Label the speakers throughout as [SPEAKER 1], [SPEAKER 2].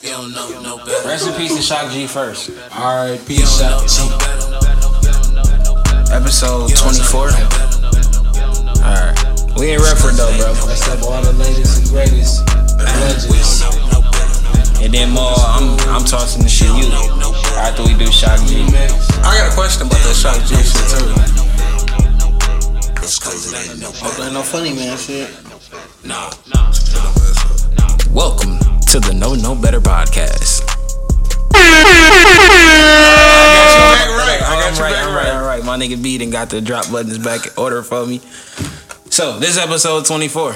[SPEAKER 1] don't know no better.
[SPEAKER 2] Rest in peace to Shock G first.
[SPEAKER 3] R.I.P. Shock G.
[SPEAKER 1] Episode 24. Alright. We ain't referred though, bro.
[SPEAKER 3] That's up all the latest and greatest legends.
[SPEAKER 1] And then more, I'm I'm tossing the shit you after we do Shock G. I got a question about that Shock G shit too.
[SPEAKER 2] Ain't no funny man shit.
[SPEAKER 1] Welcome to the No No Better podcast.
[SPEAKER 3] right. I got
[SPEAKER 1] I'm
[SPEAKER 3] you
[SPEAKER 1] right,
[SPEAKER 3] back right.
[SPEAKER 1] I'm right, I'm right. My nigga B done got the drop buttons back in order for me. So this episode 24.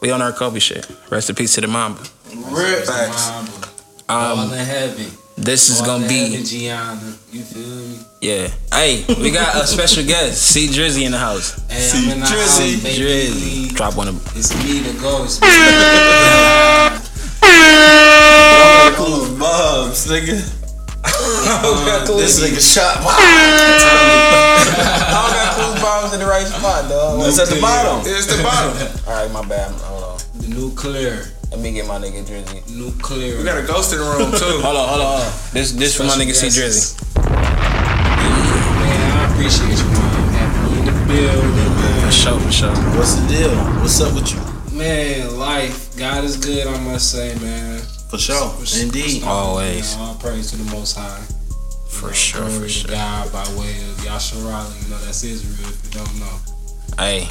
[SPEAKER 1] We on our Kobe shit. Rest in peace to the mamba.
[SPEAKER 3] Rip.
[SPEAKER 1] Facts.
[SPEAKER 3] All in
[SPEAKER 1] Um,
[SPEAKER 3] heaven.
[SPEAKER 1] this is
[SPEAKER 3] All
[SPEAKER 1] gonna
[SPEAKER 3] in
[SPEAKER 1] be
[SPEAKER 3] heaven, Gianna. You feel me?
[SPEAKER 1] yeah. Hey, we got a special guest, C Drizzy in the house.
[SPEAKER 3] Hey, I'm in the house,
[SPEAKER 2] Drizzy.
[SPEAKER 3] baby.
[SPEAKER 1] Drizzy, drop on him.
[SPEAKER 3] It's me, the ghost. man.
[SPEAKER 2] Cool bubs, nigga.
[SPEAKER 1] This
[SPEAKER 2] nigga shot.
[SPEAKER 1] I don't got cool bombs in the right spot, dog.
[SPEAKER 3] Oh, It's at the bottom.
[SPEAKER 2] It's the bottom.
[SPEAKER 1] All right, my bad. Hold on.
[SPEAKER 3] The nuclear.
[SPEAKER 1] Let me get my nigga Drizzy.
[SPEAKER 3] Nuclear.
[SPEAKER 2] We got a ghost in the room too.
[SPEAKER 1] Hold on, hold on, hold on. This this for my
[SPEAKER 3] Special
[SPEAKER 1] nigga C
[SPEAKER 3] guests.
[SPEAKER 1] Drizzy.
[SPEAKER 3] Man, I appreciate you, man. Happy you in the building, man.
[SPEAKER 1] For sure, for sure.
[SPEAKER 4] What's the deal? What's up with you?
[SPEAKER 3] Man, life, God is good, I must say, man.
[SPEAKER 4] For sure. Indeed.
[SPEAKER 1] Always.
[SPEAKER 3] You know, all praise to the Most High.
[SPEAKER 1] For
[SPEAKER 3] You know,
[SPEAKER 1] sure,
[SPEAKER 3] glory
[SPEAKER 1] for
[SPEAKER 3] to
[SPEAKER 1] sure.
[SPEAKER 3] God by way of Yasharali. You know, that's Israel if you don't know.
[SPEAKER 1] Hey.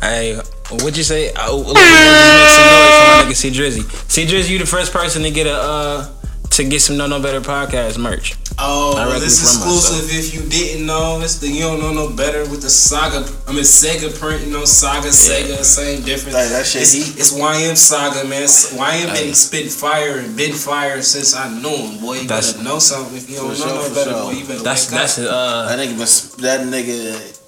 [SPEAKER 1] Hey, what'd you say? Oh, look, we just make some noise for my nigga C Drizzy. C Drizzy, you the first person to get a uh to get some No No Better podcast merch.
[SPEAKER 3] Oh,
[SPEAKER 1] Directly
[SPEAKER 3] this
[SPEAKER 1] from us,
[SPEAKER 3] exclusive if you didn't know. It's the You Don't Know No Better with the Saga. I mean, Sega print, you know, Saga, Sega, same difference.
[SPEAKER 4] Like, that shit
[SPEAKER 3] it's,
[SPEAKER 4] heat.
[SPEAKER 3] it's YM Saga, man. It's, YM
[SPEAKER 1] Hey.
[SPEAKER 3] been spit fire and been fire since I knew him, boy. You
[SPEAKER 1] That's-
[SPEAKER 3] better know something. If you don't know
[SPEAKER 4] For sure,
[SPEAKER 3] no
[SPEAKER 4] for
[SPEAKER 3] better,
[SPEAKER 4] sure.
[SPEAKER 3] boy, you better
[SPEAKER 1] That's
[SPEAKER 3] wake
[SPEAKER 1] that's
[SPEAKER 3] up.
[SPEAKER 1] uh
[SPEAKER 4] That nigga been sp- that nigga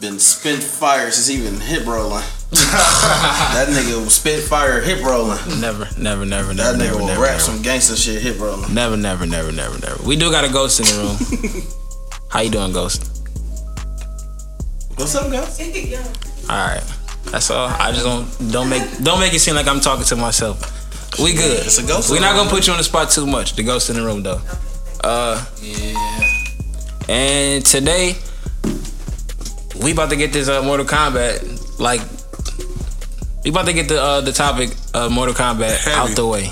[SPEAKER 4] been spit fire since he been hip rolling. that nigga was spit fire hip rolling.
[SPEAKER 1] uh, never, never, never,
[SPEAKER 4] That
[SPEAKER 1] never,
[SPEAKER 4] nigga
[SPEAKER 1] never,
[SPEAKER 4] will
[SPEAKER 1] never,
[SPEAKER 4] rap
[SPEAKER 1] never,
[SPEAKER 4] some gangster shit hip rolling.
[SPEAKER 1] never, never, never, never, never. We do got a ghost in the room. How you doing, ghost?
[SPEAKER 4] What's up, guys?
[SPEAKER 1] All right, that's all. I just don't don't make don't make it seem like I'm talking to myself. We good.
[SPEAKER 4] It's a ghost.
[SPEAKER 1] We're not gonna put you on the spot too much. The ghost in the room though. Uh,
[SPEAKER 3] Yeah.
[SPEAKER 1] And today, we about to get this uh, Mortal Kombat. Like, we about to get the uh, the topic of Mortal Kombat out the way.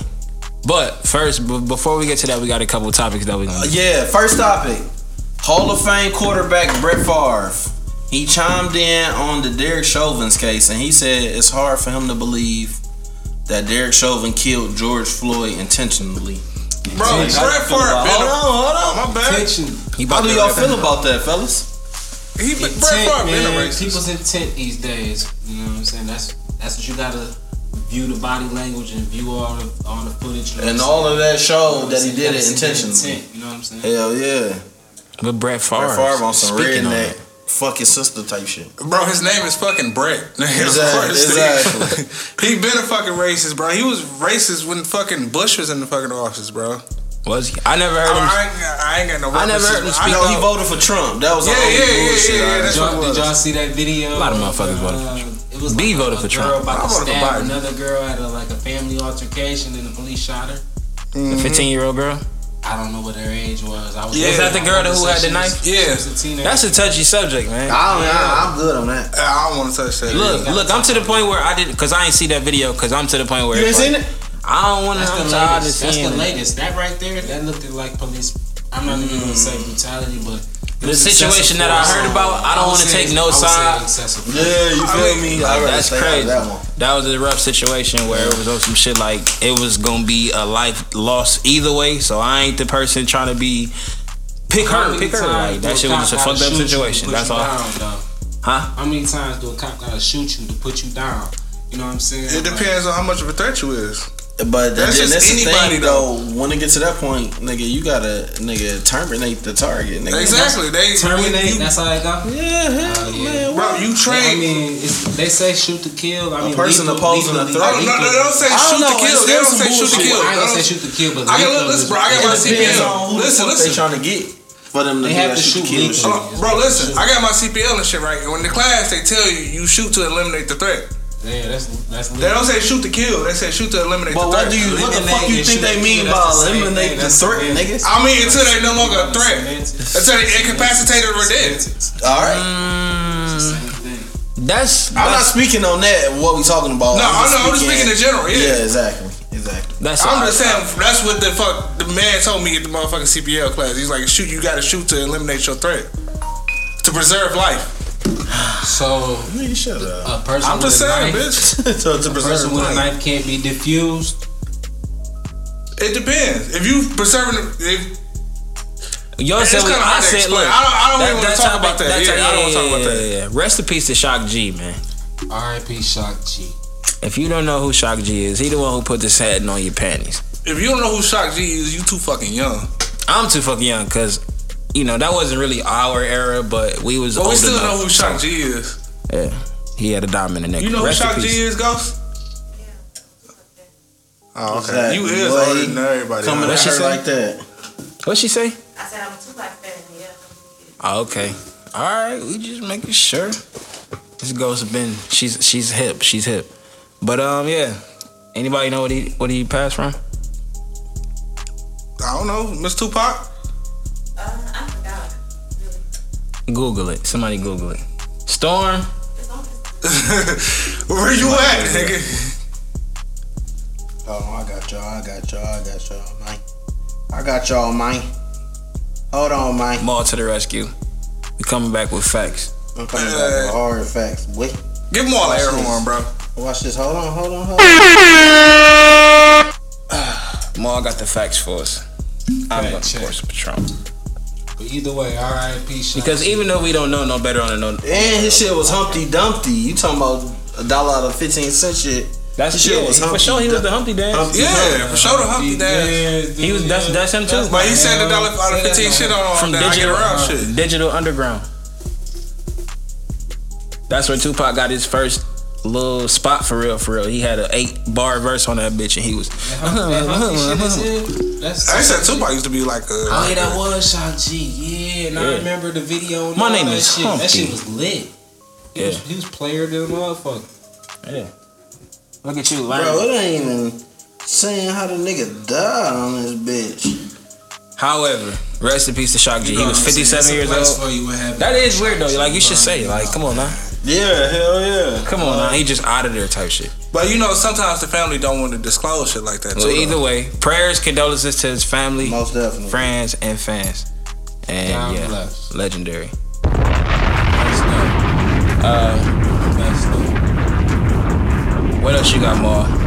[SPEAKER 1] But first, b- before we get to that, we got a couple topics that we gonna.
[SPEAKER 4] Uh, Yeah, first topic. Hall of Fame quarterback Brett Favre. He chimed in on the Derek Chauvin's case and he said it's hard for him to believe that Derek Chauvin killed George Floyd intentionally.
[SPEAKER 2] Bro,
[SPEAKER 3] Hold on,
[SPEAKER 2] Brett Favre
[SPEAKER 4] Hold on,
[SPEAKER 2] been a-
[SPEAKER 4] hold on.
[SPEAKER 2] my bad.
[SPEAKER 3] Tension.
[SPEAKER 1] He
[SPEAKER 4] How
[SPEAKER 1] about
[SPEAKER 4] do
[SPEAKER 1] to
[SPEAKER 4] y'all feel about that, fellas?
[SPEAKER 2] He Brett
[SPEAKER 3] intent,
[SPEAKER 2] Favre been a
[SPEAKER 3] man.
[SPEAKER 2] racist.
[SPEAKER 3] People's intent these days. You know what I'm saying? That's that's what you gotta view the body language and view all the all the footage you know
[SPEAKER 4] And
[SPEAKER 3] what I'm
[SPEAKER 4] all of that
[SPEAKER 3] saying?
[SPEAKER 4] showed that he
[SPEAKER 3] You
[SPEAKER 4] did
[SPEAKER 3] gotta
[SPEAKER 4] it
[SPEAKER 3] see the
[SPEAKER 4] intentionally.
[SPEAKER 3] intent, you know what I'm saying?
[SPEAKER 4] Hell yeah.
[SPEAKER 1] With Brett Favre.
[SPEAKER 4] Brett Favre on some
[SPEAKER 1] Speaking on
[SPEAKER 4] redneck
[SPEAKER 1] it.
[SPEAKER 4] fuck your sister type shit.
[SPEAKER 2] Bro, his name is fucking Brett.
[SPEAKER 4] Exactly, exactly.
[SPEAKER 2] he been a fucking racist, bro. He was racist when fucking Bush was in the fucking office, bro.
[SPEAKER 1] Was he? I never heard him.
[SPEAKER 2] I, I, ain't, I ain't got no.
[SPEAKER 1] I never
[SPEAKER 2] references,
[SPEAKER 1] heard him
[SPEAKER 2] but
[SPEAKER 1] speak
[SPEAKER 2] I
[SPEAKER 4] No,
[SPEAKER 2] know
[SPEAKER 4] he voted for Trump. That was the
[SPEAKER 2] Yeah,
[SPEAKER 4] only
[SPEAKER 2] yeah, yeah,
[SPEAKER 4] bullshit.
[SPEAKER 2] yeah, yeah,
[SPEAKER 4] I
[SPEAKER 2] that's
[SPEAKER 4] heard.
[SPEAKER 3] Y'all-
[SPEAKER 2] what it
[SPEAKER 3] did
[SPEAKER 2] was.
[SPEAKER 3] y'all see that video?
[SPEAKER 1] A lot of motherfuckers voted for
[SPEAKER 3] for It was
[SPEAKER 1] B
[SPEAKER 3] like
[SPEAKER 1] voted
[SPEAKER 3] a girl
[SPEAKER 1] for Trump.
[SPEAKER 3] about
[SPEAKER 2] I
[SPEAKER 3] to
[SPEAKER 2] voted for
[SPEAKER 3] stab
[SPEAKER 2] Biden.
[SPEAKER 3] another girl at a, like a family altercation, and the police shot her.
[SPEAKER 1] The 15 year old girl.
[SPEAKER 3] I don't know what her age was. I was.
[SPEAKER 2] Yeah. Is that
[SPEAKER 1] the girl that who had the knife?
[SPEAKER 3] yeah,
[SPEAKER 2] Yeah.
[SPEAKER 3] a teenager.
[SPEAKER 1] That's a touchy subject, man.
[SPEAKER 4] I don't, I, I'm good on that.
[SPEAKER 2] I don't want to touch that.
[SPEAKER 1] Look, look, I'm to the point where I didn't, cause I ain't see that video, cause I'm to the point where
[SPEAKER 4] You
[SPEAKER 1] it's
[SPEAKER 4] ain't seen
[SPEAKER 1] like,
[SPEAKER 4] it?
[SPEAKER 1] I don't want to.
[SPEAKER 3] That's the
[SPEAKER 1] I'm
[SPEAKER 3] latest.
[SPEAKER 1] tired of
[SPEAKER 3] That's
[SPEAKER 1] seeing
[SPEAKER 3] the
[SPEAKER 1] it.
[SPEAKER 3] latest. That right there, that looked like police. I'm not even gonna say brutality, but it
[SPEAKER 1] The
[SPEAKER 3] was
[SPEAKER 1] situation
[SPEAKER 3] excessive
[SPEAKER 1] that I
[SPEAKER 3] force.
[SPEAKER 1] heard about, I don't
[SPEAKER 3] would
[SPEAKER 1] want to
[SPEAKER 3] say
[SPEAKER 1] take
[SPEAKER 3] it's-
[SPEAKER 1] no
[SPEAKER 3] I would say
[SPEAKER 1] side.
[SPEAKER 3] excessive force.
[SPEAKER 4] Yeah, you feel me? I'd rather
[SPEAKER 1] That's
[SPEAKER 4] stay out of
[SPEAKER 1] crazy.
[SPEAKER 4] That one.
[SPEAKER 1] That was a rough situation where it was on some shit like it was gonna be a life loss either way. So I ain't the person trying to be pick
[SPEAKER 3] How
[SPEAKER 1] her,
[SPEAKER 3] many
[SPEAKER 1] pick her.
[SPEAKER 3] times
[SPEAKER 1] Like
[SPEAKER 3] do
[SPEAKER 1] that shit
[SPEAKER 3] cop
[SPEAKER 1] was just a
[SPEAKER 3] gotta
[SPEAKER 1] fucked up
[SPEAKER 3] shoot you to
[SPEAKER 1] situation.
[SPEAKER 3] put
[SPEAKER 1] That's
[SPEAKER 3] you
[SPEAKER 1] all.
[SPEAKER 3] down, though?
[SPEAKER 1] Huh?
[SPEAKER 3] How many times do a cop gotta shoot you to put you down? You know what I'm saying?
[SPEAKER 2] It depends on how much of a threat you is.
[SPEAKER 4] But that's,
[SPEAKER 2] That's just
[SPEAKER 4] that's the
[SPEAKER 2] anybody,
[SPEAKER 4] thing, though. When it gets to that point, nigga, you gotta nigga terminate the target, nigga.
[SPEAKER 2] Exactly. They
[SPEAKER 3] Like, terminate.
[SPEAKER 2] you-
[SPEAKER 3] that's how it go.
[SPEAKER 4] Yeah, hell,
[SPEAKER 3] Oh, yeah.
[SPEAKER 4] man. what-
[SPEAKER 2] Bro,
[SPEAKER 3] I
[SPEAKER 2] you train.
[SPEAKER 3] mean, it's, they say shoot to kill. I mean,
[SPEAKER 4] person
[SPEAKER 3] lethal-
[SPEAKER 4] opposing
[SPEAKER 3] lethal-
[SPEAKER 4] a threat.
[SPEAKER 2] Oh, no, no,
[SPEAKER 3] lethal-
[SPEAKER 2] they don't say
[SPEAKER 4] I don't
[SPEAKER 2] shoot
[SPEAKER 4] know,
[SPEAKER 2] to kill.
[SPEAKER 4] it's-
[SPEAKER 2] They
[SPEAKER 4] there's
[SPEAKER 2] don't say
[SPEAKER 4] some
[SPEAKER 2] shoot to
[SPEAKER 4] bullshit.
[SPEAKER 3] I
[SPEAKER 2] kill.
[SPEAKER 3] ain't
[SPEAKER 2] They
[SPEAKER 3] gonna
[SPEAKER 2] don't-
[SPEAKER 3] say shoot to kill, but
[SPEAKER 2] I got-
[SPEAKER 3] lethal
[SPEAKER 2] listen,
[SPEAKER 3] is-
[SPEAKER 2] bro, I got
[SPEAKER 4] It
[SPEAKER 2] my
[SPEAKER 3] it's-
[SPEAKER 4] depends
[SPEAKER 2] CPL.
[SPEAKER 4] on who
[SPEAKER 2] Listen,
[SPEAKER 4] the fuck
[SPEAKER 2] listen.
[SPEAKER 4] they trying to get for them to
[SPEAKER 3] They
[SPEAKER 4] do
[SPEAKER 3] have
[SPEAKER 4] that
[SPEAKER 3] to shoot
[SPEAKER 4] shit kill
[SPEAKER 3] lethal.
[SPEAKER 4] shit.
[SPEAKER 2] Oh, Hold on, bro, listen. I got my CPL and shit right. And when the class, they tell you you shoot to eliminate the threat.
[SPEAKER 3] Yeah, that's that's.
[SPEAKER 2] They don't say shoot to kill. They say shoot to eliminate
[SPEAKER 4] But
[SPEAKER 2] the
[SPEAKER 4] what
[SPEAKER 2] threat.
[SPEAKER 4] do you? What the fuck
[SPEAKER 3] Eliminate
[SPEAKER 4] you
[SPEAKER 3] and
[SPEAKER 4] think
[SPEAKER 3] shoot
[SPEAKER 4] they
[SPEAKER 3] at
[SPEAKER 4] mean
[SPEAKER 3] you,
[SPEAKER 4] by
[SPEAKER 3] that's the same
[SPEAKER 4] eliminate
[SPEAKER 3] thing,
[SPEAKER 4] the
[SPEAKER 3] that's the
[SPEAKER 4] threat,
[SPEAKER 3] same.
[SPEAKER 4] niggas?
[SPEAKER 2] I mean, until they no longer a threat. Until they incapacitated or dead.
[SPEAKER 4] All right.
[SPEAKER 3] Mm.
[SPEAKER 1] That's
[SPEAKER 4] I'm not
[SPEAKER 1] that's
[SPEAKER 4] speaking on that. What we talking about?
[SPEAKER 2] No, I know. I'm just speaking in general.
[SPEAKER 4] Yeah,
[SPEAKER 2] Yeah.
[SPEAKER 4] exactly, exactly.
[SPEAKER 1] that's
[SPEAKER 2] I'm just saying that's what the fuck the man told me at the motherfucking CPL class. He's like, shoot, you gotta shoot to eliminate your threat. To preserve life.
[SPEAKER 3] So
[SPEAKER 4] Nigga, shut up.
[SPEAKER 3] a person
[SPEAKER 2] I'm
[SPEAKER 3] with
[SPEAKER 2] just
[SPEAKER 3] a
[SPEAKER 2] saying,
[SPEAKER 3] knife,
[SPEAKER 2] bitch.
[SPEAKER 4] so to
[SPEAKER 3] a person
[SPEAKER 4] preserve
[SPEAKER 3] with a
[SPEAKER 4] life.
[SPEAKER 3] knife can't be diffused.
[SPEAKER 2] It depends. If you preserving if
[SPEAKER 1] Y'all
[SPEAKER 2] It's
[SPEAKER 1] said
[SPEAKER 2] kinda
[SPEAKER 1] I
[SPEAKER 2] hard to
[SPEAKER 1] said
[SPEAKER 2] explain.
[SPEAKER 1] look.
[SPEAKER 2] I don't- I don't even wanna talk
[SPEAKER 1] topic-
[SPEAKER 2] about that. Yeah, I don't wanna talk about that.
[SPEAKER 1] yeah, yeah. Rest in peace to Shock G, man.
[SPEAKER 3] R.I.P. Shock G.
[SPEAKER 1] If you don't know who Shock G is, he the one who put this satin on your panties.
[SPEAKER 2] if you don't know who Shock G is, you too fucking young.
[SPEAKER 1] I'm too fucking young because, you know, that wasn't really our era, but we was
[SPEAKER 2] But
[SPEAKER 1] old
[SPEAKER 2] we still
[SPEAKER 1] enough.
[SPEAKER 2] know who Shock G is.
[SPEAKER 1] Yeah, he had a diamond in the neck.
[SPEAKER 2] You know who
[SPEAKER 1] Rest in
[SPEAKER 2] Shock G
[SPEAKER 1] peace.
[SPEAKER 2] is, Ghost? Oh, okay. You
[SPEAKER 4] Exactly.
[SPEAKER 2] is
[SPEAKER 4] Boy,
[SPEAKER 2] older than everybody.
[SPEAKER 4] Coming
[SPEAKER 2] huh?
[SPEAKER 4] at
[SPEAKER 1] she
[SPEAKER 4] her
[SPEAKER 1] say?
[SPEAKER 4] like that.
[SPEAKER 1] What she say?
[SPEAKER 5] I said I'm a two black family, yeah.
[SPEAKER 1] Oh, okay. All right, we just making sure. This ghost has been she's she's hip, she's hip. But um, yeah. Anybody know what he what he passed from?
[SPEAKER 2] I don't know, Miss Tupac.
[SPEAKER 5] Uh, I forgot. Really.
[SPEAKER 1] Google it. Somebody Google it. Storm.
[SPEAKER 5] It's on
[SPEAKER 2] Where you at, nigga?
[SPEAKER 4] Hold on, Oh, I got y'all. I got y'all. I got y'all, man. I got y'all, man. Hold on, man.
[SPEAKER 1] Maul to the rescue. We coming back with facts.
[SPEAKER 4] I'm coming back with hard facts. Wait,
[SPEAKER 2] Give them all an air horn, bro.
[SPEAKER 4] watch this. Hold on, hold on, hold on.
[SPEAKER 1] Maul got the facts for us. I'm of course Patron.
[SPEAKER 3] But either way, R.I.P. Shock
[SPEAKER 1] Because
[SPEAKER 3] G.
[SPEAKER 1] even though we don't know no better on the no,
[SPEAKER 4] And his shit was Humpty Dumpty. You talking about a dollar out of fifteen cent shit?
[SPEAKER 1] that's
[SPEAKER 4] His shit
[SPEAKER 1] yeah,
[SPEAKER 4] was
[SPEAKER 1] for
[SPEAKER 4] Humpty
[SPEAKER 1] sure he was the
[SPEAKER 4] Dumpty.
[SPEAKER 1] Humpty Dance.
[SPEAKER 4] Humpty
[SPEAKER 2] Yeah, for sure the Humpty Dance.
[SPEAKER 1] He was that's that's him too.
[SPEAKER 2] But he said the dollar out of fifteen shit on
[SPEAKER 1] from
[SPEAKER 2] that I get
[SPEAKER 1] digital, uh,
[SPEAKER 2] around shit.
[SPEAKER 1] digital underground. That's where Tupac got his first little spot for real, for real. He had an eight bar verse on that bitch, and he was.
[SPEAKER 3] That's
[SPEAKER 2] I said Tupac used to be like
[SPEAKER 3] Oh yeah,
[SPEAKER 2] a.
[SPEAKER 3] that was Shock G. Yeah, and
[SPEAKER 1] Yeah.
[SPEAKER 3] I remember the video. and
[SPEAKER 1] My
[SPEAKER 3] all
[SPEAKER 1] name
[SPEAKER 3] that
[SPEAKER 1] is
[SPEAKER 3] shit. That
[SPEAKER 1] Humpty.
[SPEAKER 3] shit was lit. He,
[SPEAKER 1] Yeah.
[SPEAKER 3] was, he was player than a motherfucker.
[SPEAKER 1] Yeah. Look at you,
[SPEAKER 4] Bro,
[SPEAKER 1] learning.
[SPEAKER 4] it ain't even saying how the nigga died on this bitch.
[SPEAKER 1] However, rest in peace to Shock G. He was 57 years old. That is weird though. Like you should say, like, come on now,
[SPEAKER 4] Yeah, hell yeah. Uh,
[SPEAKER 1] come on now. He just out of there type shit.
[SPEAKER 2] But you know, sometimes the family don't want to disclose shit like that.
[SPEAKER 1] So
[SPEAKER 2] too, though.
[SPEAKER 1] either way, prayers, condolences to his family,
[SPEAKER 4] Most definitely.
[SPEAKER 1] friends, and fans. And
[SPEAKER 3] Down
[SPEAKER 1] yeah,
[SPEAKER 3] bless.
[SPEAKER 1] legendary.
[SPEAKER 3] That's dope. That's dope.
[SPEAKER 1] Uh, What else you got, more?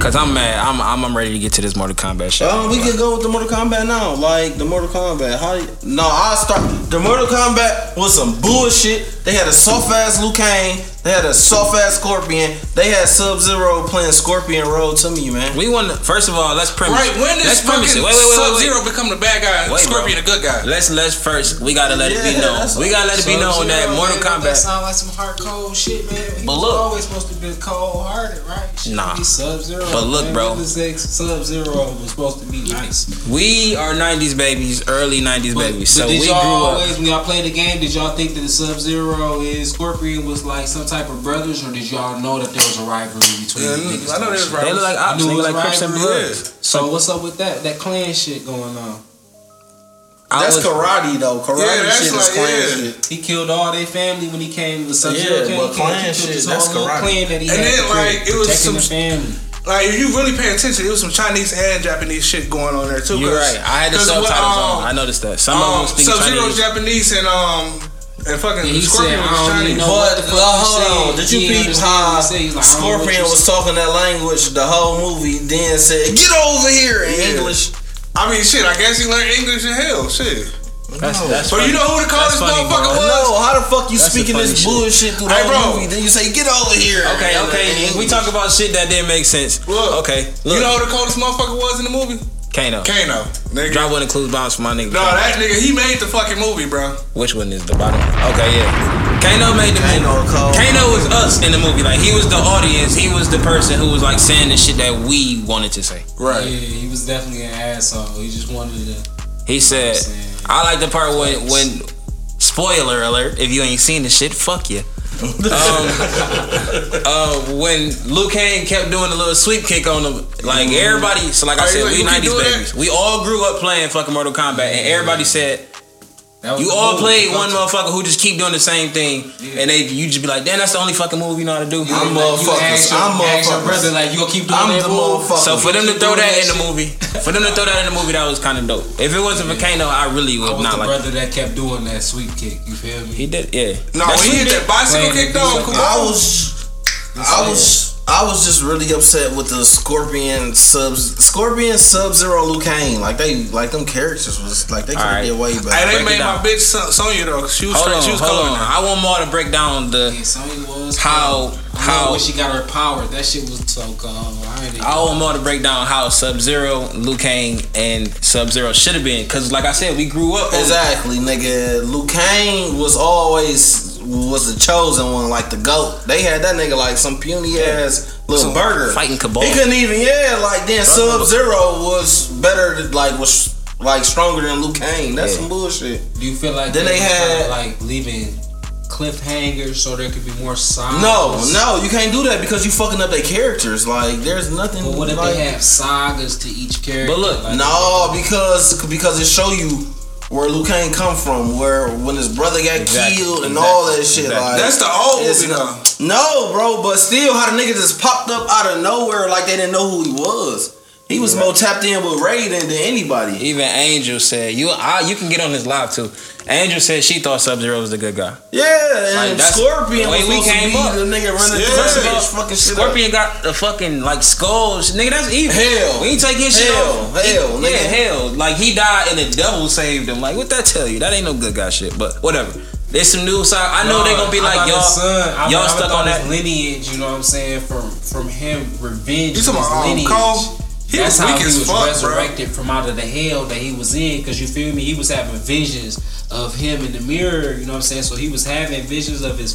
[SPEAKER 1] Cause I'm mad. I'm I'm, I'm ready to get to this Mortal Kombat shit.
[SPEAKER 4] Um, we can go with the Mortal Kombat now. Like the Mortal Kombat. How? You, no, I start. The Mortal Kombat was some bullshit. They had a soft ass Liu Kang. They had a soft ass Scorpion. They had Sub Zero playing Scorpion Road to me, man.
[SPEAKER 1] We want to, first of all, let's premise.
[SPEAKER 2] Right when
[SPEAKER 1] let's
[SPEAKER 2] does
[SPEAKER 1] premise it.
[SPEAKER 2] fucking
[SPEAKER 1] Wait, wait, wait,
[SPEAKER 2] Sub
[SPEAKER 1] wait,
[SPEAKER 2] Zero become the bad guy, and
[SPEAKER 1] Wait, bro.
[SPEAKER 2] Scorpion the good
[SPEAKER 1] wait.
[SPEAKER 2] guy?
[SPEAKER 1] Let's let's first. We gotta let it be
[SPEAKER 4] Yeah,
[SPEAKER 1] known.
[SPEAKER 4] that's
[SPEAKER 1] We gotta let it be known that
[SPEAKER 3] Sub-Zero,
[SPEAKER 1] Mortal
[SPEAKER 3] man, don't That
[SPEAKER 1] Kombat.
[SPEAKER 3] sound like some hard cold shit, man. He
[SPEAKER 1] But
[SPEAKER 3] was
[SPEAKER 1] look.
[SPEAKER 3] always supposed to be cold hearted, right? Shit,
[SPEAKER 1] Nah.
[SPEAKER 3] Be Sub Zero.
[SPEAKER 1] But look, bro.
[SPEAKER 3] Sub Zero was supposed to be nice.
[SPEAKER 1] We are '90s babies, early '90s
[SPEAKER 3] But,
[SPEAKER 1] babies. So
[SPEAKER 3] but did
[SPEAKER 1] we grew
[SPEAKER 3] y'all
[SPEAKER 1] up.
[SPEAKER 3] always, when y'all played the game, did y'all think that the Sub Zero and Scorpion was like some type of brothers, or did y'all know that there was a rivalry between the
[SPEAKER 2] Yeah,
[SPEAKER 3] niggas?
[SPEAKER 2] I know
[SPEAKER 3] and
[SPEAKER 2] there's
[SPEAKER 3] shit?
[SPEAKER 2] rivalry.
[SPEAKER 1] They look like ops.
[SPEAKER 3] knew
[SPEAKER 1] They
[SPEAKER 3] it
[SPEAKER 1] look
[SPEAKER 3] was
[SPEAKER 1] like Crips and
[SPEAKER 3] rivalry.
[SPEAKER 1] Bloods.
[SPEAKER 3] So what's up with that? That clan shit going on.
[SPEAKER 1] I
[SPEAKER 4] That's
[SPEAKER 1] was-
[SPEAKER 4] karate though. Karate
[SPEAKER 2] Yeah, that's
[SPEAKER 4] shit is
[SPEAKER 2] like-
[SPEAKER 4] clan
[SPEAKER 2] yeah.
[SPEAKER 4] shit.
[SPEAKER 3] He killed all their family when he came. The Sub Zero
[SPEAKER 4] Yeah,
[SPEAKER 3] came.
[SPEAKER 4] but
[SPEAKER 3] he
[SPEAKER 4] clan
[SPEAKER 3] killed
[SPEAKER 4] shit,
[SPEAKER 3] his
[SPEAKER 4] that's
[SPEAKER 3] whole little
[SPEAKER 4] karate.
[SPEAKER 3] Clan that he
[SPEAKER 2] And
[SPEAKER 3] had
[SPEAKER 2] then,
[SPEAKER 3] to create,
[SPEAKER 2] like, it was
[SPEAKER 3] protecting
[SPEAKER 2] some-
[SPEAKER 3] the family.
[SPEAKER 2] Like if you really pay attention, it was some Chinese and Japanese shit going on there too.
[SPEAKER 1] You're
[SPEAKER 2] 'cause-
[SPEAKER 1] right. I had the
[SPEAKER 2] 'cause what,
[SPEAKER 1] subtitles
[SPEAKER 2] um,
[SPEAKER 1] on. I noticed that. Some
[SPEAKER 2] Um,
[SPEAKER 1] of them speak
[SPEAKER 2] Sub Zero
[SPEAKER 1] Chinese.
[SPEAKER 2] Japanese and um and fucking
[SPEAKER 3] he said, I
[SPEAKER 2] Scorpion was
[SPEAKER 3] don't
[SPEAKER 2] Chinese.
[SPEAKER 3] know. what
[SPEAKER 4] But
[SPEAKER 3] the fuck
[SPEAKER 4] well,
[SPEAKER 3] you
[SPEAKER 4] hold
[SPEAKER 3] said.
[SPEAKER 4] on, did you
[SPEAKER 3] He
[SPEAKER 4] peep
[SPEAKER 3] understand what
[SPEAKER 4] how
[SPEAKER 3] you said? He's like, I don't know what
[SPEAKER 4] Scorpion
[SPEAKER 3] you
[SPEAKER 4] was talking that language the whole movie? Then said, "Get over here in
[SPEAKER 2] Yeah.
[SPEAKER 4] English."
[SPEAKER 2] I mean, shit. I guess he learned English in hell. Shit.
[SPEAKER 1] That's, that's
[SPEAKER 2] But
[SPEAKER 1] funny.
[SPEAKER 2] you know who the
[SPEAKER 1] That's
[SPEAKER 2] coldest
[SPEAKER 1] funny,
[SPEAKER 2] motherfucker
[SPEAKER 1] bro.
[SPEAKER 2] was?
[SPEAKER 4] No, how the fuck you
[SPEAKER 1] That's
[SPEAKER 4] speaking
[SPEAKER 1] the funny
[SPEAKER 4] this
[SPEAKER 1] shit.
[SPEAKER 4] bullshit through the
[SPEAKER 2] Hey,
[SPEAKER 4] whole
[SPEAKER 2] bro.
[SPEAKER 4] movie? Then you say, "Get over here."
[SPEAKER 1] Okay,
[SPEAKER 4] in-
[SPEAKER 1] okay.
[SPEAKER 4] in
[SPEAKER 1] We
[SPEAKER 4] English.
[SPEAKER 1] talk about shit that didn't make sense.
[SPEAKER 2] Look.
[SPEAKER 1] okay, look.
[SPEAKER 2] You know who the coldest motherfucker was in the movie?
[SPEAKER 1] Kano.
[SPEAKER 2] Kano. Nigga.
[SPEAKER 1] Drop one includes bombs for my nigga.
[SPEAKER 2] No, that nigga, he made the fucking movie, bro.
[SPEAKER 1] Which one is the bottom? Okay, yeah. Kano made the
[SPEAKER 4] Kano
[SPEAKER 1] movie.
[SPEAKER 4] Cole.
[SPEAKER 1] Kano was us in the movie. Like he was the audience. He was the person who was like saying the shit that we wanted to say.
[SPEAKER 3] Yeah, he was definitely an asshole. He just wanted to.
[SPEAKER 1] He
[SPEAKER 4] Eh,
[SPEAKER 1] said,
[SPEAKER 3] Understand.
[SPEAKER 1] "I like the part when when spoiler alert. If you ain't seen the shit, fuck you." uh, when Luke Kane kept doing the little sweep kick on him, like everybody, so like I
[SPEAKER 2] Are you
[SPEAKER 1] said,
[SPEAKER 2] like,
[SPEAKER 1] we
[SPEAKER 2] you keep
[SPEAKER 1] '90s
[SPEAKER 2] doing that?
[SPEAKER 1] babies. We all grew up playing fucking Mortal Kombat, and everybody said
[SPEAKER 3] That was
[SPEAKER 1] you
[SPEAKER 3] the
[SPEAKER 1] all
[SPEAKER 3] move.
[SPEAKER 1] played one motherfucker who just keep doing the same thing,
[SPEAKER 3] Oh, Yeah.
[SPEAKER 1] and they you just be like, damn, that's the only fucking move you know how to do.
[SPEAKER 3] You
[SPEAKER 4] I'm
[SPEAKER 3] like, you
[SPEAKER 4] motherfuckers.
[SPEAKER 3] ask your-
[SPEAKER 4] I'm
[SPEAKER 3] ask your
[SPEAKER 4] motherfuckers.
[SPEAKER 3] brother, like, you gonna keep doing
[SPEAKER 4] I'm
[SPEAKER 3] that
[SPEAKER 4] the
[SPEAKER 3] move?
[SPEAKER 4] motherfucker.
[SPEAKER 1] So for them to
[SPEAKER 3] Keep
[SPEAKER 1] throw
[SPEAKER 3] doing
[SPEAKER 1] that
[SPEAKER 3] that
[SPEAKER 1] in the
[SPEAKER 3] shit.
[SPEAKER 1] movie, for them to throw that in the movie, that was kind of dope. If it wasn't for Kano, I really
[SPEAKER 3] I
[SPEAKER 1] would
[SPEAKER 3] was
[SPEAKER 1] not
[SPEAKER 3] the
[SPEAKER 1] like.
[SPEAKER 3] brother that kept doing that sweep kick. You feel me?
[SPEAKER 1] He did, yeah.
[SPEAKER 2] No,
[SPEAKER 1] That's
[SPEAKER 2] when
[SPEAKER 1] what
[SPEAKER 2] he hit that bicycle
[SPEAKER 3] Wait,
[SPEAKER 2] kick
[SPEAKER 3] he
[SPEAKER 2] though,
[SPEAKER 3] was-
[SPEAKER 2] come
[SPEAKER 4] I
[SPEAKER 2] on.
[SPEAKER 4] was, I was, I was just really upset with the Scorpion subs, Scorpion Sub Zero, Liu Kang. Like they, like them characters was like they could
[SPEAKER 1] Alright.
[SPEAKER 4] have did way
[SPEAKER 2] Hey,
[SPEAKER 4] better.
[SPEAKER 2] they
[SPEAKER 1] Break it
[SPEAKER 2] made my
[SPEAKER 1] down.
[SPEAKER 2] bitch Son- Sonya though. 'cause She was
[SPEAKER 1] Hold
[SPEAKER 2] straight.
[SPEAKER 1] on,
[SPEAKER 2] She was
[SPEAKER 1] hold
[SPEAKER 2] cold.
[SPEAKER 1] on. I want more to break down the.
[SPEAKER 3] Yeah, Sonya was
[SPEAKER 1] How-
[SPEAKER 3] cold. I
[SPEAKER 1] how-
[SPEAKER 3] know when she got her power, that shit was so cold. I ain't even-
[SPEAKER 1] I want more to break down how Sub Zero, Liu Kang, and Sub Zero should have been. Cause like I said, we grew up. on-
[SPEAKER 4] Exactly, nigga. Liu Kang was always was the chosen one, like the goat. They had that nigga like some puny ass little
[SPEAKER 1] Some
[SPEAKER 4] burger
[SPEAKER 1] fighting cabal.
[SPEAKER 4] He couldn't even, yeah. Like then Sub Zero was better, than- like was like stronger than Liu Kang. That's
[SPEAKER 1] Yeah.
[SPEAKER 4] some bullshit.
[SPEAKER 3] Do you feel like
[SPEAKER 4] Then they
[SPEAKER 3] were
[SPEAKER 4] had-
[SPEAKER 3] kinda, like leaving cliffhangers so there could be more sides?
[SPEAKER 4] No, no, you can't do that because you fucking up their characters. Like, there's nothing.
[SPEAKER 3] But what if
[SPEAKER 4] like,
[SPEAKER 3] they have sagas to each character?
[SPEAKER 1] But look,
[SPEAKER 3] like,
[SPEAKER 4] No, because because it show you where Liu Kang come from, where when his brother got
[SPEAKER 1] Exactly,
[SPEAKER 4] killed and
[SPEAKER 1] exactly,
[SPEAKER 4] all that shit.
[SPEAKER 1] exactly.
[SPEAKER 4] Like
[SPEAKER 2] That's the old
[SPEAKER 4] it's
[SPEAKER 2] movie,
[SPEAKER 4] not- No, bro, but still, how the nigga just popped up out of nowhere like they didn't know who he was. He was more tapped in with Ray than, than anybody.
[SPEAKER 1] Even Angel said, "You, I, you can get on this live too." Angel said she thought Sub Zero was the good guy.
[SPEAKER 4] Yeah,
[SPEAKER 1] Like,
[SPEAKER 4] and
[SPEAKER 1] that's the
[SPEAKER 4] Scorpion
[SPEAKER 1] way
[SPEAKER 4] was
[SPEAKER 1] we
[SPEAKER 4] supposed to
[SPEAKER 1] came
[SPEAKER 4] be
[SPEAKER 1] up.
[SPEAKER 4] the nigga running
[SPEAKER 2] Yeah.
[SPEAKER 4] through
[SPEAKER 2] First of
[SPEAKER 4] that
[SPEAKER 2] all,
[SPEAKER 4] bitch, fucking shit. up.
[SPEAKER 1] Scorpion got the fucking like skulls, nigga. That's evil.
[SPEAKER 4] Hell.
[SPEAKER 1] we ain't taking his shit.
[SPEAKER 4] Hell,
[SPEAKER 1] off. He-
[SPEAKER 4] hell,
[SPEAKER 1] yeah,
[SPEAKER 4] nigga.
[SPEAKER 1] hell. Like he died and the devil saved him. Like what that tell you? That ain't no good guy shit. But whatever. There's some new side. I know
[SPEAKER 3] Nah,
[SPEAKER 1] they gonna be
[SPEAKER 3] I thought
[SPEAKER 1] like
[SPEAKER 3] his
[SPEAKER 1] y'all.
[SPEAKER 3] son- I-
[SPEAKER 1] y'all
[SPEAKER 3] I
[SPEAKER 1] stuck
[SPEAKER 3] thought
[SPEAKER 1] on
[SPEAKER 3] his
[SPEAKER 1] that-
[SPEAKER 3] lineage. You know what I'm saying? From from him, revenge.
[SPEAKER 2] You
[SPEAKER 3] was
[SPEAKER 2] talking
[SPEAKER 3] his
[SPEAKER 2] about um,
[SPEAKER 3] lineage.
[SPEAKER 2] Cole? He
[SPEAKER 3] That's
[SPEAKER 2] was
[SPEAKER 3] how
[SPEAKER 2] weak
[SPEAKER 3] he
[SPEAKER 2] as
[SPEAKER 3] was
[SPEAKER 2] fuck, bro.
[SPEAKER 3] resurrected from out of the hell that he was in. Cause you feel me? He was having visions of him in the mirror. You know what I'm saying? So he was having visions of his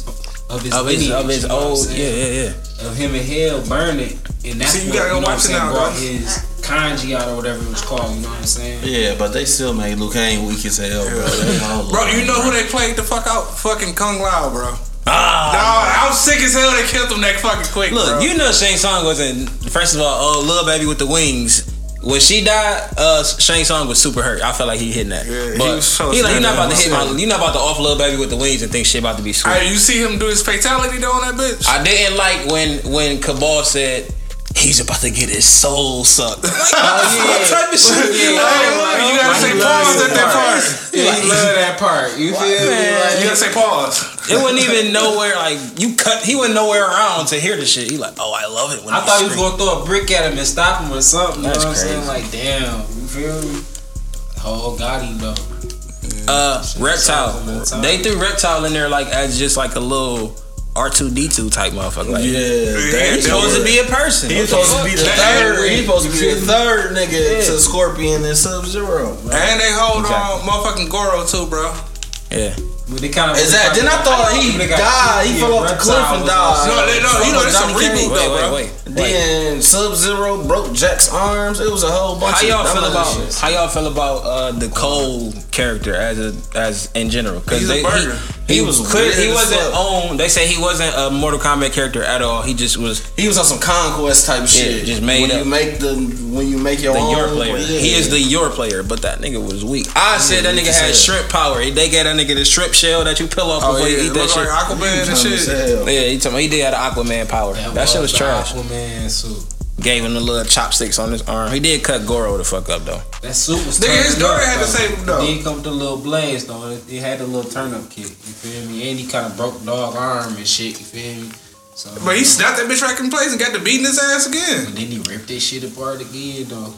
[SPEAKER 3] of his
[SPEAKER 1] Of his,
[SPEAKER 3] lineage,
[SPEAKER 1] of his
[SPEAKER 3] you know what I'm
[SPEAKER 1] old,
[SPEAKER 3] saying?
[SPEAKER 1] yeah, yeah, yeah.
[SPEAKER 3] of him in hell burning, and that's
[SPEAKER 2] See, you
[SPEAKER 3] what,
[SPEAKER 2] gotta go
[SPEAKER 3] you know what I'm
[SPEAKER 2] watch it
[SPEAKER 3] saying,
[SPEAKER 2] now,
[SPEAKER 3] brought
[SPEAKER 2] bro.
[SPEAKER 3] his kanji out or whatever it was called. You know what I'm saying?
[SPEAKER 4] Yeah, but they still made Liu Kang weak as hell, bro. That whole-
[SPEAKER 2] Bro, you know who they played the fuck out? Fucking Kung Lao, bro.
[SPEAKER 1] Ah,
[SPEAKER 2] Nah, I'm sick as hell. They killed him that fucking quick.
[SPEAKER 1] Look,
[SPEAKER 2] bro.
[SPEAKER 1] you know Shang Song wasn't. First of all, oh, little baby with the wings. When she died, uh, Shang Song was super hurt. I felt like he hitting that.
[SPEAKER 2] Yeah, he
[SPEAKER 1] but
[SPEAKER 2] was so
[SPEAKER 1] he like you
[SPEAKER 2] scared
[SPEAKER 1] not about to
[SPEAKER 2] of
[SPEAKER 1] hit
[SPEAKER 2] him.
[SPEAKER 1] my. You not about to off little baby with the wings and think shit about to be sweet.
[SPEAKER 2] Hey, you see him do his fatality though on that bitch?
[SPEAKER 1] I didn't like when when Cabal said he's about to get his soul sucked.
[SPEAKER 3] Oh,
[SPEAKER 1] type of shit?
[SPEAKER 2] Hey, look, you gotta say pause at that part.
[SPEAKER 3] Yeah, you love that part. You feel
[SPEAKER 2] You
[SPEAKER 3] me?
[SPEAKER 2] gotta say pause.
[SPEAKER 1] It wasn't even nowhere like you cut. He wasn't nowhere around to hear the shit. He like, oh, I love it when
[SPEAKER 3] I
[SPEAKER 1] they
[SPEAKER 3] thought he was
[SPEAKER 1] scream."
[SPEAKER 3] gonna throw a brick at him and stop him or something. You
[SPEAKER 1] That's
[SPEAKER 3] know what
[SPEAKER 1] crazy.
[SPEAKER 3] I'm saying? Like, damn, you feel me? Oh, got him though.
[SPEAKER 1] uh reptile.
[SPEAKER 3] Sounds like that time.
[SPEAKER 1] They threw reptile in there like as just like a little R two D two type motherfucker. Like,
[SPEAKER 4] Yeah,
[SPEAKER 2] Yeah,
[SPEAKER 1] He's
[SPEAKER 2] that
[SPEAKER 1] supposed to be a person.
[SPEAKER 4] He's supposed to be the
[SPEAKER 2] That
[SPEAKER 4] third.
[SPEAKER 2] angry.
[SPEAKER 4] He's supposed to be the third nigga to Scorpion and Sub Zero.
[SPEAKER 2] And they hold
[SPEAKER 1] Exactly.
[SPEAKER 2] on motherfucking Goro too, bro.
[SPEAKER 1] yeah.
[SPEAKER 3] But they kind of
[SPEAKER 4] Is that? Then I thought he died. He fell off the cliff and died.
[SPEAKER 2] No, they- no, you know, it's a reboot.
[SPEAKER 1] Wait, wait, wait. wait.
[SPEAKER 4] Then Sub Zero broke Jack's arms. It was a whole bunch.
[SPEAKER 1] How y'all
[SPEAKER 4] of
[SPEAKER 1] feel
[SPEAKER 4] dumb
[SPEAKER 1] about
[SPEAKER 4] shit.
[SPEAKER 1] how y'all feel about uh, the Cole character as a as in general?
[SPEAKER 2] He's a
[SPEAKER 1] they-
[SPEAKER 2] burger.
[SPEAKER 1] He, he
[SPEAKER 4] He
[SPEAKER 1] was
[SPEAKER 4] was
[SPEAKER 1] clear. He
[SPEAKER 4] weird as
[SPEAKER 1] wasn't
[SPEAKER 4] fuck.
[SPEAKER 1] on. They say he wasn't a Mortal Kombat character at all. He just was
[SPEAKER 4] He was on some conquest type shit.
[SPEAKER 1] just made
[SPEAKER 4] when
[SPEAKER 1] up.
[SPEAKER 4] you make the when you make your
[SPEAKER 1] the
[SPEAKER 4] own
[SPEAKER 1] your player.
[SPEAKER 4] yeah.
[SPEAKER 1] He is the your player, but that nigga was weak. I said that
[SPEAKER 4] weak
[SPEAKER 1] nigga
[SPEAKER 4] as
[SPEAKER 1] had
[SPEAKER 4] hell.
[SPEAKER 1] shrimp power. They gave that nigga the shrimp shell that you peel off
[SPEAKER 2] Oh
[SPEAKER 1] before
[SPEAKER 2] yeah,
[SPEAKER 1] you
[SPEAKER 2] it
[SPEAKER 1] eat that
[SPEAKER 2] look
[SPEAKER 1] shit.
[SPEAKER 2] like Aquaman and
[SPEAKER 4] Dumb as
[SPEAKER 2] shit.
[SPEAKER 4] hell.
[SPEAKER 1] Yeah, he told me he did have the Aquaman power. That, shit was
[SPEAKER 3] the
[SPEAKER 1] trash.
[SPEAKER 3] Aquaman suit.
[SPEAKER 1] Gave him the little chopsticks on his arm. He did cut Goro the fuck up though.
[SPEAKER 3] That suit was.
[SPEAKER 2] Nigga, his
[SPEAKER 3] turned
[SPEAKER 2] daughter
[SPEAKER 3] up,
[SPEAKER 2] had the
[SPEAKER 3] though.
[SPEAKER 2] same- no.
[SPEAKER 3] Then come with the little blades though. It, it had the little turn up kick. You feel me? And he kind of broke dog arm and shit. You feel me? So.
[SPEAKER 2] But he snapped that bitch right in place and got to beating his ass again.
[SPEAKER 3] Then he ripped that shit apart again though.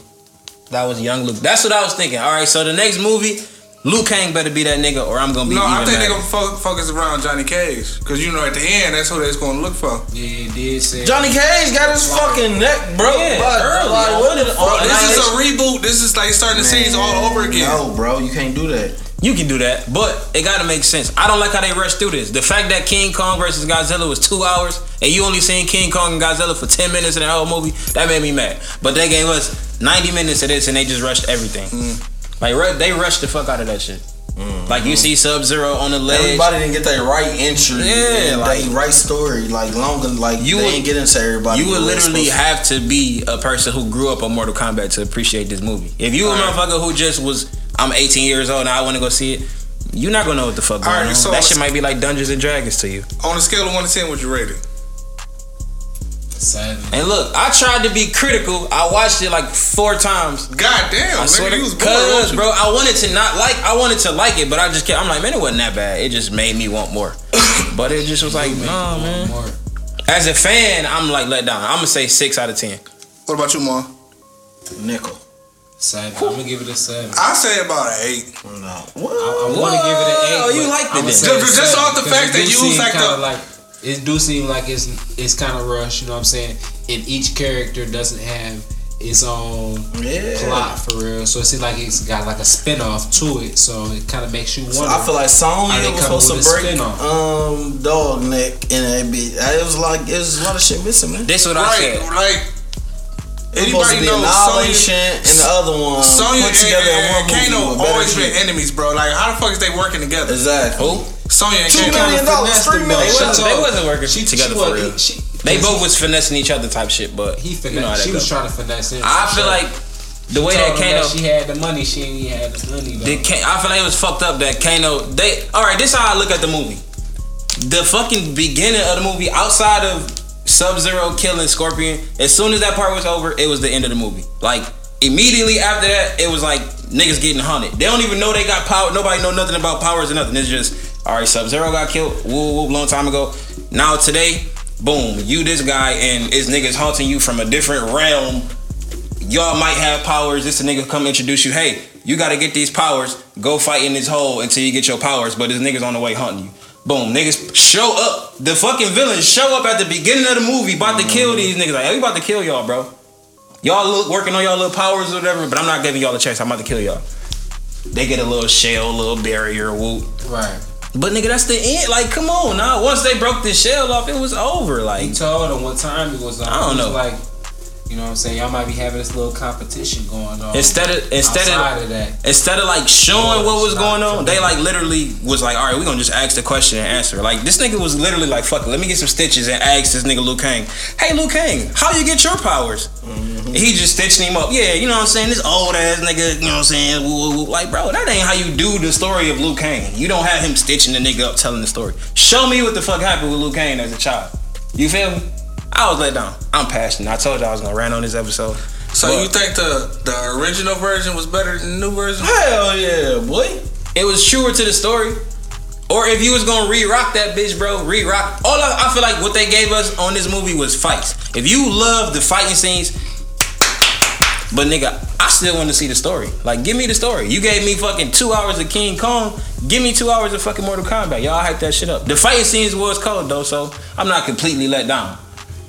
[SPEAKER 1] That was young Luke. That's what I was thinking. All right, so the next movie, Luke Kang better be that nigga, or I'm gonna be.
[SPEAKER 2] No, I
[SPEAKER 1] even
[SPEAKER 2] think they're
[SPEAKER 1] madder.
[SPEAKER 2] gonna fo- focus around Johnny Cage. Cause you know at the end, that's who they're gonna look for.
[SPEAKER 3] Yeah, it did say.
[SPEAKER 4] Johnny Cage got his fucking neck broke.
[SPEAKER 1] Yeah,
[SPEAKER 4] by-
[SPEAKER 1] early
[SPEAKER 4] like,
[SPEAKER 1] on.
[SPEAKER 4] what the
[SPEAKER 1] Bro,
[SPEAKER 4] fuck?
[SPEAKER 2] This
[SPEAKER 4] Like,
[SPEAKER 2] is a reboot. This is like starting the series all over again.
[SPEAKER 4] No, bro, you can't do that.
[SPEAKER 1] You can do that, but it gotta make sense. I don't like how they rush through this. The fact that King Kong versus Godzilla was two hours, and you only seen King Kong and Godzilla for ten minutes in the whole movie, that made me mad. But they gave us ninety minutes of this, and they just rushed everything. Like Like ru- they rushed the fuck out of that shit. Like you see Sub Zero on the ledge.
[SPEAKER 4] Everybody didn't get their right entry.
[SPEAKER 1] Yeah,
[SPEAKER 4] and
[SPEAKER 1] like-
[SPEAKER 4] they right story. Like longer, like
[SPEAKER 1] You
[SPEAKER 4] you they
[SPEAKER 1] would-
[SPEAKER 4] ain't get into everybody.
[SPEAKER 1] You would
[SPEAKER 4] the way it's
[SPEAKER 1] literally
[SPEAKER 4] supposed to.
[SPEAKER 1] have to be a person who grew up on Mortal Kombat to appreciate this movie. If you a motherfucker who just was, I'm 18 years old and I want to go see it, you're not gonna know what the fuck going
[SPEAKER 2] Alright,
[SPEAKER 1] on.
[SPEAKER 2] so
[SPEAKER 1] that
[SPEAKER 2] let's-
[SPEAKER 1] shit might be like Dungeons and Dragons to you.
[SPEAKER 2] On a scale of one to ten, would you rate it?
[SPEAKER 3] Seven.
[SPEAKER 1] And look, I tried to be critical. I watched it like four times.
[SPEAKER 2] God damn,
[SPEAKER 1] I swear
[SPEAKER 2] nigga,
[SPEAKER 1] to
[SPEAKER 2] you was bored.
[SPEAKER 1] cuz, bro, I wanted to not like, I wanted to like it, but I just kept. I'm like, man, it wasn't that bad. It just made me want more. but it just was like, nah, man.
[SPEAKER 3] More.
[SPEAKER 1] As a fan, I'm like let down. I'm gonna say six out of ten.
[SPEAKER 2] What about you, Mom?
[SPEAKER 4] nickel.
[SPEAKER 3] Seven. I'm gonna give it a seven.
[SPEAKER 2] I say about an eight.
[SPEAKER 4] No.
[SPEAKER 3] I
[SPEAKER 4] What?
[SPEAKER 3] want to give it an eight.
[SPEAKER 1] Oh, you
[SPEAKER 3] but
[SPEAKER 1] liked it
[SPEAKER 3] I'ma
[SPEAKER 1] then.
[SPEAKER 3] say
[SPEAKER 2] Just-
[SPEAKER 3] a
[SPEAKER 2] just
[SPEAKER 3] seven,
[SPEAKER 2] off the
[SPEAKER 3] because
[SPEAKER 2] fact
[SPEAKER 3] it
[SPEAKER 2] that
[SPEAKER 3] do
[SPEAKER 2] you was
[SPEAKER 3] seem
[SPEAKER 2] like
[SPEAKER 3] kinda
[SPEAKER 2] the-
[SPEAKER 3] like it do seem like it's it's kind of rushed. You know what I'm saying? And each character doesn't have its own
[SPEAKER 4] Yeah.
[SPEAKER 3] plot for real. So it seems like it's got like a spin off to it. So it kind of makes you wonder.
[SPEAKER 4] So I feel like
[SPEAKER 3] How they
[SPEAKER 4] Sonya
[SPEAKER 3] come
[SPEAKER 4] was supposed
[SPEAKER 3] with
[SPEAKER 4] to
[SPEAKER 3] a
[SPEAKER 4] break
[SPEAKER 3] spin-off?
[SPEAKER 4] um dog neck and that bit. It was like it was a lot of shit missing, man.
[SPEAKER 1] This is what I
[SPEAKER 2] Right,
[SPEAKER 1] said.
[SPEAKER 2] like
[SPEAKER 4] It was supposed to
[SPEAKER 2] anybody
[SPEAKER 4] be
[SPEAKER 2] knows
[SPEAKER 4] annihilation
[SPEAKER 2] Sonya,
[SPEAKER 4] and the other one
[SPEAKER 2] Sonya
[SPEAKER 4] put together in one
[SPEAKER 2] and, and
[SPEAKER 4] movie
[SPEAKER 2] Kano
[SPEAKER 4] with better
[SPEAKER 2] always
[SPEAKER 4] shit.
[SPEAKER 2] been enemies, bro. Like how the fuck is they working together?
[SPEAKER 4] exactly.
[SPEAKER 1] Who?
[SPEAKER 2] Sonya and
[SPEAKER 4] Two
[SPEAKER 2] Kano.
[SPEAKER 4] million dollars,
[SPEAKER 3] They
[SPEAKER 4] three
[SPEAKER 1] They
[SPEAKER 4] million.
[SPEAKER 1] wasn't,
[SPEAKER 3] Shut
[SPEAKER 1] they
[SPEAKER 3] up.
[SPEAKER 1] wasn't working together
[SPEAKER 3] was-
[SPEAKER 1] for real.
[SPEAKER 3] She,
[SPEAKER 1] They both was finessing each other type shit, but
[SPEAKER 3] He
[SPEAKER 1] you know
[SPEAKER 3] finessed.
[SPEAKER 1] how that
[SPEAKER 3] she
[SPEAKER 1] goes.
[SPEAKER 3] was trying to finesse him.
[SPEAKER 1] I feel like the way that
[SPEAKER 3] Told him
[SPEAKER 1] Kano,
[SPEAKER 3] she had the money. She ain't even had the money. though.
[SPEAKER 1] did Ka- I feel like it was fucked up that Kano. They all right. This is how I look at the movie. The fucking beginning of the movie, outside of Sub Zero killing Scorpion, as soon as that part was over, it was the end of the movie. Like immediately after that, it was like niggas getting hunted. They don't even know they got power. Nobody know nothing about powers or nothing. It's just all right. Sub Zero got killed. Woo woo, long time ago. Now today, boom, you this guy and it's niggas haunting you from a different realm y'all might have powers. This nigga come introduce you. Hey, you gotta get these powers. Go fight in this hole until you get your powers. But this nigga's on the way hunting you. Boom, niggas show up. The fucking villains show up at the beginning of the movie, about to kill these niggas. Like, hey, we about to kill y'all, bro. Y'all look working on y'all little powers or whatever, but I'm not giving y'all a chance. I'm about to kill y'all. They get a little shell, little barrier, whoop.
[SPEAKER 3] right.
[SPEAKER 1] But nigga, that's the end. Like, come on, nah. Once they broke the shell off, it was over. Like,
[SPEAKER 3] He told him what time it was on.
[SPEAKER 1] I don't
[SPEAKER 3] He was
[SPEAKER 1] know.
[SPEAKER 3] Like, you know what I'm saying? Y'all might be having this little competition going on.
[SPEAKER 1] instead of instead of
[SPEAKER 3] outside of, that.
[SPEAKER 1] instead of like showing what was
[SPEAKER 3] Stop.
[SPEAKER 1] going on, they like literally was like, all right, we're gonna just ask the question and answer. Like this nigga was literally like, fuck, it, let me get some stitches and ask this nigga Liu Kang, hey Liu Kang, how you get your powers? And He just stitching him up. Yeah, you know what I'm saying? This old ass nigga, you know what I'm saying? Woo, woo, woo. Like, bro, that ain't how you do the story of Liu Kang. You don't have him stitching the nigga up telling the story. Show me what the fuck happened with Liu Kang as a child. You feel me? I was let down. I'm passionate. I told you I was gonna rant on this episode.
[SPEAKER 2] So
[SPEAKER 1] But-
[SPEAKER 2] you think the the original version was better than the new version?
[SPEAKER 4] Hell yeah, boy.
[SPEAKER 1] it was truer to the story. Or if you was gonna re-rock that bitch, bro, re-rock. All I, I feel like what they gave us on this movie was fights. If you love the fighting scenes, but nigga, I still want to see the story. Like, give me the story. You gave me fucking two hours of King Kong. Give me two hours of fucking Mortal Kombat. Y'all hype that shit up. The fighting scenes was cold though, so I'm not completely let down.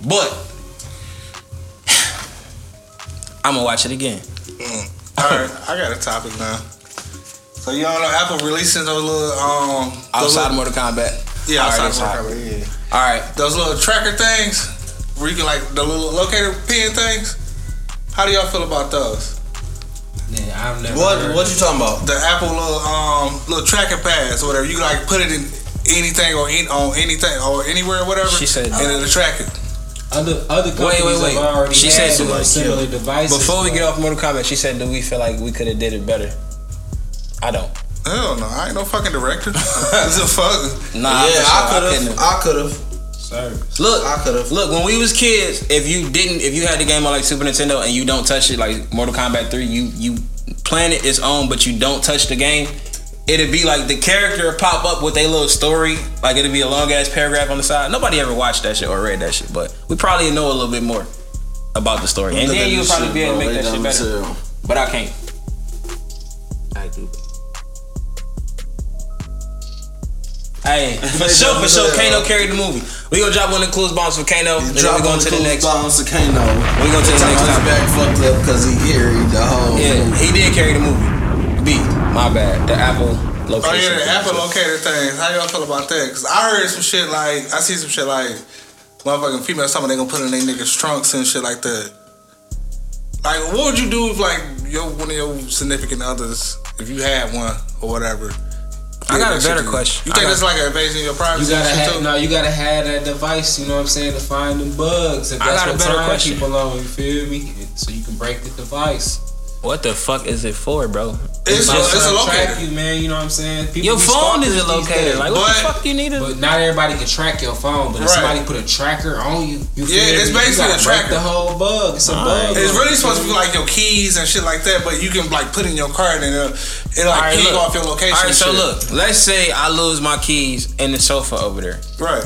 [SPEAKER 1] But I'm gonna watch it again.
[SPEAKER 2] Mm. All right, I got a topic now. So y'all know Apple releasing those little um those
[SPEAKER 1] Outside
[SPEAKER 2] little-
[SPEAKER 1] of Mortal Kombat.
[SPEAKER 2] yeah
[SPEAKER 1] All right,
[SPEAKER 2] outside
[SPEAKER 1] it's
[SPEAKER 2] of
[SPEAKER 1] hot.
[SPEAKER 2] Mortal Kombat, yeah.
[SPEAKER 1] All right.
[SPEAKER 2] those little tracker things where you can like the little locator pin things. How do y'all feel about those?
[SPEAKER 3] Man, I've never.
[SPEAKER 4] What
[SPEAKER 3] heard
[SPEAKER 4] what you talking about?
[SPEAKER 2] The Apple little um little tracking pads or whatever. You can like put it in anything or in, on anything or anywhere or whatever.
[SPEAKER 1] She said-
[SPEAKER 2] and it'll track it.
[SPEAKER 3] Other other
[SPEAKER 1] Wait,
[SPEAKER 3] companies
[SPEAKER 1] wait, wait.
[SPEAKER 3] have already
[SPEAKER 1] She
[SPEAKER 3] she
[SPEAKER 1] said
[SPEAKER 3] had
[SPEAKER 1] to,
[SPEAKER 3] said
[SPEAKER 1] like,
[SPEAKER 3] similar devices.
[SPEAKER 1] Before we
[SPEAKER 3] but
[SPEAKER 1] get off Mortal Kombat, she said, "Do we feel like we could have did it better?" I don't.
[SPEAKER 2] Hell no, I ain't no fucking director. It's a fuck.
[SPEAKER 1] Nah, for
[SPEAKER 4] Yeah,
[SPEAKER 1] sure,
[SPEAKER 4] I could
[SPEAKER 1] couldn't
[SPEAKER 4] have. I could have.
[SPEAKER 3] service.
[SPEAKER 1] Look,
[SPEAKER 4] I could've.
[SPEAKER 1] Look, when we was kids, if you didn't, if you had the game on like Super Nintendo and you don't touch it, like Mortal Kombat Three, you you playing it its own, but you don't touch the game. It'd be like the character pop up with a little story, like it'd be a long ass paragraph on the side. Nobody ever watched that shit or read that shit, but we probably know a little bit more about the story, and
[SPEAKER 4] E
[SPEAKER 1] then you'll probably be able to make that shit better. But I can't.
[SPEAKER 3] I do.
[SPEAKER 1] Hey, for
[SPEAKER 4] They
[SPEAKER 1] sure, for
[SPEAKER 4] definitely
[SPEAKER 1] sure,
[SPEAKER 4] are.
[SPEAKER 1] Kano carried the movie. We gonna drop one of the clues bombs for Kano, and then we
[SPEAKER 4] Drop
[SPEAKER 1] going
[SPEAKER 4] on
[SPEAKER 1] to the next.
[SPEAKER 4] Bounce to Kano.
[SPEAKER 1] We going to the next
[SPEAKER 4] His
[SPEAKER 1] topic.
[SPEAKER 4] back fucked up because he carried the whole.
[SPEAKER 1] Yeah, he did carry the movie. B, my bad. The Apple
[SPEAKER 2] Oh
[SPEAKER 1] location.
[SPEAKER 2] yeah, the Apple locator things. How y'all feel about that? Cause I heard some shit like I see some shit like motherfucking females talking about they gonna put it in their niggas trunks and shit like that. Like, what would you do if like your one of your significant others, if you had one or whatever,
[SPEAKER 1] I got a
[SPEAKER 2] that shit
[SPEAKER 1] better
[SPEAKER 2] to-
[SPEAKER 1] question.
[SPEAKER 2] You
[SPEAKER 1] I
[SPEAKER 2] think
[SPEAKER 1] got-
[SPEAKER 2] it's like an invasion of
[SPEAKER 3] You
[SPEAKER 2] your privacy?
[SPEAKER 3] gotta
[SPEAKER 2] and shit
[SPEAKER 3] have
[SPEAKER 2] too?
[SPEAKER 3] no. You gotta have that device. You know what I'm saying to find them bugs. If
[SPEAKER 1] I
[SPEAKER 3] that's
[SPEAKER 1] got a
[SPEAKER 3] what
[SPEAKER 1] better
[SPEAKER 3] time
[SPEAKER 1] question.
[SPEAKER 3] people on. You feel me? So you can break the device.
[SPEAKER 1] What the fuck is it for, bro?
[SPEAKER 2] It's,
[SPEAKER 3] Stop
[SPEAKER 2] a, it's a
[SPEAKER 3] trying to
[SPEAKER 2] locator.
[SPEAKER 3] Track you, man. You know what I'm saying? People
[SPEAKER 1] Your
[SPEAKER 3] be
[SPEAKER 1] phone
[SPEAKER 3] stalkers
[SPEAKER 1] isn't
[SPEAKER 3] these days.
[SPEAKER 1] located. Like, what the
[SPEAKER 2] But-
[SPEAKER 1] fuck you need it?
[SPEAKER 3] But not everybody can track your phone. But if somebody
[SPEAKER 2] Right.
[SPEAKER 3] put a tracker on you, you feel
[SPEAKER 2] Yeah, it's
[SPEAKER 3] me? You gotta
[SPEAKER 2] basically a
[SPEAKER 3] break
[SPEAKER 2] tracker.
[SPEAKER 3] The whole bug. It's a bug.
[SPEAKER 2] It's really supposed to be like your keys and shit like that, but you can like put in your card and it'll, it'll
[SPEAKER 1] All
[SPEAKER 2] like
[SPEAKER 1] right,
[SPEAKER 2] ping
[SPEAKER 1] look.
[SPEAKER 2] off your location.
[SPEAKER 1] All right, so
[SPEAKER 2] and shit.
[SPEAKER 1] look, let's say I lose my keys in the sofa over there.
[SPEAKER 2] right.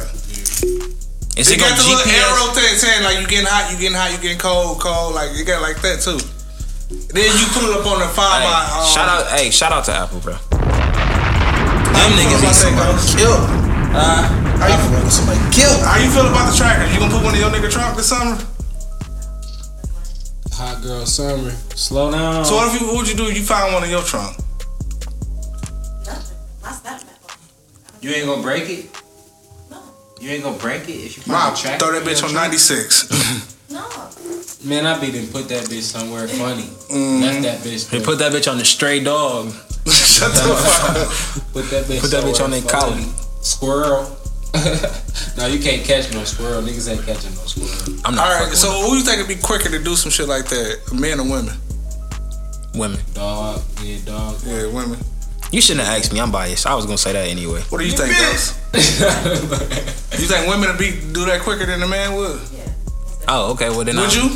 [SPEAKER 1] Is it
[SPEAKER 2] It
[SPEAKER 1] gonna
[SPEAKER 2] got the little
[SPEAKER 1] GPS?
[SPEAKER 2] arrow thing saying like you getting hot, you getting hot, you getting cold, cold. Like it got like that too. Then you put it up on the five
[SPEAKER 1] Hey,
[SPEAKER 2] by. Um,
[SPEAKER 1] shout out, hey, shout out to Apple, bro. Them niggas be
[SPEAKER 2] about that,
[SPEAKER 1] smart.
[SPEAKER 2] Ghost?
[SPEAKER 4] Killed. How you feel when somebody killed?
[SPEAKER 2] How you feel about the tracker? You gonna put one in your nigga trunk this summer?
[SPEAKER 3] Hot girl summer. Slow down.
[SPEAKER 2] So what if you what would you do? if You find one in your trunk.
[SPEAKER 5] Nothing. My snap map.
[SPEAKER 3] you ain't gonna break it.
[SPEAKER 5] No.
[SPEAKER 3] You ain't gonna break it if you put
[SPEAKER 2] Wow,
[SPEAKER 3] a tracker.
[SPEAKER 2] throw that
[SPEAKER 3] in
[SPEAKER 2] bitch
[SPEAKER 3] your
[SPEAKER 2] on
[SPEAKER 3] track.
[SPEAKER 2] ninety six.
[SPEAKER 5] No.
[SPEAKER 3] Man, I be done put that bitch somewhere funny. Left
[SPEAKER 2] Shut
[SPEAKER 3] that bitch.
[SPEAKER 1] They
[SPEAKER 3] there.
[SPEAKER 1] Mm-hmm. put that bitch on the stray dog.
[SPEAKER 2] the fuck up.
[SPEAKER 3] Put that bitch.
[SPEAKER 1] Put that bitch
[SPEAKER 3] somewhere
[SPEAKER 1] on their
[SPEAKER 3] funny.
[SPEAKER 1] collar.
[SPEAKER 3] Squirrel. no, you can't catch no squirrel. Niggas ain't catching no squirrel.
[SPEAKER 1] I'm not
[SPEAKER 2] All right,
[SPEAKER 1] fucking
[SPEAKER 2] so who you think would be quicker to do some shit like that, men or women?
[SPEAKER 1] with women.
[SPEAKER 3] Dog, yeah, dog.
[SPEAKER 2] Yeah, women.
[SPEAKER 1] You shouldn't have asked me. I'm biased. I was gonna say that anyway.
[SPEAKER 2] What do you think, Ghost? You think women would be do that quicker than a man would?
[SPEAKER 1] Oh, okay. Well then,
[SPEAKER 2] Would
[SPEAKER 1] I,
[SPEAKER 2] you?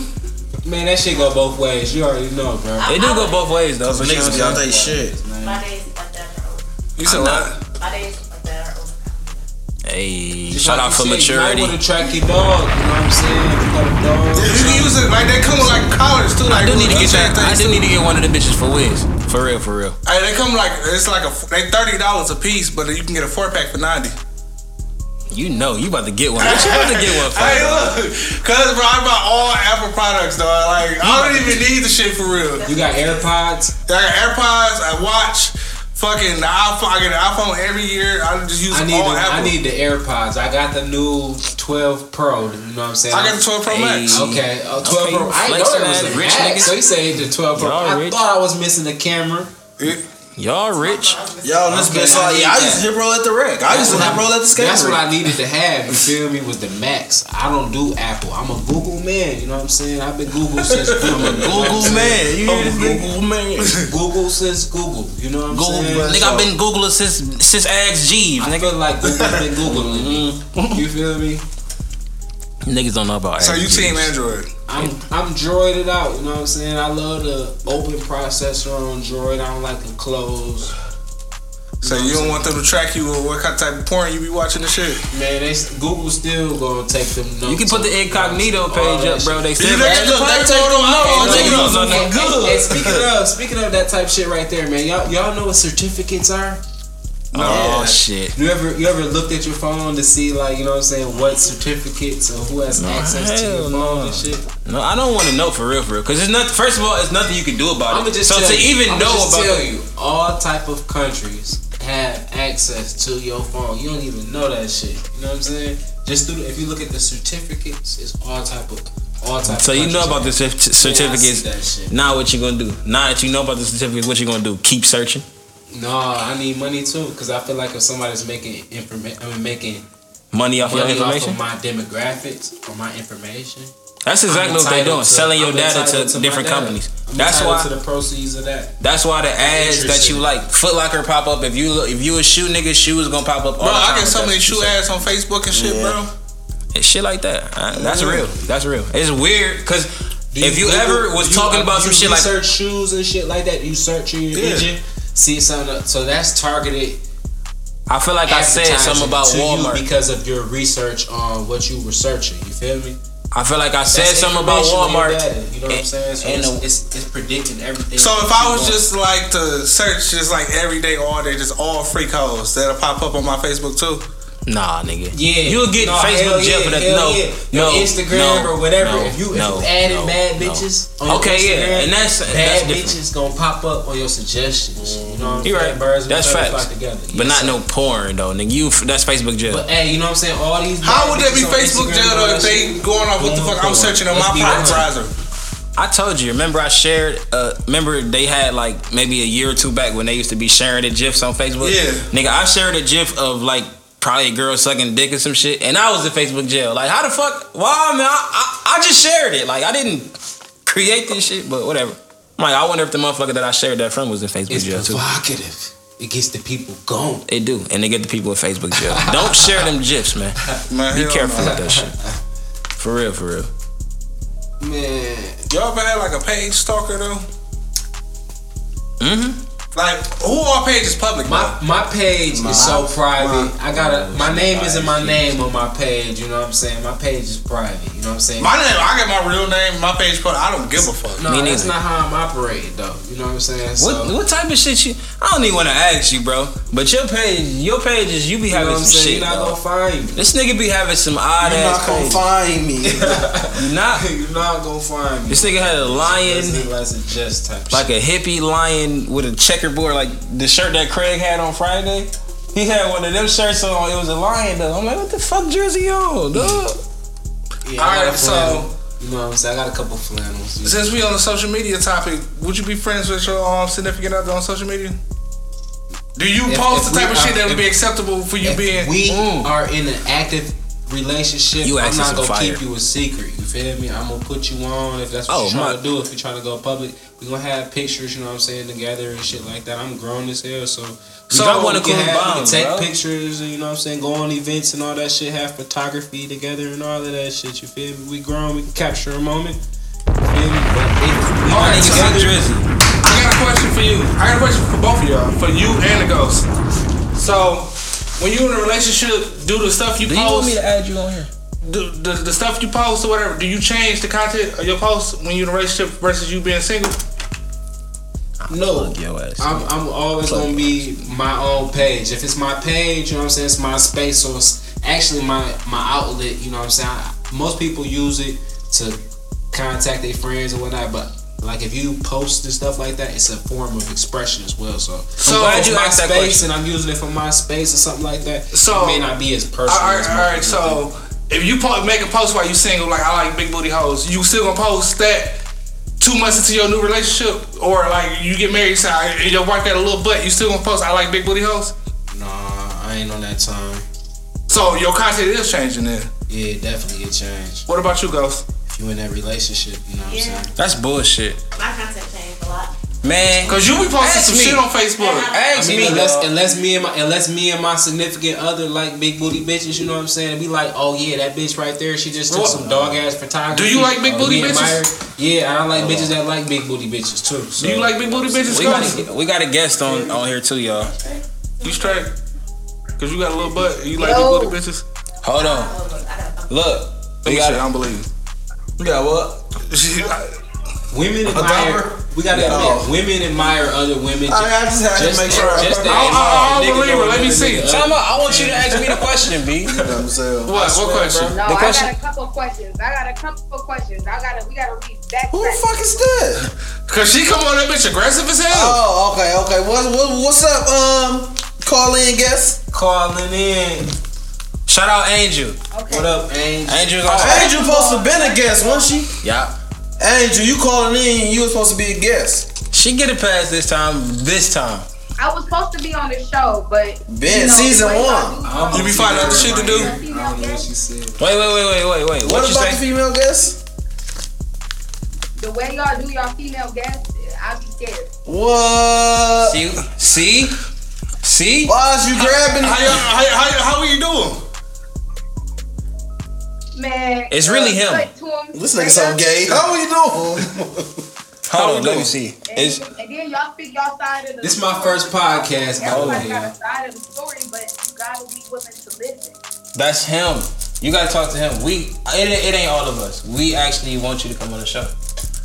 [SPEAKER 3] Man, that shit go both ways. You already know, bro.
[SPEAKER 1] It do go both ways though.
[SPEAKER 4] So
[SPEAKER 1] you know
[SPEAKER 4] niggas
[SPEAKER 1] what
[SPEAKER 4] be
[SPEAKER 1] I'm
[SPEAKER 4] out
[SPEAKER 1] saying?
[SPEAKER 4] they shit.
[SPEAKER 5] My days like that are over.
[SPEAKER 2] You said what?
[SPEAKER 5] My days like that are over.
[SPEAKER 1] Hey,
[SPEAKER 3] Just
[SPEAKER 1] shout
[SPEAKER 3] like
[SPEAKER 1] out
[SPEAKER 3] you
[SPEAKER 1] for
[SPEAKER 3] said,
[SPEAKER 1] maturity.
[SPEAKER 3] You might want to track your dog. You know what I'm saying? If you got a dog.
[SPEAKER 2] You can use it like they come with like collars too.
[SPEAKER 1] I
[SPEAKER 2] Like
[SPEAKER 1] do need to
[SPEAKER 2] little
[SPEAKER 1] get that.
[SPEAKER 2] keychain
[SPEAKER 1] I
[SPEAKER 2] things.
[SPEAKER 1] do need to get one of the bitches for Wiz. For real, for real.
[SPEAKER 2] Hey, they come like it's like a they thirty dollars a piece, but you can get a four pack for ninety.
[SPEAKER 1] You know, you about to get one. Bitch, you about to get one for?
[SPEAKER 2] Hey, look, cause bro, I buy all Apple products, though. Like I don't even need the shit for real.
[SPEAKER 3] You got AirPods.
[SPEAKER 2] I got AirPods, I watch, fucking the iPhone. I get an iPhone every year. I just use
[SPEAKER 3] I need, the,
[SPEAKER 2] all
[SPEAKER 3] I
[SPEAKER 2] Apple.
[SPEAKER 3] need the AirPods. I got the new 12 Pro. You know what I'm saying?
[SPEAKER 2] I got the 12 Pro Max.
[SPEAKER 1] Hey.
[SPEAKER 3] Okay, uh, 12
[SPEAKER 1] Okay,
[SPEAKER 3] Pro. I ain't know
[SPEAKER 1] flexing
[SPEAKER 3] that was
[SPEAKER 1] as a
[SPEAKER 3] a
[SPEAKER 1] rich
[SPEAKER 3] rich
[SPEAKER 1] nigga.
[SPEAKER 3] nigga. So you saying the 12 Pro.
[SPEAKER 1] Y'all
[SPEAKER 3] I
[SPEAKER 1] rich.
[SPEAKER 3] thought I was missing the camera.
[SPEAKER 2] It-
[SPEAKER 1] Y'all rich.
[SPEAKER 4] Y'all, this
[SPEAKER 3] Okay,
[SPEAKER 4] bitch
[SPEAKER 3] I
[SPEAKER 4] like,
[SPEAKER 3] need
[SPEAKER 4] yeah, I
[SPEAKER 3] that.
[SPEAKER 4] used to hit roll at the wreck. I used to hit roll at the skate
[SPEAKER 3] That's what I
[SPEAKER 4] rink.
[SPEAKER 3] needed to have. You feel me? Was the max. I don't do Apple. I'm a Google man. You know what I'm saying? I've been Google since Google. I'm a
[SPEAKER 4] Google man, you hear this nigga? Google man.
[SPEAKER 3] Google since Google. You know what I'm
[SPEAKER 1] Google,
[SPEAKER 3] saying?
[SPEAKER 1] nigga, I've been Googling since since Ask Jeeves.
[SPEAKER 3] I feel like Google's been Googling.
[SPEAKER 1] Mm-hmm.
[SPEAKER 3] me. You feel me?
[SPEAKER 1] Niggas don't know about.
[SPEAKER 2] so
[SPEAKER 1] Ask
[SPEAKER 2] you
[SPEAKER 1] Jeeves.
[SPEAKER 2] team Android?
[SPEAKER 3] I'm I'm droided out. You know what I'm saying? I love the open processor on Droid. I don't like the closed.
[SPEAKER 2] So you don't want them to track you or what kind of type of porn you be watching and shit?
[SPEAKER 3] Man, they Google still gonna take them. Notes
[SPEAKER 1] You can put the incognito page up, bro. They still.
[SPEAKER 2] look at
[SPEAKER 1] Hey,
[SPEAKER 2] the price on them
[SPEAKER 1] look,
[SPEAKER 2] notes,
[SPEAKER 1] niggas
[SPEAKER 2] nigga.
[SPEAKER 1] was on
[SPEAKER 3] Hey,
[SPEAKER 1] that
[SPEAKER 3] hey,
[SPEAKER 1] good.
[SPEAKER 3] hey, speaking of speaking of that type shit right there, man. Y'all y'all know what certificates are?
[SPEAKER 1] Oh
[SPEAKER 3] Yeah.
[SPEAKER 1] shit.
[SPEAKER 3] You ever you ever looked at your phone to see like you know what I'm saying what certificates or who has access to your phone
[SPEAKER 1] hell no.
[SPEAKER 3] and shit?
[SPEAKER 1] No, I don't want to know for real, for real. Cause it's not. First of all, it's nothing you can do about it.
[SPEAKER 3] I'm gonna just
[SPEAKER 1] so
[SPEAKER 3] tell
[SPEAKER 1] to
[SPEAKER 3] you,
[SPEAKER 1] even
[SPEAKER 3] I'ma
[SPEAKER 1] know
[SPEAKER 3] just
[SPEAKER 1] about
[SPEAKER 3] tell
[SPEAKER 1] the-
[SPEAKER 3] you all type of countries have access to your phone. You don't even know that shit. You know what I'm saying? Just through the, if you look at the certificates, it's all type of all type.
[SPEAKER 1] So
[SPEAKER 3] of
[SPEAKER 1] you know
[SPEAKER 3] countries.
[SPEAKER 1] about the cer-
[SPEAKER 3] Man, I see
[SPEAKER 1] certificates.
[SPEAKER 3] that shit.
[SPEAKER 1] Now what you gonna do? Now that you know about the certificates, what you gonna do? Keep searching.
[SPEAKER 3] No, I need money too because I feel like if somebody's making informa- I mean, making
[SPEAKER 1] Money off your
[SPEAKER 3] money off
[SPEAKER 1] information.
[SPEAKER 3] of my demographics or my information,
[SPEAKER 1] That's
[SPEAKER 3] I'm
[SPEAKER 1] exactly what they're
[SPEAKER 3] entitled to-
[SPEAKER 1] doing. selling your
[SPEAKER 3] I'm
[SPEAKER 1] data
[SPEAKER 3] entitled
[SPEAKER 1] to,
[SPEAKER 3] my
[SPEAKER 1] different
[SPEAKER 3] data.
[SPEAKER 1] companies.
[SPEAKER 3] I'm
[SPEAKER 1] that's
[SPEAKER 3] entitled
[SPEAKER 1] why.
[SPEAKER 3] to the proceeds of that.
[SPEAKER 1] that's why the ads that
[SPEAKER 3] Interesting.
[SPEAKER 1] you like, Foot Locker pop up. If you look, if you a shoe nigga, shoes gonna pop up. All
[SPEAKER 2] Bro,
[SPEAKER 1] the time
[SPEAKER 2] I get
[SPEAKER 1] with
[SPEAKER 2] so
[SPEAKER 1] that
[SPEAKER 2] many
[SPEAKER 1] shit.
[SPEAKER 2] shoe ads on Facebook and shit,
[SPEAKER 4] Yeah.
[SPEAKER 2] bro.
[SPEAKER 1] It's shit like that. Uh, that's real. That's real. It's weird because
[SPEAKER 3] Do
[SPEAKER 1] if you
[SPEAKER 3] Google-
[SPEAKER 1] ever was
[SPEAKER 3] do you-
[SPEAKER 1] talking about
[SPEAKER 3] do
[SPEAKER 1] some
[SPEAKER 3] you
[SPEAKER 1] shit like
[SPEAKER 3] research shoes and shit like that. You search in your
[SPEAKER 2] Yeah.
[SPEAKER 3] engine, see something. up- So that's targeted.
[SPEAKER 1] I feel like I said something
[SPEAKER 3] advertising
[SPEAKER 1] about
[SPEAKER 3] to you
[SPEAKER 1] Walmart.
[SPEAKER 3] because of your research on what you were searching. You feel me?
[SPEAKER 1] I feel like I said
[SPEAKER 3] That's
[SPEAKER 1] something about
[SPEAKER 3] information on your
[SPEAKER 1] Walmart.
[SPEAKER 3] data, You know what I'm
[SPEAKER 1] and-
[SPEAKER 3] saying? So
[SPEAKER 1] and
[SPEAKER 3] it's,
[SPEAKER 1] the-
[SPEAKER 3] it's, it's predicting everything.
[SPEAKER 2] So
[SPEAKER 3] that
[SPEAKER 2] if
[SPEAKER 3] you
[SPEAKER 2] I was
[SPEAKER 3] want.
[SPEAKER 2] just like to search just like every day, all day, just all free codes that'll pop up on my Facebook too.
[SPEAKER 1] Nah, nigga.
[SPEAKER 3] Yeah,
[SPEAKER 1] You'll get
[SPEAKER 3] No, hell
[SPEAKER 1] Facebook jail for that.
[SPEAKER 3] hell
[SPEAKER 1] No,
[SPEAKER 3] yeah.
[SPEAKER 1] no,
[SPEAKER 3] Your Instagram
[SPEAKER 1] no,
[SPEAKER 3] or whatever.
[SPEAKER 1] no,
[SPEAKER 3] if you
[SPEAKER 1] no,
[SPEAKER 3] if you added
[SPEAKER 1] no,
[SPEAKER 3] bad
[SPEAKER 1] no.
[SPEAKER 3] bitches, on
[SPEAKER 1] Okay,
[SPEAKER 3] your
[SPEAKER 1] yeah,
[SPEAKER 3] Instagram,
[SPEAKER 1] and that's-
[SPEAKER 3] bad
[SPEAKER 1] that's different.
[SPEAKER 3] bitches gonna pop up on your suggestions. You know what I'm
[SPEAKER 1] You
[SPEAKER 3] saying?
[SPEAKER 1] right.
[SPEAKER 3] Birds of a
[SPEAKER 1] That's
[SPEAKER 3] feather
[SPEAKER 1] facts.
[SPEAKER 3] flock together.
[SPEAKER 1] But
[SPEAKER 3] Yeah,
[SPEAKER 1] not
[SPEAKER 3] so-
[SPEAKER 1] no porn though, nigga. You that's Facebook jail.
[SPEAKER 3] But hey, you know what I'm saying? All these.
[SPEAKER 2] How
[SPEAKER 3] bad
[SPEAKER 2] would that
[SPEAKER 3] bitches
[SPEAKER 2] be
[SPEAKER 3] on
[SPEAKER 2] Facebook
[SPEAKER 3] Instagram
[SPEAKER 2] jail
[SPEAKER 3] and all
[SPEAKER 2] though if
[SPEAKER 3] that shit.
[SPEAKER 2] they going off what the
[SPEAKER 3] Boom,
[SPEAKER 2] fuck
[SPEAKER 3] boom.
[SPEAKER 2] I'm searching on
[SPEAKER 3] Let's
[SPEAKER 2] my
[SPEAKER 3] be honest.
[SPEAKER 2] private browser?
[SPEAKER 1] I told you. Remember, I shared. Uh, remember, they had like maybe a year or two back when they used to be sharing the gifs on Facebook.
[SPEAKER 2] Yeah.
[SPEAKER 1] nigga, I shared a gif of like probably a girl sucking dick or some shit, and I was in Facebook jail. Like, how the fuck? Why, man? I, I I just shared it. Like, I didn't create this shit, but whatever. I'm like, I wonder if the motherfucker that I shared that from was in Facebook
[SPEAKER 3] It's
[SPEAKER 1] jail too.
[SPEAKER 3] provocative. It gets the people going.
[SPEAKER 1] They do, and they get the people in Facebook jail. Don't share them gifs, man.
[SPEAKER 2] Man,
[SPEAKER 1] Be
[SPEAKER 2] hell
[SPEAKER 1] careful
[SPEAKER 2] no.
[SPEAKER 1] with that shit. For real, for real.
[SPEAKER 3] Man,
[SPEAKER 2] Y'all ever had like a page stalker though?
[SPEAKER 1] Mm-hmm.
[SPEAKER 2] Like, who on page is public?
[SPEAKER 3] my my page is so private. I gotta. My name isn't my name on my page. You know what I'm saying? My page is private. You know what I'm saying?
[SPEAKER 2] My name, I get my real name, my page put. I don't give a fuck.
[SPEAKER 3] no,
[SPEAKER 1] Me
[SPEAKER 3] that's
[SPEAKER 1] neither.
[SPEAKER 3] not how I'm operating though. You know what I'm saying?
[SPEAKER 1] What what type of shit you? I don't even want to ask you, bro. But your page, your page is you be
[SPEAKER 3] you know what
[SPEAKER 1] having
[SPEAKER 3] I'm
[SPEAKER 1] some
[SPEAKER 3] saying?
[SPEAKER 1] shit.
[SPEAKER 3] You're not
[SPEAKER 1] bro.
[SPEAKER 3] gonna find me.
[SPEAKER 1] This nigga be having some odd
[SPEAKER 4] You're
[SPEAKER 1] ass
[SPEAKER 4] not gonna
[SPEAKER 1] page.
[SPEAKER 4] find me.
[SPEAKER 1] You not.
[SPEAKER 3] You're not gonna find me.
[SPEAKER 1] This nigga had a
[SPEAKER 3] This
[SPEAKER 1] lion,
[SPEAKER 3] nigga likes a jest type
[SPEAKER 1] like a hippie lion with a checkerboard, like the shirt that Craig had on Friday. He had one of them shirts on. It was a lion though. I'm like, what the fuck jersey on, dog?
[SPEAKER 3] shit. Yeah, I
[SPEAKER 2] All
[SPEAKER 3] got
[SPEAKER 2] right,
[SPEAKER 3] a
[SPEAKER 2] so
[SPEAKER 3] flannel. you know what I'm saying? I got a couple flannels. You
[SPEAKER 2] since we on the social media topic, would you be friends with your um, significant other on social media? Do you
[SPEAKER 3] If-
[SPEAKER 2] post
[SPEAKER 3] if
[SPEAKER 2] the type
[SPEAKER 3] we
[SPEAKER 2] of shit
[SPEAKER 3] are-
[SPEAKER 2] that would
[SPEAKER 3] if-
[SPEAKER 2] be acceptable for you
[SPEAKER 3] if
[SPEAKER 2] being?
[SPEAKER 3] we
[SPEAKER 1] Mm.
[SPEAKER 3] are in an active relationship,
[SPEAKER 1] You
[SPEAKER 3] I'm
[SPEAKER 1] asking
[SPEAKER 3] not
[SPEAKER 1] some
[SPEAKER 3] gonna
[SPEAKER 1] fire.
[SPEAKER 3] keep you a secret. You feel me? I'm gonna put you on if that's what
[SPEAKER 1] Oh,
[SPEAKER 3] you're trying
[SPEAKER 1] my-
[SPEAKER 3] to do. If you're trying to go public, we gonna have pictures. You know what I'm saying? Together and shit like that. I'm grown as hell, so.
[SPEAKER 1] So I wanna
[SPEAKER 3] we can
[SPEAKER 1] come
[SPEAKER 3] have- we can
[SPEAKER 1] bounds,
[SPEAKER 3] take
[SPEAKER 1] bro.
[SPEAKER 3] pictures, and you know what I'm saying, go on events and all that shit, have photography together and all of that shit. You feel me? We grown, we can capture a moment. You feel me? But if we
[SPEAKER 2] All
[SPEAKER 3] are
[SPEAKER 2] right, so-
[SPEAKER 3] together,
[SPEAKER 1] Drizzy.
[SPEAKER 2] I got a question for you. I got a question for both of y'all, for you and the ghost. So, when you in a relationship, do the stuff you
[SPEAKER 1] Do you want me
[SPEAKER 2] post,
[SPEAKER 1] to add you on here?
[SPEAKER 2] do, the, the stuff you post or whatever. Do you change the content of your posts when you in a relationship versus you being single?
[SPEAKER 3] no,
[SPEAKER 1] Fuck your ass.
[SPEAKER 3] I'm, I'm always gonna be my own page. If it's my page, you know what I'm saying, it's my space or it's actually my my outlet, you know what I'm saying. I- most people use it to contact their friends and whatnot, but like if you post and stuff like that, it's a form of expression as well. So, so
[SPEAKER 1] glad you
[SPEAKER 3] my
[SPEAKER 1] asked that
[SPEAKER 3] space and I'm using it for my space or something like that.
[SPEAKER 2] So-
[SPEAKER 3] it may not be as personal.
[SPEAKER 2] All right,
[SPEAKER 3] as
[SPEAKER 2] all
[SPEAKER 3] most people
[SPEAKER 2] right. So if you po- make a post while you single, like I like big booty hoes, you still gonna post that two months into your new relationship, or like you get married, so I- and your wife got a little butt, you still gonna post I like big booty hoes.
[SPEAKER 3] think. nah, I ain't on that time.
[SPEAKER 2] So your content is changing then.
[SPEAKER 3] Yeah, definitely it changed.
[SPEAKER 2] What about you, Ghost?
[SPEAKER 3] If you in that relationship, you know what
[SPEAKER 5] Yeah.
[SPEAKER 3] I'm saying.
[SPEAKER 1] That's bullshit,
[SPEAKER 5] My content changed a lot.
[SPEAKER 1] man.
[SPEAKER 2] Cause you be posting
[SPEAKER 1] Ask
[SPEAKER 2] some
[SPEAKER 1] me.
[SPEAKER 2] shit on Facebook.
[SPEAKER 1] Ask
[SPEAKER 3] I mean,
[SPEAKER 1] me,
[SPEAKER 3] unless
[SPEAKER 1] dog.
[SPEAKER 3] unless me and my unless me and my significant other like big booty bitches, you know what I'm saying? And be like, oh yeah, that bitch right there, she just took
[SPEAKER 2] What?
[SPEAKER 3] some dog ass photography.
[SPEAKER 2] Do you like big
[SPEAKER 3] of
[SPEAKER 2] booty
[SPEAKER 3] me and
[SPEAKER 2] bitches? Oh.
[SPEAKER 3] Myra." Yeah, and I like bitches that like big booty bitches too. So.
[SPEAKER 2] Do you like big booty bitches?
[SPEAKER 1] We
[SPEAKER 2] Ghost?
[SPEAKER 1] got, a, we got a guest on, on here too, y'all.
[SPEAKER 2] You straight? Cause you got a little butt. You like
[SPEAKER 5] No.
[SPEAKER 2] big booty bitches?
[SPEAKER 1] Hold on.
[SPEAKER 5] Oh, look, I got
[SPEAKER 1] Look, we
[SPEAKER 2] Shit,
[SPEAKER 1] got
[SPEAKER 2] I don't believe.
[SPEAKER 4] You got what?
[SPEAKER 2] you.
[SPEAKER 3] women
[SPEAKER 4] Adopter?
[SPEAKER 3] admire? We gotta
[SPEAKER 4] No.
[SPEAKER 3] admit, women admire other women.
[SPEAKER 4] I, mean, I just had
[SPEAKER 3] Just-
[SPEAKER 4] to make sure. I
[SPEAKER 3] just
[SPEAKER 4] just
[SPEAKER 3] that-
[SPEAKER 2] I, I,
[SPEAKER 3] Nigga
[SPEAKER 2] I don't believe
[SPEAKER 3] know
[SPEAKER 2] her. Let me
[SPEAKER 3] another
[SPEAKER 2] see.
[SPEAKER 3] nigga.
[SPEAKER 1] Time out. I want you to ask me the question, B.
[SPEAKER 4] themselves.
[SPEAKER 2] What? What question?
[SPEAKER 6] No,
[SPEAKER 1] The
[SPEAKER 6] I
[SPEAKER 1] question-
[SPEAKER 6] got a couple questions. I got a couple questions. I gotta we gotta read back.
[SPEAKER 4] Who the
[SPEAKER 6] back.
[SPEAKER 4] fuck is that?
[SPEAKER 2] Cause she come on that bitch aggressive as hell.
[SPEAKER 4] Oh, okay, okay. What, what, what's up? Um, call in guest.
[SPEAKER 3] calling in.
[SPEAKER 1] Shout out Angel.
[SPEAKER 6] Okay.
[SPEAKER 3] What up, Angel?
[SPEAKER 1] Angel's on.
[SPEAKER 4] Angel supposed to been a guest, wasn't she?
[SPEAKER 1] Oh, Yeah.
[SPEAKER 4] Angel, you calling in? You was supposed to be a guest.
[SPEAKER 1] She get it past this time. This time.
[SPEAKER 6] I was supposed to be on the show, but
[SPEAKER 4] Ben, season
[SPEAKER 6] the way
[SPEAKER 4] one.
[SPEAKER 6] y'all do
[SPEAKER 2] You be
[SPEAKER 6] things,
[SPEAKER 2] finding other shit to do.
[SPEAKER 6] I don't know what she
[SPEAKER 1] Wait, wait, wait, wait, wait, wait. What,
[SPEAKER 4] What,
[SPEAKER 1] you
[SPEAKER 4] about
[SPEAKER 1] say?
[SPEAKER 4] the female guest?
[SPEAKER 6] The way y'all do y'all female guests, I be scared.
[SPEAKER 4] What?
[SPEAKER 1] See, see, see.
[SPEAKER 4] Why is you grabbing?
[SPEAKER 2] How y'all? How, how, how are you doing?
[SPEAKER 6] Man,
[SPEAKER 1] It's really him.
[SPEAKER 6] cut to him
[SPEAKER 4] This
[SPEAKER 6] straight
[SPEAKER 4] nigga so
[SPEAKER 6] up,
[SPEAKER 4] gay. Oh. How are you doing?
[SPEAKER 1] Hold on, let me see.
[SPEAKER 6] And,
[SPEAKER 1] It's
[SPEAKER 6] and then y'all speak y'all side of the.
[SPEAKER 3] This my first podcast, by the
[SPEAKER 6] Everybody
[SPEAKER 1] Oh,
[SPEAKER 3] way.
[SPEAKER 6] got
[SPEAKER 3] y'all.
[SPEAKER 6] a side of the story, but you gotta be willing to listen.
[SPEAKER 1] that's him. You gotta talk to him. We it, it ain't all of us. We actually want you to come on the show.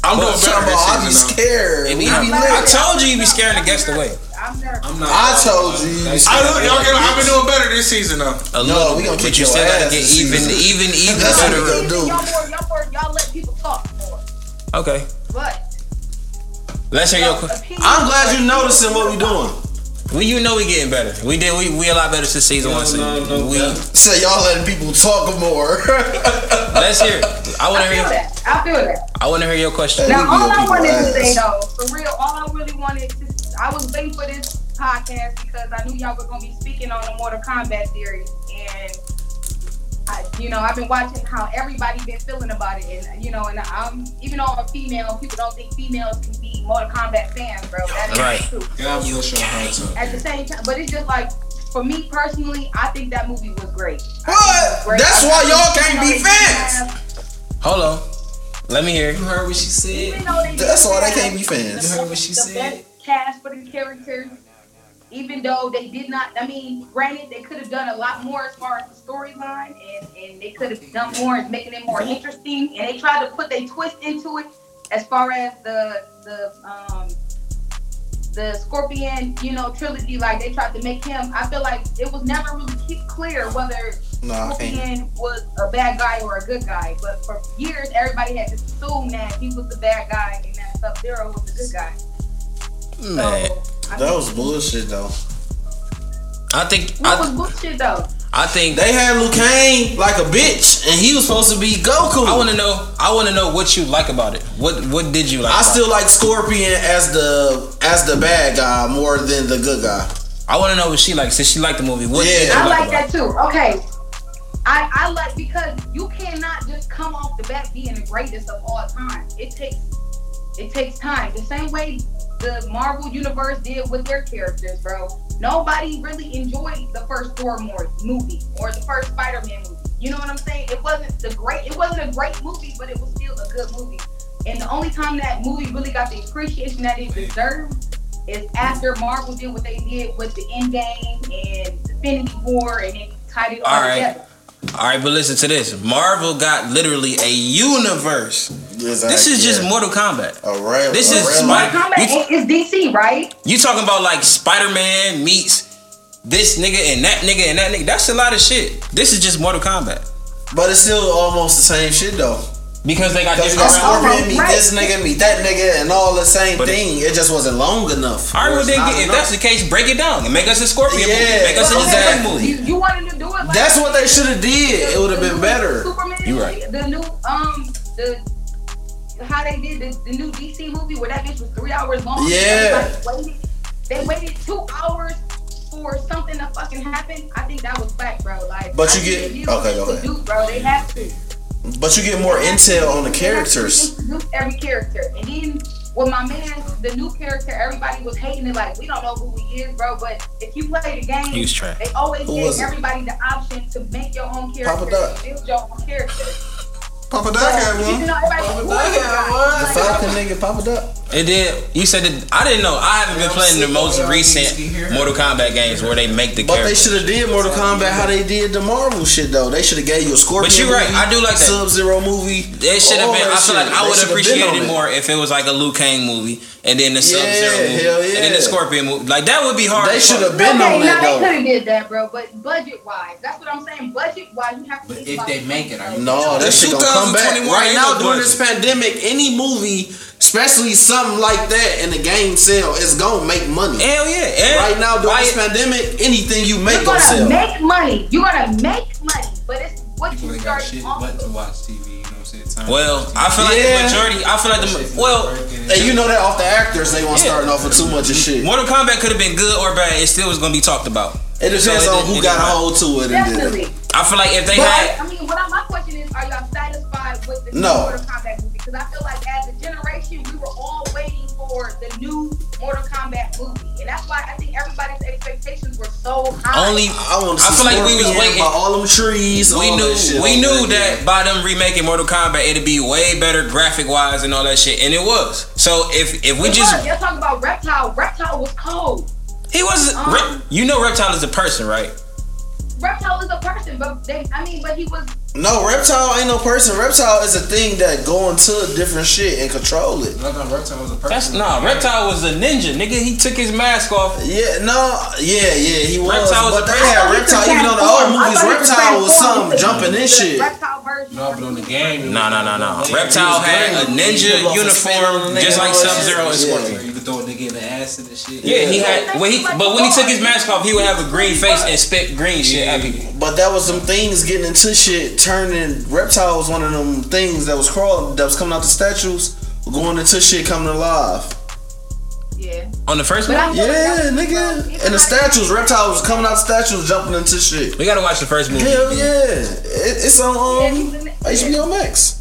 [SPEAKER 2] I'm doing better
[SPEAKER 4] I be
[SPEAKER 2] this season.
[SPEAKER 4] scared.
[SPEAKER 1] If
[SPEAKER 4] We
[SPEAKER 1] you-
[SPEAKER 4] be
[SPEAKER 1] I
[SPEAKER 4] lit.
[SPEAKER 1] told you you be scaring the guests away.
[SPEAKER 6] I'm nervous.
[SPEAKER 3] I'm not.
[SPEAKER 4] I told you.
[SPEAKER 3] That's-
[SPEAKER 2] though. I look, y'all get, I've been doing better this season though.
[SPEAKER 1] A
[SPEAKER 4] No,
[SPEAKER 1] little
[SPEAKER 4] we
[SPEAKER 1] bit,
[SPEAKER 4] gonna
[SPEAKER 1] but
[SPEAKER 4] kick
[SPEAKER 1] you
[SPEAKER 4] your
[SPEAKER 1] still gotta
[SPEAKER 4] ass
[SPEAKER 1] get
[SPEAKER 4] this
[SPEAKER 1] even,
[SPEAKER 4] season.
[SPEAKER 1] even, even
[SPEAKER 4] That's what we
[SPEAKER 1] better.
[SPEAKER 4] gonna do.
[SPEAKER 6] Y'all more, y'all more, y'all let people talk more.
[SPEAKER 1] Okay,
[SPEAKER 6] But
[SPEAKER 1] let's hear your.
[SPEAKER 6] opinion-
[SPEAKER 4] I'm glad you noticing what we doing.
[SPEAKER 1] We you know we getting better. We did we we a lot better since season
[SPEAKER 3] No,
[SPEAKER 1] one. So
[SPEAKER 3] no, no,
[SPEAKER 1] we
[SPEAKER 3] no.
[SPEAKER 4] So y'all letting people talk more.
[SPEAKER 1] let's hear. it. I want
[SPEAKER 6] I
[SPEAKER 1] to
[SPEAKER 6] feel
[SPEAKER 1] hear.
[SPEAKER 6] that. I feel that.
[SPEAKER 1] I want to hear your question.
[SPEAKER 6] Now,
[SPEAKER 4] we
[SPEAKER 6] all
[SPEAKER 4] know
[SPEAKER 6] I wanted to
[SPEAKER 4] people
[SPEAKER 6] say
[SPEAKER 4] ass.
[SPEAKER 6] though, for real, all I really wanted to, I was waiting for this podcast because I knew y'all were gonna be speaking on the Mortal Kombat series, and I, you know, I've been watching how everybody been feeling about it, and you know, and I'm even though I'm a female, people don't think females can be Mortal Kombat fans, bro. That is
[SPEAKER 1] Right.
[SPEAKER 6] true.
[SPEAKER 3] God bless your hearts up.
[SPEAKER 6] At the same time, but it's just like. For me personally, I think that movie was great.
[SPEAKER 4] What?
[SPEAKER 6] Great.
[SPEAKER 4] Uh, That's
[SPEAKER 6] I
[SPEAKER 4] why
[SPEAKER 6] think
[SPEAKER 4] y'all
[SPEAKER 6] even
[SPEAKER 4] can't
[SPEAKER 6] though
[SPEAKER 4] be
[SPEAKER 6] they didn't
[SPEAKER 4] fans.
[SPEAKER 6] have-
[SPEAKER 1] Hold on. Let me hear. it.
[SPEAKER 3] You heard what she
[SPEAKER 6] even
[SPEAKER 3] said?
[SPEAKER 6] though they
[SPEAKER 4] That's
[SPEAKER 6] didn't
[SPEAKER 4] why they
[SPEAKER 6] have-
[SPEAKER 4] can't be fans.
[SPEAKER 3] You heard what she
[SPEAKER 6] the
[SPEAKER 3] said?
[SPEAKER 6] best cast for the characters. Even though they did not, I mean, granted, they could have done a lot more as far as the storyline, and, and they could have done more as making it more interesting. And they tried to put their twist into it, as far as the the um the Scorpion, you know, trilogy. Like they tried to make him. I feel like it was never really keep clear whether
[SPEAKER 4] Nah, I can't.
[SPEAKER 6] Scorpion was a bad guy or a good guy. But for years, everybody had just assumed that he was the bad guy and that Sub Zero was the good guy. So,
[SPEAKER 1] Man,
[SPEAKER 6] I
[SPEAKER 4] That
[SPEAKER 6] think-
[SPEAKER 4] was bullshit though.
[SPEAKER 1] I think
[SPEAKER 6] What was
[SPEAKER 1] I,
[SPEAKER 6] bullshit though?
[SPEAKER 1] I think
[SPEAKER 4] They had Liu Kang like a bitch, and he was supposed to be Goku.
[SPEAKER 1] I want to know. I want to know what you like about it. What What did you like?
[SPEAKER 4] I
[SPEAKER 1] about
[SPEAKER 4] still like Scorpion as the as the bad guy more than the good guy.
[SPEAKER 1] It? I want to know what she likes. Since she liked the movie, what did
[SPEAKER 4] Yeah.
[SPEAKER 1] you
[SPEAKER 6] I like
[SPEAKER 1] about
[SPEAKER 6] that too. Okay. I, I like because you cannot just come off the bat being the greatest of all time. It takes it takes time. The same way the Marvel universe did with their characters, bro. Nobody really enjoyed the first Thor mo- movie or the first Spider-Man movie. You know what I'm saying? It wasn't the great it wasn't a great movie, but it was still a good movie. And the only time that movie really got the appreciation that it deserved is after Marvel did what they did with the Endgame and Infinity War and it tied it all,
[SPEAKER 1] All right.
[SPEAKER 6] together.
[SPEAKER 1] it? All right, but listen to this. Marvel got literally a universe. This is just Mortal Kombat.
[SPEAKER 4] a real.
[SPEAKER 1] this
[SPEAKER 4] a
[SPEAKER 1] is
[SPEAKER 4] real-
[SPEAKER 1] smart.
[SPEAKER 6] Mortal Kombat is DC, right?
[SPEAKER 1] You talking about like Spider Man meets this nigga and that nigga and that nigga. That's a lot of shit. This is just Mortal Kombat
[SPEAKER 4] But it's still almost the same shit though.
[SPEAKER 1] because they got
[SPEAKER 4] Because
[SPEAKER 1] different. rounds.
[SPEAKER 4] got Scorpion
[SPEAKER 6] almost
[SPEAKER 4] meet
[SPEAKER 6] right.
[SPEAKER 4] this nigga meet that nigga and all the same
[SPEAKER 1] But it-
[SPEAKER 4] thing. It, just wasn't long enough.
[SPEAKER 1] All right,
[SPEAKER 4] Or
[SPEAKER 1] well
[SPEAKER 4] it's
[SPEAKER 1] then,
[SPEAKER 4] not
[SPEAKER 1] get- if
[SPEAKER 4] enough.
[SPEAKER 1] that's the case, break it down and make us a Scorpion movie.
[SPEAKER 4] Yeah.
[SPEAKER 1] Make us a
[SPEAKER 4] Well,
[SPEAKER 1] Shazam
[SPEAKER 4] okay.
[SPEAKER 1] movie.
[SPEAKER 6] You, you wanted to do it like
[SPEAKER 4] That's what they should have did. It would have
[SPEAKER 6] the
[SPEAKER 4] been
[SPEAKER 6] new
[SPEAKER 4] better.
[SPEAKER 6] Superman
[SPEAKER 1] You
[SPEAKER 6] movie,
[SPEAKER 1] right.
[SPEAKER 6] The new um the how they did the, the new DC movie where that bitch was three hours long.
[SPEAKER 4] Yeah.
[SPEAKER 6] Everybody Waited, they waited two hours for something to fucking happen. I think that was fact, bro. Like,
[SPEAKER 4] But
[SPEAKER 6] I
[SPEAKER 4] you
[SPEAKER 6] think
[SPEAKER 4] get-
[SPEAKER 6] they knew
[SPEAKER 4] okay, go
[SPEAKER 6] what to
[SPEAKER 4] ahead.
[SPEAKER 6] Do, bro, they have to.
[SPEAKER 4] But you get more intel on the
[SPEAKER 6] They have to
[SPEAKER 4] characters.
[SPEAKER 6] introduce Every character, and then with my man, the new character, everybody was hating it. Like, we don't know who he is, bro. But if you play the game,
[SPEAKER 1] He was trash.
[SPEAKER 6] they always
[SPEAKER 4] Who
[SPEAKER 6] give
[SPEAKER 4] was it?
[SPEAKER 6] everybody the option to make your own
[SPEAKER 4] Papa
[SPEAKER 6] character,
[SPEAKER 4] Doc.
[SPEAKER 6] build your own character.
[SPEAKER 2] Papa Doc
[SPEAKER 6] So,
[SPEAKER 2] had
[SPEAKER 6] even
[SPEAKER 2] one.
[SPEAKER 6] though everybody
[SPEAKER 3] Doc
[SPEAKER 6] was cool with
[SPEAKER 3] had
[SPEAKER 6] it,
[SPEAKER 3] one.
[SPEAKER 4] The
[SPEAKER 6] like,
[SPEAKER 4] Falcon nigga popped up.
[SPEAKER 1] It did. You said that I didn't know. I haven't been
[SPEAKER 3] I'm
[SPEAKER 1] playing the
[SPEAKER 3] sick
[SPEAKER 1] most
[SPEAKER 3] of y'all niggas be here.
[SPEAKER 1] recent Mortal Kombat games where they make the
[SPEAKER 4] But they
[SPEAKER 1] character.
[SPEAKER 4] should have did Mortal Kombat how they did the Marvel shit though. They should have gave you a Scorpion.
[SPEAKER 1] But you're right, I do like that.
[SPEAKER 4] Sub Zero movie.
[SPEAKER 1] It should have
[SPEAKER 4] all
[SPEAKER 1] been.
[SPEAKER 4] that
[SPEAKER 1] I feel like I
[SPEAKER 4] shit.
[SPEAKER 1] would
[SPEAKER 4] Oh, They shoulda been on
[SPEAKER 1] appreciate it
[SPEAKER 4] it.
[SPEAKER 1] more if it was like a Liu Kang movie and then the Sub Zero
[SPEAKER 4] Yeah,
[SPEAKER 1] movie and
[SPEAKER 4] hell
[SPEAKER 1] then the
[SPEAKER 4] yeah.
[SPEAKER 1] Scorpion movie. Like that would be hard.
[SPEAKER 4] They
[SPEAKER 1] as fuck.
[SPEAKER 4] should have been
[SPEAKER 6] okay,
[SPEAKER 4] on it
[SPEAKER 6] now they
[SPEAKER 4] though.
[SPEAKER 6] could have did that, bro. But budget wise, that's what I'm saying. Budget wise, you have to.
[SPEAKER 3] But
[SPEAKER 6] think
[SPEAKER 3] if
[SPEAKER 6] about
[SPEAKER 3] they
[SPEAKER 6] the
[SPEAKER 3] make it, I mean-
[SPEAKER 6] budget.
[SPEAKER 4] No, that shit gonna come back.
[SPEAKER 1] 2021
[SPEAKER 4] Right
[SPEAKER 1] ain't no
[SPEAKER 4] now, during
[SPEAKER 1] budget.
[SPEAKER 4] this pandemic, any movie, especially something like that in the game sale, is gonna make money.
[SPEAKER 1] Hell yeah! And
[SPEAKER 4] right now, during
[SPEAKER 1] why
[SPEAKER 4] this
[SPEAKER 1] it-
[SPEAKER 4] pandemic, anything you make
[SPEAKER 6] You're
[SPEAKER 4] gonna
[SPEAKER 6] gonna
[SPEAKER 4] sell.
[SPEAKER 6] make money. You're gonna make money, but it's what
[SPEAKER 3] People
[SPEAKER 6] you
[SPEAKER 3] ain't got
[SPEAKER 6] start
[SPEAKER 3] shit
[SPEAKER 6] off
[SPEAKER 3] but to
[SPEAKER 6] with.
[SPEAKER 3] watch TV. You know what I'm saying? Time
[SPEAKER 1] well, I feel like
[SPEAKER 4] Yeah.
[SPEAKER 1] the majority. I feel like the well.
[SPEAKER 4] and you know that off the actors, they won't
[SPEAKER 1] Yeah.
[SPEAKER 4] starting off with too much of shit.
[SPEAKER 1] Mortal Kombat could have been good or bad. It still was gonna be talked about.
[SPEAKER 4] It depends
[SPEAKER 1] So it-
[SPEAKER 4] on who
[SPEAKER 1] it
[SPEAKER 4] got a
[SPEAKER 1] didn't
[SPEAKER 4] hold to it. And did
[SPEAKER 6] Definitely.
[SPEAKER 4] it.
[SPEAKER 1] I feel like if they
[SPEAKER 6] But
[SPEAKER 1] had,
[SPEAKER 6] I mean, what I, my question is, are y'all satisfied with the new
[SPEAKER 4] No.
[SPEAKER 6] Mortal Kombat movie? Because I feel like as a generation, we were all waiting for the new Mortal Kombat movie, and that's why I think everybody's expectations were so high.
[SPEAKER 1] only
[SPEAKER 4] I want to
[SPEAKER 1] I
[SPEAKER 4] see
[SPEAKER 1] feel like we was
[SPEAKER 4] Scorpion
[SPEAKER 1] waiting.
[SPEAKER 4] by all them trees.
[SPEAKER 1] we
[SPEAKER 4] all
[SPEAKER 1] knew
[SPEAKER 4] that shit
[SPEAKER 1] we
[SPEAKER 4] over
[SPEAKER 1] knew
[SPEAKER 4] again.
[SPEAKER 1] that by them remaking Mortal Kombat, it'd be way better graphic wise and all that shit, and it was. So if if we
[SPEAKER 6] Look,
[SPEAKER 1] just
[SPEAKER 6] y'all talking about reptile. Reptile was cold.
[SPEAKER 1] he was
[SPEAKER 6] Um,
[SPEAKER 1] Rep- you know Reptile is a person, right?
[SPEAKER 6] Reptile is a person, but they, I mean, but he was
[SPEAKER 4] No, reptile ain't no person. Reptile is a thing that go into different shit and control it.
[SPEAKER 3] Like on Reptile was a person.
[SPEAKER 1] That's nah. Reptile was a ninja, nigga. He took his mask off.
[SPEAKER 4] Yeah, no, yeah, yeah, he was.
[SPEAKER 1] Reptile was
[SPEAKER 4] but
[SPEAKER 1] a
[SPEAKER 4] they
[SPEAKER 1] person.
[SPEAKER 4] had reptile. Even on the old
[SPEAKER 6] I
[SPEAKER 4] movies,
[SPEAKER 6] thought he was
[SPEAKER 4] reptile was
[SPEAKER 6] transformed.
[SPEAKER 4] something jumping in shit.
[SPEAKER 6] Reptile version.
[SPEAKER 3] No, but on the game.
[SPEAKER 1] No, no, no, no. Reptile had a
[SPEAKER 4] He was
[SPEAKER 1] ninja
[SPEAKER 4] off a spin
[SPEAKER 1] uniform
[SPEAKER 4] on the nigga
[SPEAKER 1] just
[SPEAKER 4] and
[SPEAKER 1] like
[SPEAKER 4] all that
[SPEAKER 1] Sub Zero and
[SPEAKER 4] Oh, shit.
[SPEAKER 1] Scorpion.
[SPEAKER 3] You could throw a nigga giving acid and shit.
[SPEAKER 1] Yeah, he had. When he, but when he took his mask off, he would have a green face and spit green shit at people.
[SPEAKER 4] But that was some things getting into shit, turning reptile was one of them things that was crawling, that was coming out the statues, going into shit, coming alive.
[SPEAKER 6] Yeah.
[SPEAKER 1] On the first
[SPEAKER 6] But I
[SPEAKER 1] one,
[SPEAKER 6] feel like
[SPEAKER 4] Yeah,
[SPEAKER 6] that was-
[SPEAKER 4] nigga. And the statues, reptiles was coming out the statues, jumping into shit.
[SPEAKER 1] we gotta watch the first movie.
[SPEAKER 4] Hell yeah, it, it's on um, HBO Max.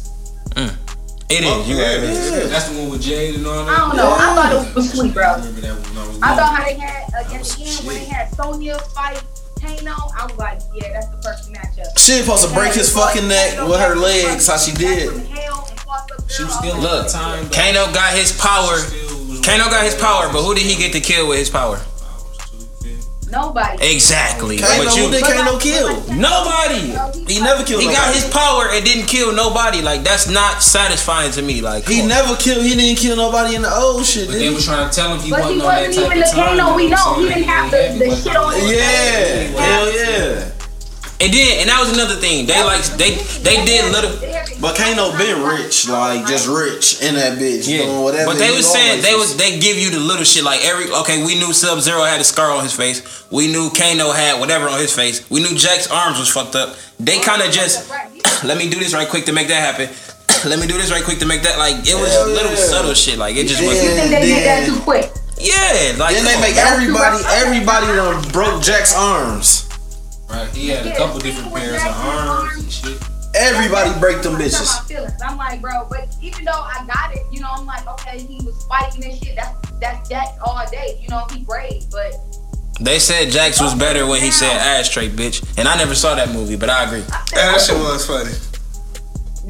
[SPEAKER 1] It is. You right.
[SPEAKER 4] Yeah.
[SPEAKER 3] That's the one with Jade and all
[SPEAKER 6] I
[SPEAKER 3] that.
[SPEAKER 6] don't know. I thought it was sweet, bro.
[SPEAKER 3] I remember that one. when I was
[SPEAKER 4] Oh.
[SPEAKER 6] I
[SPEAKER 3] little.
[SPEAKER 6] thought how they had uh, at the end when they had Sonya fight Tano. I was like, yeah, that's the perfect matchup.
[SPEAKER 4] She was supposed to break his fucking neck with her legs, how she did.
[SPEAKER 3] She was still
[SPEAKER 1] Look,
[SPEAKER 3] at the time. though.
[SPEAKER 1] Kano got his power.
[SPEAKER 3] Still was
[SPEAKER 1] Kano got his
[SPEAKER 3] one
[SPEAKER 1] power, but who did he get to kill with his power?
[SPEAKER 6] Nobody.
[SPEAKER 1] Exactly.
[SPEAKER 4] Kano,
[SPEAKER 1] But
[SPEAKER 4] who
[SPEAKER 1] you,
[SPEAKER 4] did Kano kill?
[SPEAKER 1] nobody.
[SPEAKER 4] He never killed.
[SPEAKER 1] He got
[SPEAKER 4] nobody.
[SPEAKER 1] his power and didn't kill nobody. Like that's not satisfying to me. Like
[SPEAKER 4] He
[SPEAKER 1] come on.
[SPEAKER 4] never killed. He didn't kill nobody in the old shit,
[SPEAKER 3] But they
[SPEAKER 4] did
[SPEAKER 3] were
[SPEAKER 4] he?
[SPEAKER 3] trying to tell him he
[SPEAKER 6] But
[SPEAKER 3] wasn't
[SPEAKER 6] he
[SPEAKER 3] on that
[SPEAKER 6] wasn't
[SPEAKER 3] type
[SPEAKER 6] even
[SPEAKER 3] of
[SPEAKER 6] the
[SPEAKER 3] time.
[SPEAKER 6] Kano we
[SPEAKER 3] you
[SPEAKER 6] know.
[SPEAKER 3] what I'm
[SPEAKER 6] He didn't
[SPEAKER 3] saying?
[SPEAKER 6] have the- the
[SPEAKER 3] wasn't
[SPEAKER 6] shit on his
[SPEAKER 4] Yeah, hell yeah.
[SPEAKER 1] And then and that was another thing. They like they they did little.
[SPEAKER 4] But Kano been rich, like just rich in that bitch, doing whatever.
[SPEAKER 1] But they
[SPEAKER 4] he
[SPEAKER 1] was saying
[SPEAKER 4] always
[SPEAKER 1] they was they give you the little shit like every okay, we knew Sub Zero had a scar on his face. We knew Kano had whatever on his face. We knew Jack's arms was fucked up. They kind of just let me do this right quick to make that happen. let me do this right quick to make that like it was
[SPEAKER 4] Hell
[SPEAKER 1] little
[SPEAKER 4] yeah.
[SPEAKER 1] subtle shit. Like it just
[SPEAKER 4] Yeah.
[SPEAKER 1] wasn't
[SPEAKER 6] You think they did that too quick?
[SPEAKER 1] Yeah, like
[SPEAKER 4] Then they
[SPEAKER 1] come
[SPEAKER 4] make
[SPEAKER 1] on.
[SPEAKER 4] everybody, everybody done broke Jack's arms.
[SPEAKER 3] Right, he had a couple different pairs of arms and shit.
[SPEAKER 4] Everybody break them
[SPEAKER 6] That's
[SPEAKER 4] bitches.
[SPEAKER 6] how my feelings. I'm like, bro, but even though I got it, you know, I'm like, okay, he was fighting and shit. That's that's that all day, you know. He brave, but
[SPEAKER 1] They said Jax was better when he said ashtray, bitch. And I never saw that movie, but I agree.
[SPEAKER 6] I said,
[SPEAKER 2] Yeah, that shit was funny.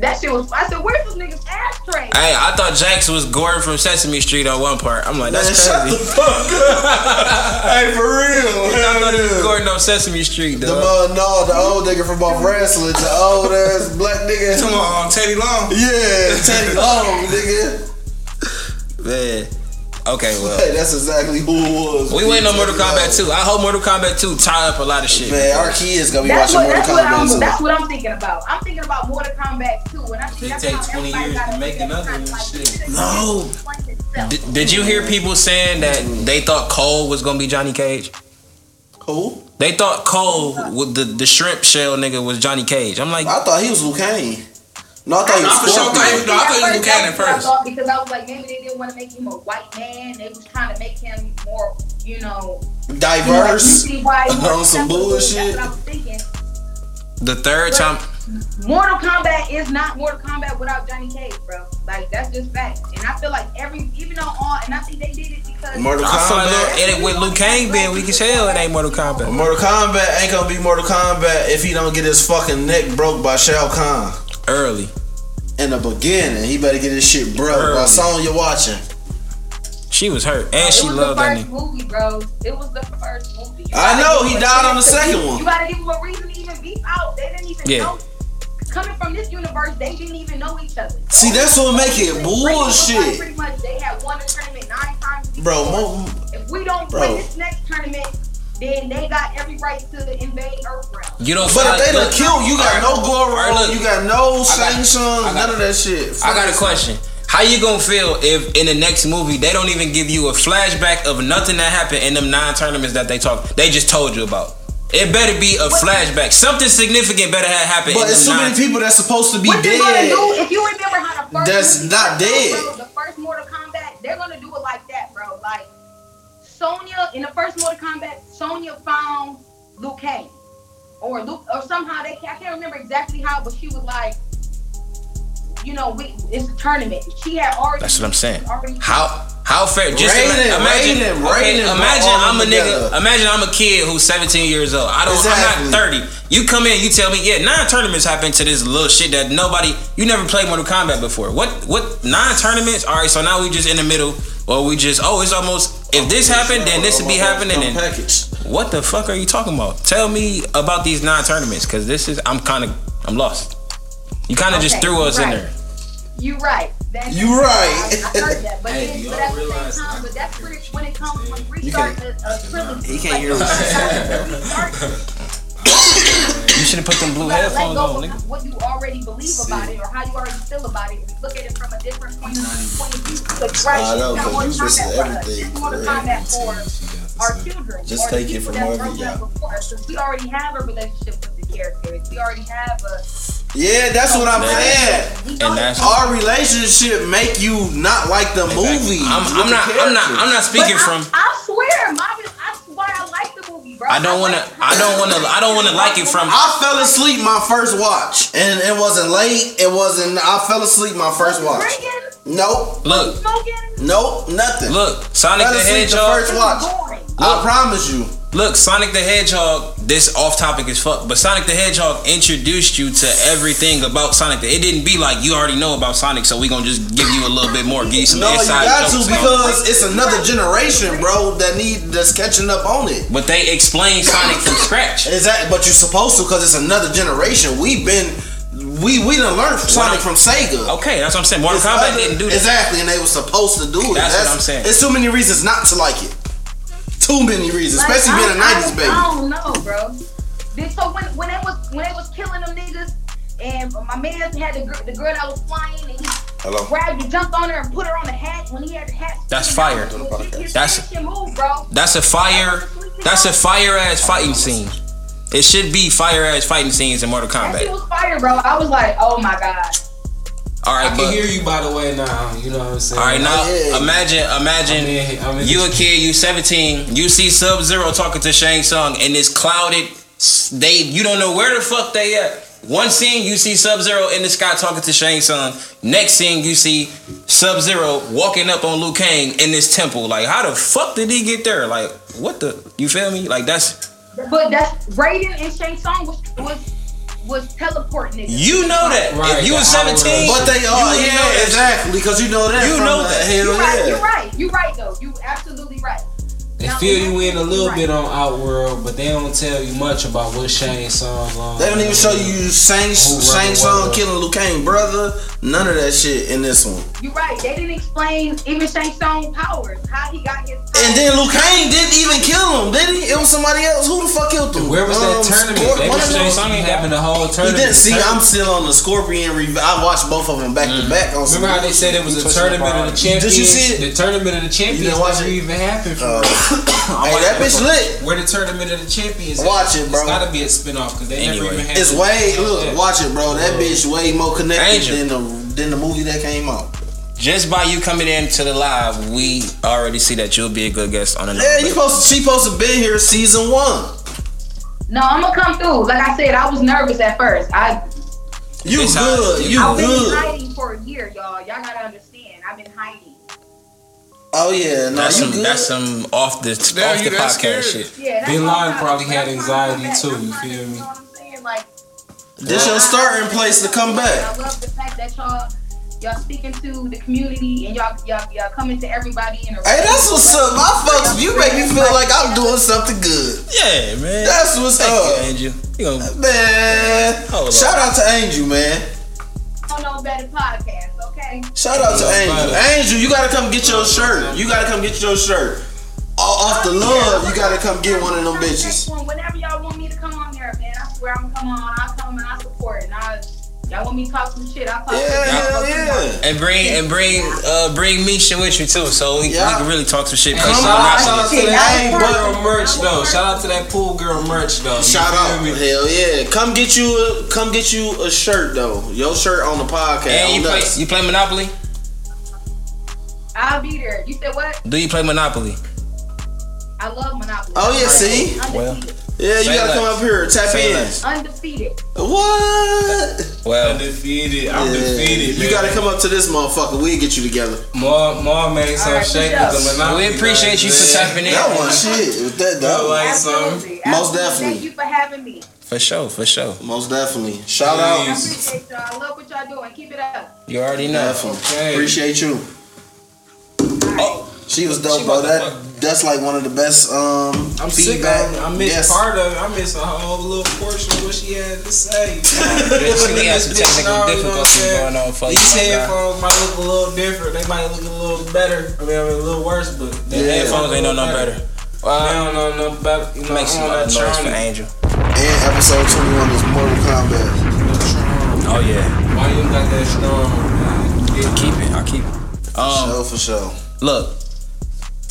[SPEAKER 6] that shit was. I said, where's this nigga's ashtray?
[SPEAKER 1] Hey, I thought Jax was Gordon from Sesame Street on one part. I'm like, that's
[SPEAKER 4] Man, shut
[SPEAKER 1] crazy.
[SPEAKER 4] the fuck up. hey, for real.
[SPEAKER 1] I thought it was
[SPEAKER 4] hell yeah.
[SPEAKER 1] Gordon on Sesame Street,
[SPEAKER 4] The
[SPEAKER 1] though.
[SPEAKER 4] uh, no, the old nigga from off wrestling, the old ass black nigga.
[SPEAKER 2] Come on, Teddy Long.
[SPEAKER 4] Yeah, Teddy Long, nigga.
[SPEAKER 1] Man. Okay, well.
[SPEAKER 4] Hey, that's exactly who it was.
[SPEAKER 1] We waiting on
[SPEAKER 4] Teddy
[SPEAKER 1] Mortal Kombat
[SPEAKER 4] Long.
[SPEAKER 1] 2. I hope Mortal Kombat 2 tie up a lot of shit.
[SPEAKER 4] Man, our kids gonna be
[SPEAKER 6] That's what,
[SPEAKER 4] watching
[SPEAKER 6] that's, what
[SPEAKER 4] Mortal
[SPEAKER 6] I'm,
[SPEAKER 4] Kombat
[SPEAKER 6] that's
[SPEAKER 4] 2.
[SPEAKER 6] what I'm thinking about. I'm thinking about Mortal Kombat too, and I think
[SPEAKER 3] They
[SPEAKER 6] that's
[SPEAKER 3] take
[SPEAKER 6] how
[SPEAKER 3] 20
[SPEAKER 6] everybody
[SPEAKER 3] years
[SPEAKER 6] gotta
[SPEAKER 3] to make
[SPEAKER 6] figure
[SPEAKER 3] another
[SPEAKER 6] out,
[SPEAKER 3] one,
[SPEAKER 6] like,
[SPEAKER 3] shit.
[SPEAKER 6] this is
[SPEAKER 4] No.
[SPEAKER 6] explain itself.
[SPEAKER 1] Did, did you hear people saying that they thought Cole was gonna be Johnny Cage?
[SPEAKER 4] Who?
[SPEAKER 1] They thought Cole with the, the shrimp shell nigga was Johnny Cage. I'm like,
[SPEAKER 4] I thought he was Liu Kane. No, I thought he
[SPEAKER 2] I for
[SPEAKER 4] was
[SPEAKER 2] sure thought
[SPEAKER 4] Scorpion.
[SPEAKER 2] he was- no, I thought he was Buchanan
[SPEAKER 6] That's what I
[SPEAKER 2] first.
[SPEAKER 6] thought because I was like, maybe they didn't want to make him a white man. They was trying to make him more, you know,
[SPEAKER 4] diverse.
[SPEAKER 6] You know, like, ethnicity-wise, more
[SPEAKER 4] On some
[SPEAKER 6] acceptable.
[SPEAKER 4] bullshit.
[SPEAKER 6] That's what I was thinking.
[SPEAKER 1] the third time.
[SPEAKER 6] Mortal Kombat is not Mortal Kombat without Johnny Cage, bro. Like that's just facts. And I feel like every, even on all, and I think they did it because
[SPEAKER 4] Mortal
[SPEAKER 1] I saw
[SPEAKER 4] Kombat.
[SPEAKER 1] that. And with Liu Kang being weak as hell, it ain't Mortal Kombat.
[SPEAKER 4] Mortal Kombat ain't gonna be Mortal Kombat if he don't get his fucking neck broke by Shao Kahn.
[SPEAKER 1] Early.
[SPEAKER 4] In the beginning, he better get his shit broke by
[SPEAKER 1] Early.
[SPEAKER 4] Sonya watching.
[SPEAKER 1] She was hurt. And
[SPEAKER 6] It
[SPEAKER 1] she
[SPEAKER 6] was
[SPEAKER 1] loved
[SPEAKER 6] the
[SPEAKER 1] that
[SPEAKER 6] first
[SPEAKER 1] nigga.
[SPEAKER 6] movie, bro. It was the first movie. You
[SPEAKER 4] I
[SPEAKER 6] gotta
[SPEAKER 4] know,
[SPEAKER 6] give
[SPEAKER 4] he
[SPEAKER 6] him a
[SPEAKER 4] died on the
[SPEAKER 6] chance to
[SPEAKER 4] second
[SPEAKER 6] beef.
[SPEAKER 4] one.
[SPEAKER 6] You gotta give him a reason to even beef out. They didn't even
[SPEAKER 1] Yeah.
[SPEAKER 6] know. Coming from this universe, they didn't even know each other.
[SPEAKER 4] See, that's what make it
[SPEAKER 6] Pretty much-
[SPEAKER 4] bullshit.
[SPEAKER 6] Pretty much, they had won the tournament nine times.
[SPEAKER 4] Bro,
[SPEAKER 6] before.
[SPEAKER 4] mo-
[SPEAKER 6] if we don't
[SPEAKER 4] Bro.
[SPEAKER 6] win this next tournament, then they got every right to invade Earthrealm.
[SPEAKER 1] You don't.
[SPEAKER 4] but
[SPEAKER 1] like-
[SPEAKER 4] if they
[SPEAKER 1] look,
[SPEAKER 4] don't kill, you got no go
[SPEAKER 1] Alright,
[SPEAKER 4] around,
[SPEAKER 1] look.
[SPEAKER 4] you got no
[SPEAKER 1] got-
[SPEAKER 4] sanctions,
[SPEAKER 1] I got-
[SPEAKER 4] none of that shit.
[SPEAKER 1] I got a question. How you gonna feel if in the next movie they don't even give you a flashback of nothing that happened in them nine tournaments that they talked? They just told you about. It better be a flashback. Something significant better have happened.
[SPEAKER 4] But
[SPEAKER 1] in
[SPEAKER 4] it's
[SPEAKER 1] them
[SPEAKER 4] too many
[SPEAKER 1] nine-
[SPEAKER 4] people that's supposed to be
[SPEAKER 6] What they're gonna do,
[SPEAKER 4] dead.
[SPEAKER 6] if you remember how the first
[SPEAKER 4] That's
[SPEAKER 6] movie
[SPEAKER 4] not
[SPEAKER 6] started,
[SPEAKER 4] dead.
[SPEAKER 6] bro, the first Mortal Kombat, they're gonna do it like that, bro. Like Sonya in the first Mortal Kombat, Sonya found Liu Kang, or Luke, or somehow they I can't remember exactly how, but she was like, you know, we it's a tournament. She had already.
[SPEAKER 1] That's what I'm saying.
[SPEAKER 6] Already
[SPEAKER 1] How how fair? Just
[SPEAKER 4] Raiden,
[SPEAKER 1] ima- imagine,
[SPEAKER 4] Raiden,
[SPEAKER 1] okay,
[SPEAKER 4] Raiden
[SPEAKER 1] imagine
[SPEAKER 4] brought all
[SPEAKER 1] I'm a
[SPEAKER 4] them together.
[SPEAKER 1] nigga. Imagine I'm a kid who's 17 years old. I don't.
[SPEAKER 4] Exactly.
[SPEAKER 1] I'm not 30. You come in, you tell me, yeah, nine tournaments happened to this little shit that nobody. You never played Mortal Kombat before. What? What? Nine tournaments? All right. So now we just in the middle, or we just oh, it's almost. If this happened, then this would be happening. And
[SPEAKER 4] Package.
[SPEAKER 1] what the fuck are you talking about? Tell me about these nine tournaments, cause this is I'm kind of I'm lost. You kind of just
[SPEAKER 6] Okay,
[SPEAKER 1] threw us in
[SPEAKER 6] right.
[SPEAKER 1] there.
[SPEAKER 6] You right. That's-
[SPEAKER 4] You right.
[SPEAKER 6] I, I heard that, but,
[SPEAKER 3] Hey,
[SPEAKER 6] then,
[SPEAKER 3] y'all
[SPEAKER 6] but at the
[SPEAKER 3] realize
[SPEAKER 6] same time, but that's pretty, when it comes when
[SPEAKER 4] can't-
[SPEAKER 6] restarting a, a uh, trilogy.
[SPEAKER 4] he can't hear
[SPEAKER 6] like,
[SPEAKER 4] us.
[SPEAKER 6] when we start-
[SPEAKER 4] You should have put them blue
[SPEAKER 6] You gotta let
[SPEAKER 4] headphones
[SPEAKER 6] go
[SPEAKER 4] on,
[SPEAKER 6] of
[SPEAKER 4] nigga.
[SPEAKER 6] what you already believe about it or how you already feel about it. and Look at it from a different point of, point of view. Because right,
[SPEAKER 7] I know,
[SPEAKER 6] she's not
[SPEAKER 7] 'cause
[SPEAKER 6] on
[SPEAKER 7] you listen to
[SPEAKER 6] combat for us.
[SPEAKER 7] everything
[SPEAKER 6] She's
[SPEAKER 7] for Just
[SPEAKER 3] That's it.
[SPEAKER 6] on combat for our children. or the
[SPEAKER 7] take it
[SPEAKER 6] people
[SPEAKER 7] from
[SPEAKER 6] that
[SPEAKER 7] wherever
[SPEAKER 6] wrote
[SPEAKER 7] you
[SPEAKER 6] that
[SPEAKER 7] got.
[SPEAKER 6] before us. 'Cause We already have a relationship with the characters. We already have a.
[SPEAKER 4] Yeah, that's what I'm saying.
[SPEAKER 6] We know
[SPEAKER 1] And that's
[SPEAKER 6] that.
[SPEAKER 4] Our relationship make you not like the movie.
[SPEAKER 1] I'm,
[SPEAKER 4] Look
[SPEAKER 1] I'm
[SPEAKER 4] at
[SPEAKER 1] not. I'm not.
[SPEAKER 4] characters.
[SPEAKER 1] I'm not speaking
[SPEAKER 6] But I,
[SPEAKER 1] from.
[SPEAKER 6] I swear, Marvin, that's why I like the movie, bro.
[SPEAKER 1] I don't
[SPEAKER 6] like
[SPEAKER 1] wanna. I don't wanna. I don't wanna like it from.
[SPEAKER 4] I fell asleep my first watch, and it wasn't late. It wasn't. I fell asleep my first watch.
[SPEAKER 6] Drinking,
[SPEAKER 4] Nope,
[SPEAKER 1] Look,
[SPEAKER 6] smoking,
[SPEAKER 4] nope, nothing.
[SPEAKER 1] look, Sonic
[SPEAKER 4] Fell
[SPEAKER 1] the
[SPEAKER 4] asleep the
[SPEAKER 1] Hedgehog.
[SPEAKER 4] First watch.
[SPEAKER 6] boring.
[SPEAKER 4] I promise you.
[SPEAKER 1] Look, Sonic the Hedgehog, this off topic as fuck, but Sonic the Hedgehog introduced you to everything about Sonic. It didn't be like you already know about Sonic, so we gonna just give you a little bit more, give you some
[SPEAKER 4] No, you
[SPEAKER 1] inside
[SPEAKER 4] got to
[SPEAKER 1] jokes.
[SPEAKER 4] because it's another generation, bro, that need that's catching up on it.
[SPEAKER 1] But they explained Sonic from scratch.
[SPEAKER 4] Is that? But you're supposed to because it's another generation. We've been, we we done learned from Sonic from Sega.
[SPEAKER 1] Okay, that's what I'm saying. Mortal
[SPEAKER 4] It's
[SPEAKER 1] Kombat
[SPEAKER 4] other-
[SPEAKER 1] didn't do that.
[SPEAKER 4] Exactly, and they were supposed to do it.
[SPEAKER 1] That's what I'm saying.
[SPEAKER 4] It's too many reasons not to like it. Too many reasons,
[SPEAKER 6] Like,
[SPEAKER 4] especially being a
[SPEAKER 6] I- I
[SPEAKER 4] '90s
[SPEAKER 6] don't-
[SPEAKER 4] baby.
[SPEAKER 6] I don't know, bro. Then, so when when they was when they was killing them niggas, and my man had the girl, the girl that was flying, and he
[SPEAKER 7] Hello.
[SPEAKER 6] grabbed her, jumped on her, and put her on the hat. When he had the hat,
[SPEAKER 1] That's
[SPEAKER 6] sticking
[SPEAKER 1] fire.
[SPEAKER 6] out, it was- his
[SPEAKER 1] That's-
[SPEAKER 6] reaction move, bro.
[SPEAKER 1] That's a fire. That's a fire ass fighting scene. It should be fire ass fighting scenes in Mortal
[SPEAKER 6] That shit
[SPEAKER 1] Kombat.
[SPEAKER 6] was fire, bro. I was like, oh my god.
[SPEAKER 1] All
[SPEAKER 3] I
[SPEAKER 1] right,
[SPEAKER 3] can hear
[SPEAKER 1] but
[SPEAKER 3] you by the way now. You know what I'm saying?
[SPEAKER 1] all right
[SPEAKER 4] Yeah.
[SPEAKER 1] now. Imagine,
[SPEAKER 3] I'm
[SPEAKER 1] imagine.
[SPEAKER 3] in- I'm in
[SPEAKER 1] You a
[SPEAKER 3] this-
[SPEAKER 1] kid, you 17, you see Sub Zero talking to Shang Tsung in this clouded they you don't know where the fuck they at. One scene you see Sub Zero in the sky talking to Shang Tsung. Next scene you see Sub Zero walking up on Liu Kang in this temple. Like how the fuck did he get there? Like what the you feel me? Like that's
[SPEAKER 6] But that's Raiden and Shang Tsung was was was teleporting niggas.
[SPEAKER 1] you know that.
[SPEAKER 3] Right,
[SPEAKER 1] if you
[SPEAKER 3] the
[SPEAKER 1] was 17,
[SPEAKER 4] But they are,
[SPEAKER 1] you would
[SPEAKER 4] yeah,
[SPEAKER 1] know that.
[SPEAKER 4] exactly, because you know that.
[SPEAKER 1] You
[SPEAKER 4] from
[SPEAKER 1] know
[SPEAKER 4] the-
[SPEAKER 1] that.
[SPEAKER 4] Hell
[SPEAKER 6] You're right.
[SPEAKER 4] yeah.
[SPEAKER 6] You're right. You're right though. You absolutely right.
[SPEAKER 3] They
[SPEAKER 6] Now,
[SPEAKER 3] fill you in a little
[SPEAKER 6] right.
[SPEAKER 3] bit on Outworld, but they don't tell you much about what Shane songs on.
[SPEAKER 4] They don't even show you Shang
[SPEAKER 3] Who run
[SPEAKER 4] Shang
[SPEAKER 3] the
[SPEAKER 4] Tsung
[SPEAKER 3] world?
[SPEAKER 4] killing Liu Kang brother. None of that shit in this one.
[SPEAKER 6] You're right. They didn't explain even Shang Tsung powers, how he got his. powers.
[SPEAKER 4] And then Liu Kang didn't even kill him, did he? It was somebody else. Who the fuck killed him?
[SPEAKER 3] Where was
[SPEAKER 4] Um,
[SPEAKER 3] that tournament?
[SPEAKER 4] Scorp-
[SPEAKER 3] They
[SPEAKER 4] one
[SPEAKER 3] was
[SPEAKER 4] of them-
[SPEAKER 3] supposed to be having the whole
[SPEAKER 4] You
[SPEAKER 3] tournament.
[SPEAKER 4] didn't see. I'm still on the Scorpion. Rev- I watched both of them back to back. on
[SPEAKER 3] Mm-hmm.
[SPEAKER 4] some-
[SPEAKER 3] Remember how they said it was a tournament of the champions?
[SPEAKER 4] Did you see it?
[SPEAKER 3] The tournament of the champions
[SPEAKER 4] didn't watch
[SPEAKER 3] never
[SPEAKER 4] it?
[SPEAKER 3] even happened for real.
[SPEAKER 4] Hey, that bitch lit.
[SPEAKER 3] Where the tournament of the champions? at?
[SPEAKER 4] Watch it, bro.
[SPEAKER 3] It's gotta be a spinoff because they
[SPEAKER 1] Anyway.
[SPEAKER 3] never even had.
[SPEAKER 4] It's
[SPEAKER 3] it.
[SPEAKER 4] way look.
[SPEAKER 3] Yeah.
[SPEAKER 4] Watch it, bro. That bitch way more connected
[SPEAKER 1] Angel.
[SPEAKER 4] than the than the movie that came out.
[SPEAKER 1] just by you coming into the live, we already see that you'll be a good guest on another.
[SPEAKER 4] Yeah, you supposed to, she supposed to been here season one.
[SPEAKER 6] No, I'm gonna come through. Like I said, I was nervous at first. I
[SPEAKER 4] You
[SPEAKER 1] It's how-
[SPEAKER 4] good. You
[SPEAKER 6] I've been
[SPEAKER 4] good.
[SPEAKER 6] hiding for a year, y'all. Y'all gotta understand. I've been hiding.
[SPEAKER 4] Oh yeah, no,
[SPEAKER 1] That's
[SPEAKER 4] you
[SPEAKER 1] some
[SPEAKER 4] good.
[SPEAKER 1] that's some off the
[SPEAKER 2] Damn,
[SPEAKER 1] off
[SPEAKER 2] you
[SPEAKER 1] the podcast
[SPEAKER 2] that scared?
[SPEAKER 1] shit.
[SPEAKER 6] Yeah, that's
[SPEAKER 3] Bin
[SPEAKER 6] all
[SPEAKER 3] Laden
[SPEAKER 6] I'm
[SPEAKER 3] probably
[SPEAKER 6] trying to-
[SPEAKER 3] had
[SPEAKER 6] I'm trying
[SPEAKER 3] anxiety,
[SPEAKER 6] to come back.
[SPEAKER 3] too,
[SPEAKER 6] I'm
[SPEAKER 3] you
[SPEAKER 6] trying to-
[SPEAKER 3] feel me?
[SPEAKER 6] You know what I'm saying? Like,
[SPEAKER 4] this your starting place to come back.
[SPEAKER 6] I love the fact that y'all y'all speaking to the community and y'all y'all, y'all coming to everybody in a
[SPEAKER 4] Hey, that's what's up. My fucks, you make me feel like I'm doing something good.
[SPEAKER 1] Yeah, man.
[SPEAKER 4] That's what's
[SPEAKER 1] Thank
[SPEAKER 4] up,
[SPEAKER 1] you, Andrew. You gonna
[SPEAKER 4] man.
[SPEAKER 1] Hold on.
[SPEAKER 4] Shout out to Angel, man.
[SPEAKER 6] don't know better podcast, okay?
[SPEAKER 4] Shout out to
[SPEAKER 3] Yeah,
[SPEAKER 4] Angel.
[SPEAKER 3] right.
[SPEAKER 4] Angel, you gotta come get your shirt. You gotta come get your shirt. O- Off the love, you gotta come get one of them bitches.
[SPEAKER 6] Whenever y'all want me to come on there, man, I swear I'm coming on. I come and I support and I y'all want me to talk some shit, I talk
[SPEAKER 4] Yeah,
[SPEAKER 6] some
[SPEAKER 4] hell
[SPEAKER 6] shit.
[SPEAKER 4] yeah.
[SPEAKER 1] and bring and bring uh bring Misha with you too, so we,
[SPEAKER 4] Yeah.
[SPEAKER 1] we can really talk some shit.
[SPEAKER 3] Hey,
[SPEAKER 1] Cause she
[SPEAKER 3] shout out,
[SPEAKER 1] rocks
[SPEAKER 3] shout out
[SPEAKER 1] with
[SPEAKER 3] to
[SPEAKER 6] Hey,
[SPEAKER 3] that
[SPEAKER 6] I
[SPEAKER 3] pool
[SPEAKER 6] was
[SPEAKER 3] girl
[SPEAKER 6] working.
[SPEAKER 3] merch
[SPEAKER 6] I was
[SPEAKER 3] though. Shout out to
[SPEAKER 6] working.
[SPEAKER 3] that pool girl merch though. You
[SPEAKER 4] Shout
[SPEAKER 3] feel
[SPEAKER 4] out,
[SPEAKER 3] me?
[SPEAKER 4] hell yeah! Come get you, a, come get you a shirt though. Your shirt on the podcast.
[SPEAKER 1] it. And you
[SPEAKER 4] on
[SPEAKER 1] play
[SPEAKER 4] us.
[SPEAKER 1] you play Monopoly?
[SPEAKER 6] I'll be there. You said what?
[SPEAKER 1] Do you play Monopoly?
[SPEAKER 6] I love Monopoly.
[SPEAKER 4] Oh, yeah, see?
[SPEAKER 1] Well.
[SPEAKER 6] Undefeated.
[SPEAKER 4] Yeah, you
[SPEAKER 1] Say
[SPEAKER 4] gotta
[SPEAKER 1] less.
[SPEAKER 4] come up here, tap
[SPEAKER 1] Say
[SPEAKER 4] in.
[SPEAKER 1] less.
[SPEAKER 6] Undefeated.
[SPEAKER 4] What?
[SPEAKER 1] Well,
[SPEAKER 3] Undefeated. I'm
[SPEAKER 4] Yeah.
[SPEAKER 3] defeated.
[SPEAKER 4] You gotta come up to this motherfucker. We'll get you together.
[SPEAKER 3] More, more made some
[SPEAKER 6] Alright,
[SPEAKER 3] shake
[SPEAKER 6] peace
[SPEAKER 3] with the
[SPEAKER 6] out.
[SPEAKER 3] monopoly.
[SPEAKER 1] We appreciate you for tapping in.
[SPEAKER 4] That one shit. With that
[SPEAKER 3] That
[SPEAKER 4] dog.
[SPEAKER 3] one. Thanks, um,
[SPEAKER 6] Absolutely.
[SPEAKER 4] most
[SPEAKER 6] Absolutely.
[SPEAKER 4] definitely.
[SPEAKER 6] Thank you for having me.
[SPEAKER 1] for sure, for sure.
[SPEAKER 4] Most definitely. Shout out.
[SPEAKER 6] I appreciate y'all. I love what y'all doing. Keep it up.
[SPEAKER 1] You already know.
[SPEAKER 4] Definitely.
[SPEAKER 3] Okay.
[SPEAKER 4] Appreciate you.
[SPEAKER 1] Oh,
[SPEAKER 4] She was dope,
[SPEAKER 1] She
[SPEAKER 4] bro.
[SPEAKER 1] was
[SPEAKER 4] That that's like one of the best um
[SPEAKER 3] I'm sick.
[SPEAKER 4] feedback.
[SPEAKER 3] I, I missed
[SPEAKER 4] Yes.
[SPEAKER 3] part of it. I missed a whole little portion of what she had to say.
[SPEAKER 1] bitch, we had
[SPEAKER 3] This
[SPEAKER 1] some
[SPEAKER 3] bitch, no, you know
[SPEAKER 1] technical
[SPEAKER 3] what I'm
[SPEAKER 1] difficulties
[SPEAKER 3] saying?
[SPEAKER 1] going on. For
[SPEAKER 3] These
[SPEAKER 1] you, my guy.
[SPEAKER 3] headphones might look a little different. They might look a little better. I mean, a little worse, but the
[SPEAKER 4] Yeah.
[SPEAKER 1] headphones ain't no no better.
[SPEAKER 3] They
[SPEAKER 1] Uh,
[SPEAKER 3] don't know no better. You know,
[SPEAKER 1] make some
[SPEAKER 3] on that
[SPEAKER 1] noise for
[SPEAKER 3] China.
[SPEAKER 1] Angel.
[SPEAKER 4] and episode 21 is Mortal Kombat.
[SPEAKER 1] Oh yeah,
[SPEAKER 3] Why you got that strong? man?
[SPEAKER 1] keep it. I keep it. Um,
[SPEAKER 4] show for show.
[SPEAKER 1] Look,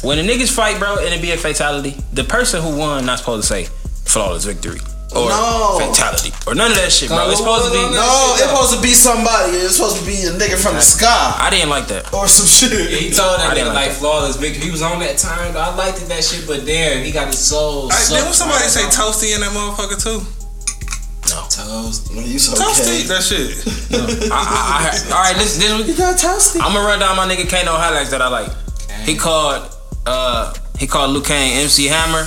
[SPEAKER 1] when the niggas fight, bro, and it be a fatality, the person who won not supposed to say flawless victory or
[SPEAKER 4] No.
[SPEAKER 1] fatality or none of that shit, bro.
[SPEAKER 3] No,
[SPEAKER 1] It's supposed to
[SPEAKER 3] no,
[SPEAKER 1] be.
[SPEAKER 3] no.
[SPEAKER 4] No, it's supposed to be somebody. It's supposed to be a nigga from the sky
[SPEAKER 1] I didn't like that.
[SPEAKER 4] or some
[SPEAKER 3] Yeah, he
[SPEAKER 4] shit.
[SPEAKER 3] told that
[SPEAKER 1] I didn't
[SPEAKER 3] nigga
[SPEAKER 1] like
[SPEAKER 3] like flawless victory. He was on that time. though. I liked it, that shit, but damn, he got his soul.
[SPEAKER 2] I,
[SPEAKER 3] sucked
[SPEAKER 2] then when somebody
[SPEAKER 3] out.
[SPEAKER 2] say toasty in that motherfucker too.
[SPEAKER 3] toast?
[SPEAKER 4] You so
[SPEAKER 2] Toasty,
[SPEAKER 4] okay.
[SPEAKER 2] that shit.
[SPEAKER 1] I, I, I, all right, this, this,
[SPEAKER 4] got toasty.
[SPEAKER 1] I'm gonna run down my nigga Kano highlights that I like. He called, uh, he called Luke Kane MC Hammer,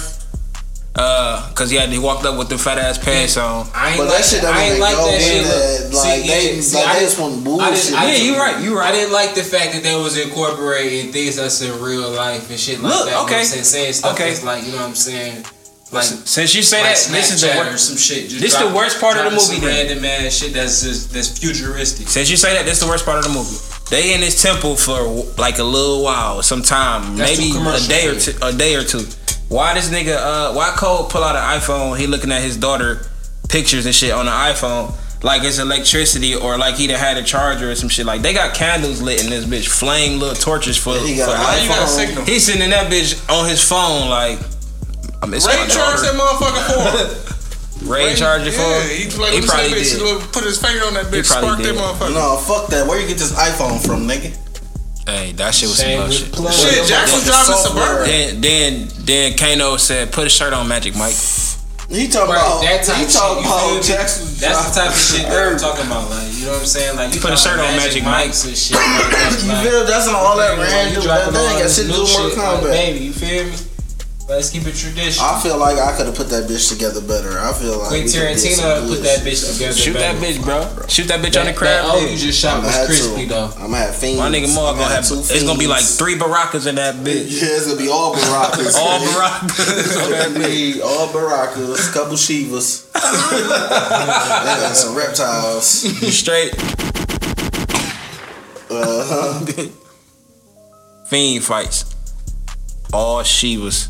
[SPEAKER 1] uh, cause he had he walked up with the fat ass pants on.
[SPEAKER 3] I ain't
[SPEAKER 4] But
[SPEAKER 3] like
[SPEAKER 4] that shit don't
[SPEAKER 3] I
[SPEAKER 4] even
[SPEAKER 3] ain't like
[SPEAKER 4] go
[SPEAKER 3] that shit.
[SPEAKER 4] in
[SPEAKER 3] Look,
[SPEAKER 4] that. Like
[SPEAKER 3] see,
[SPEAKER 4] they,
[SPEAKER 3] yeah, see,
[SPEAKER 4] like
[SPEAKER 3] I
[SPEAKER 4] they
[SPEAKER 3] didn't-
[SPEAKER 4] just want
[SPEAKER 3] I
[SPEAKER 4] bullshit.
[SPEAKER 3] didn't- I
[SPEAKER 1] Yeah,
[SPEAKER 3] didn't-
[SPEAKER 1] you right, you right.
[SPEAKER 3] I didn't like the fact that they was incorporating things that's in real life and shit like
[SPEAKER 1] Look,
[SPEAKER 3] that. you know what
[SPEAKER 1] okay.
[SPEAKER 3] I'm saying? saying stuff
[SPEAKER 1] Okay.
[SPEAKER 3] that's like you know what I'm saying. Like,
[SPEAKER 1] Since you say
[SPEAKER 3] like
[SPEAKER 1] that, this is the
[SPEAKER 3] Snapchat or
[SPEAKER 1] worst.
[SPEAKER 3] some shit. Just
[SPEAKER 1] this the
[SPEAKER 3] dropping-
[SPEAKER 1] worst part of the
[SPEAKER 3] dropping some
[SPEAKER 1] movie then.
[SPEAKER 3] Random ass shit that's just that's futuristic.
[SPEAKER 1] Since you say that, this is the worst part of the movie. They in this temple for like a little while, some time,
[SPEAKER 3] That's
[SPEAKER 1] maybe
[SPEAKER 3] too
[SPEAKER 1] a
[SPEAKER 3] commercial,
[SPEAKER 1] day or
[SPEAKER 3] yeah.
[SPEAKER 1] two. A day or two. Why this nigga? Uh, why Cole pull out an iPhone? He looking at his daughter pictures and shit on the iPhone, like it's electricity or like he done had a charger or some shit. Like they got candles lit in this bitch, flame little torches for.
[SPEAKER 4] He got
[SPEAKER 1] for
[SPEAKER 4] an
[SPEAKER 1] life.
[SPEAKER 2] You got a
[SPEAKER 4] iPhone.
[SPEAKER 2] signal.
[SPEAKER 1] He sitting in that bitch on his phone, like I'm Ray
[SPEAKER 2] Ray charged that motherfucker for him.
[SPEAKER 1] Ray charger for.
[SPEAKER 2] Yeah,
[SPEAKER 1] him?
[SPEAKER 2] he, like,
[SPEAKER 1] he
[SPEAKER 2] looked at
[SPEAKER 1] probably
[SPEAKER 2] that bitch,
[SPEAKER 1] did.
[SPEAKER 2] looked- put his finger on that bitch,
[SPEAKER 1] probably
[SPEAKER 2] sparked that
[SPEAKER 1] did.
[SPEAKER 2] motherfucker.
[SPEAKER 4] No, fuck that. Where you get this iPhone from, nigga?
[SPEAKER 1] Hey, that shit was some
[SPEAKER 3] Shame with
[SPEAKER 1] bullshit.
[SPEAKER 3] plug.
[SPEAKER 2] Shit, Jack was driving
[SPEAKER 4] Software.
[SPEAKER 2] Suburban.
[SPEAKER 1] Then then then Kano said, "Put a shirt on, Magic Mike."
[SPEAKER 4] He talking
[SPEAKER 3] Right,
[SPEAKER 4] about
[SPEAKER 3] that type
[SPEAKER 4] he
[SPEAKER 3] of shit, you
[SPEAKER 4] talking
[SPEAKER 3] feel
[SPEAKER 4] about
[SPEAKER 3] me?
[SPEAKER 4] Jackson.
[SPEAKER 3] That's the type of shit that I'm
[SPEAKER 4] Earth.
[SPEAKER 3] talking about. Like, you know what I'm saying? Like, you
[SPEAKER 1] Put a shirt
[SPEAKER 3] dropping
[SPEAKER 1] on Magic Mike.
[SPEAKER 3] Mics and shit. Like, that's
[SPEAKER 4] You
[SPEAKER 3] like-
[SPEAKER 4] feel? That's not all that
[SPEAKER 3] Like,
[SPEAKER 4] random.
[SPEAKER 3] you
[SPEAKER 4] That
[SPEAKER 3] dropping
[SPEAKER 4] thing
[SPEAKER 3] all
[SPEAKER 4] got
[SPEAKER 3] this
[SPEAKER 4] shit to do
[SPEAKER 3] new
[SPEAKER 4] with Mortal
[SPEAKER 3] shit, like,
[SPEAKER 4] Kombat.
[SPEAKER 3] Baby, you feel me? Let's keep it traditional.
[SPEAKER 4] I feel like I could have put that bitch together better. I feel like
[SPEAKER 3] Quentin
[SPEAKER 4] we coulda did some
[SPEAKER 3] Tarantino
[SPEAKER 4] good
[SPEAKER 3] put that
[SPEAKER 4] shit.
[SPEAKER 3] bitch together.
[SPEAKER 1] Shoot that
[SPEAKER 3] better.
[SPEAKER 1] bitch, bro. Shoot that bitch on the
[SPEAKER 3] That, that
[SPEAKER 1] crab.
[SPEAKER 3] oh,
[SPEAKER 1] dick.
[SPEAKER 3] you just shot
[SPEAKER 4] I'ma
[SPEAKER 3] was
[SPEAKER 4] have
[SPEAKER 3] crispy
[SPEAKER 4] two.
[SPEAKER 3] though.
[SPEAKER 4] I'ma have fiends.
[SPEAKER 1] My nigga Maul
[SPEAKER 4] I'ma
[SPEAKER 1] gonna have.
[SPEAKER 4] two
[SPEAKER 1] It's gonna be like
[SPEAKER 4] fiends.
[SPEAKER 1] three Barakas in that bitch.
[SPEAKER 4] Yeah, it's gonna be all Barakas.
[SPEAKER 1] All
[SPEAKER 4] nigga.
[SPEAKER 1] Barakas.
[SPEAKER 4] It's gonna be all Barakas, couple Shivas, and some reptiles.
[SPEAKER 1] Straight
[SPEAKER 4] Uh,
[SPEAKER 1] fiend fights. All she was.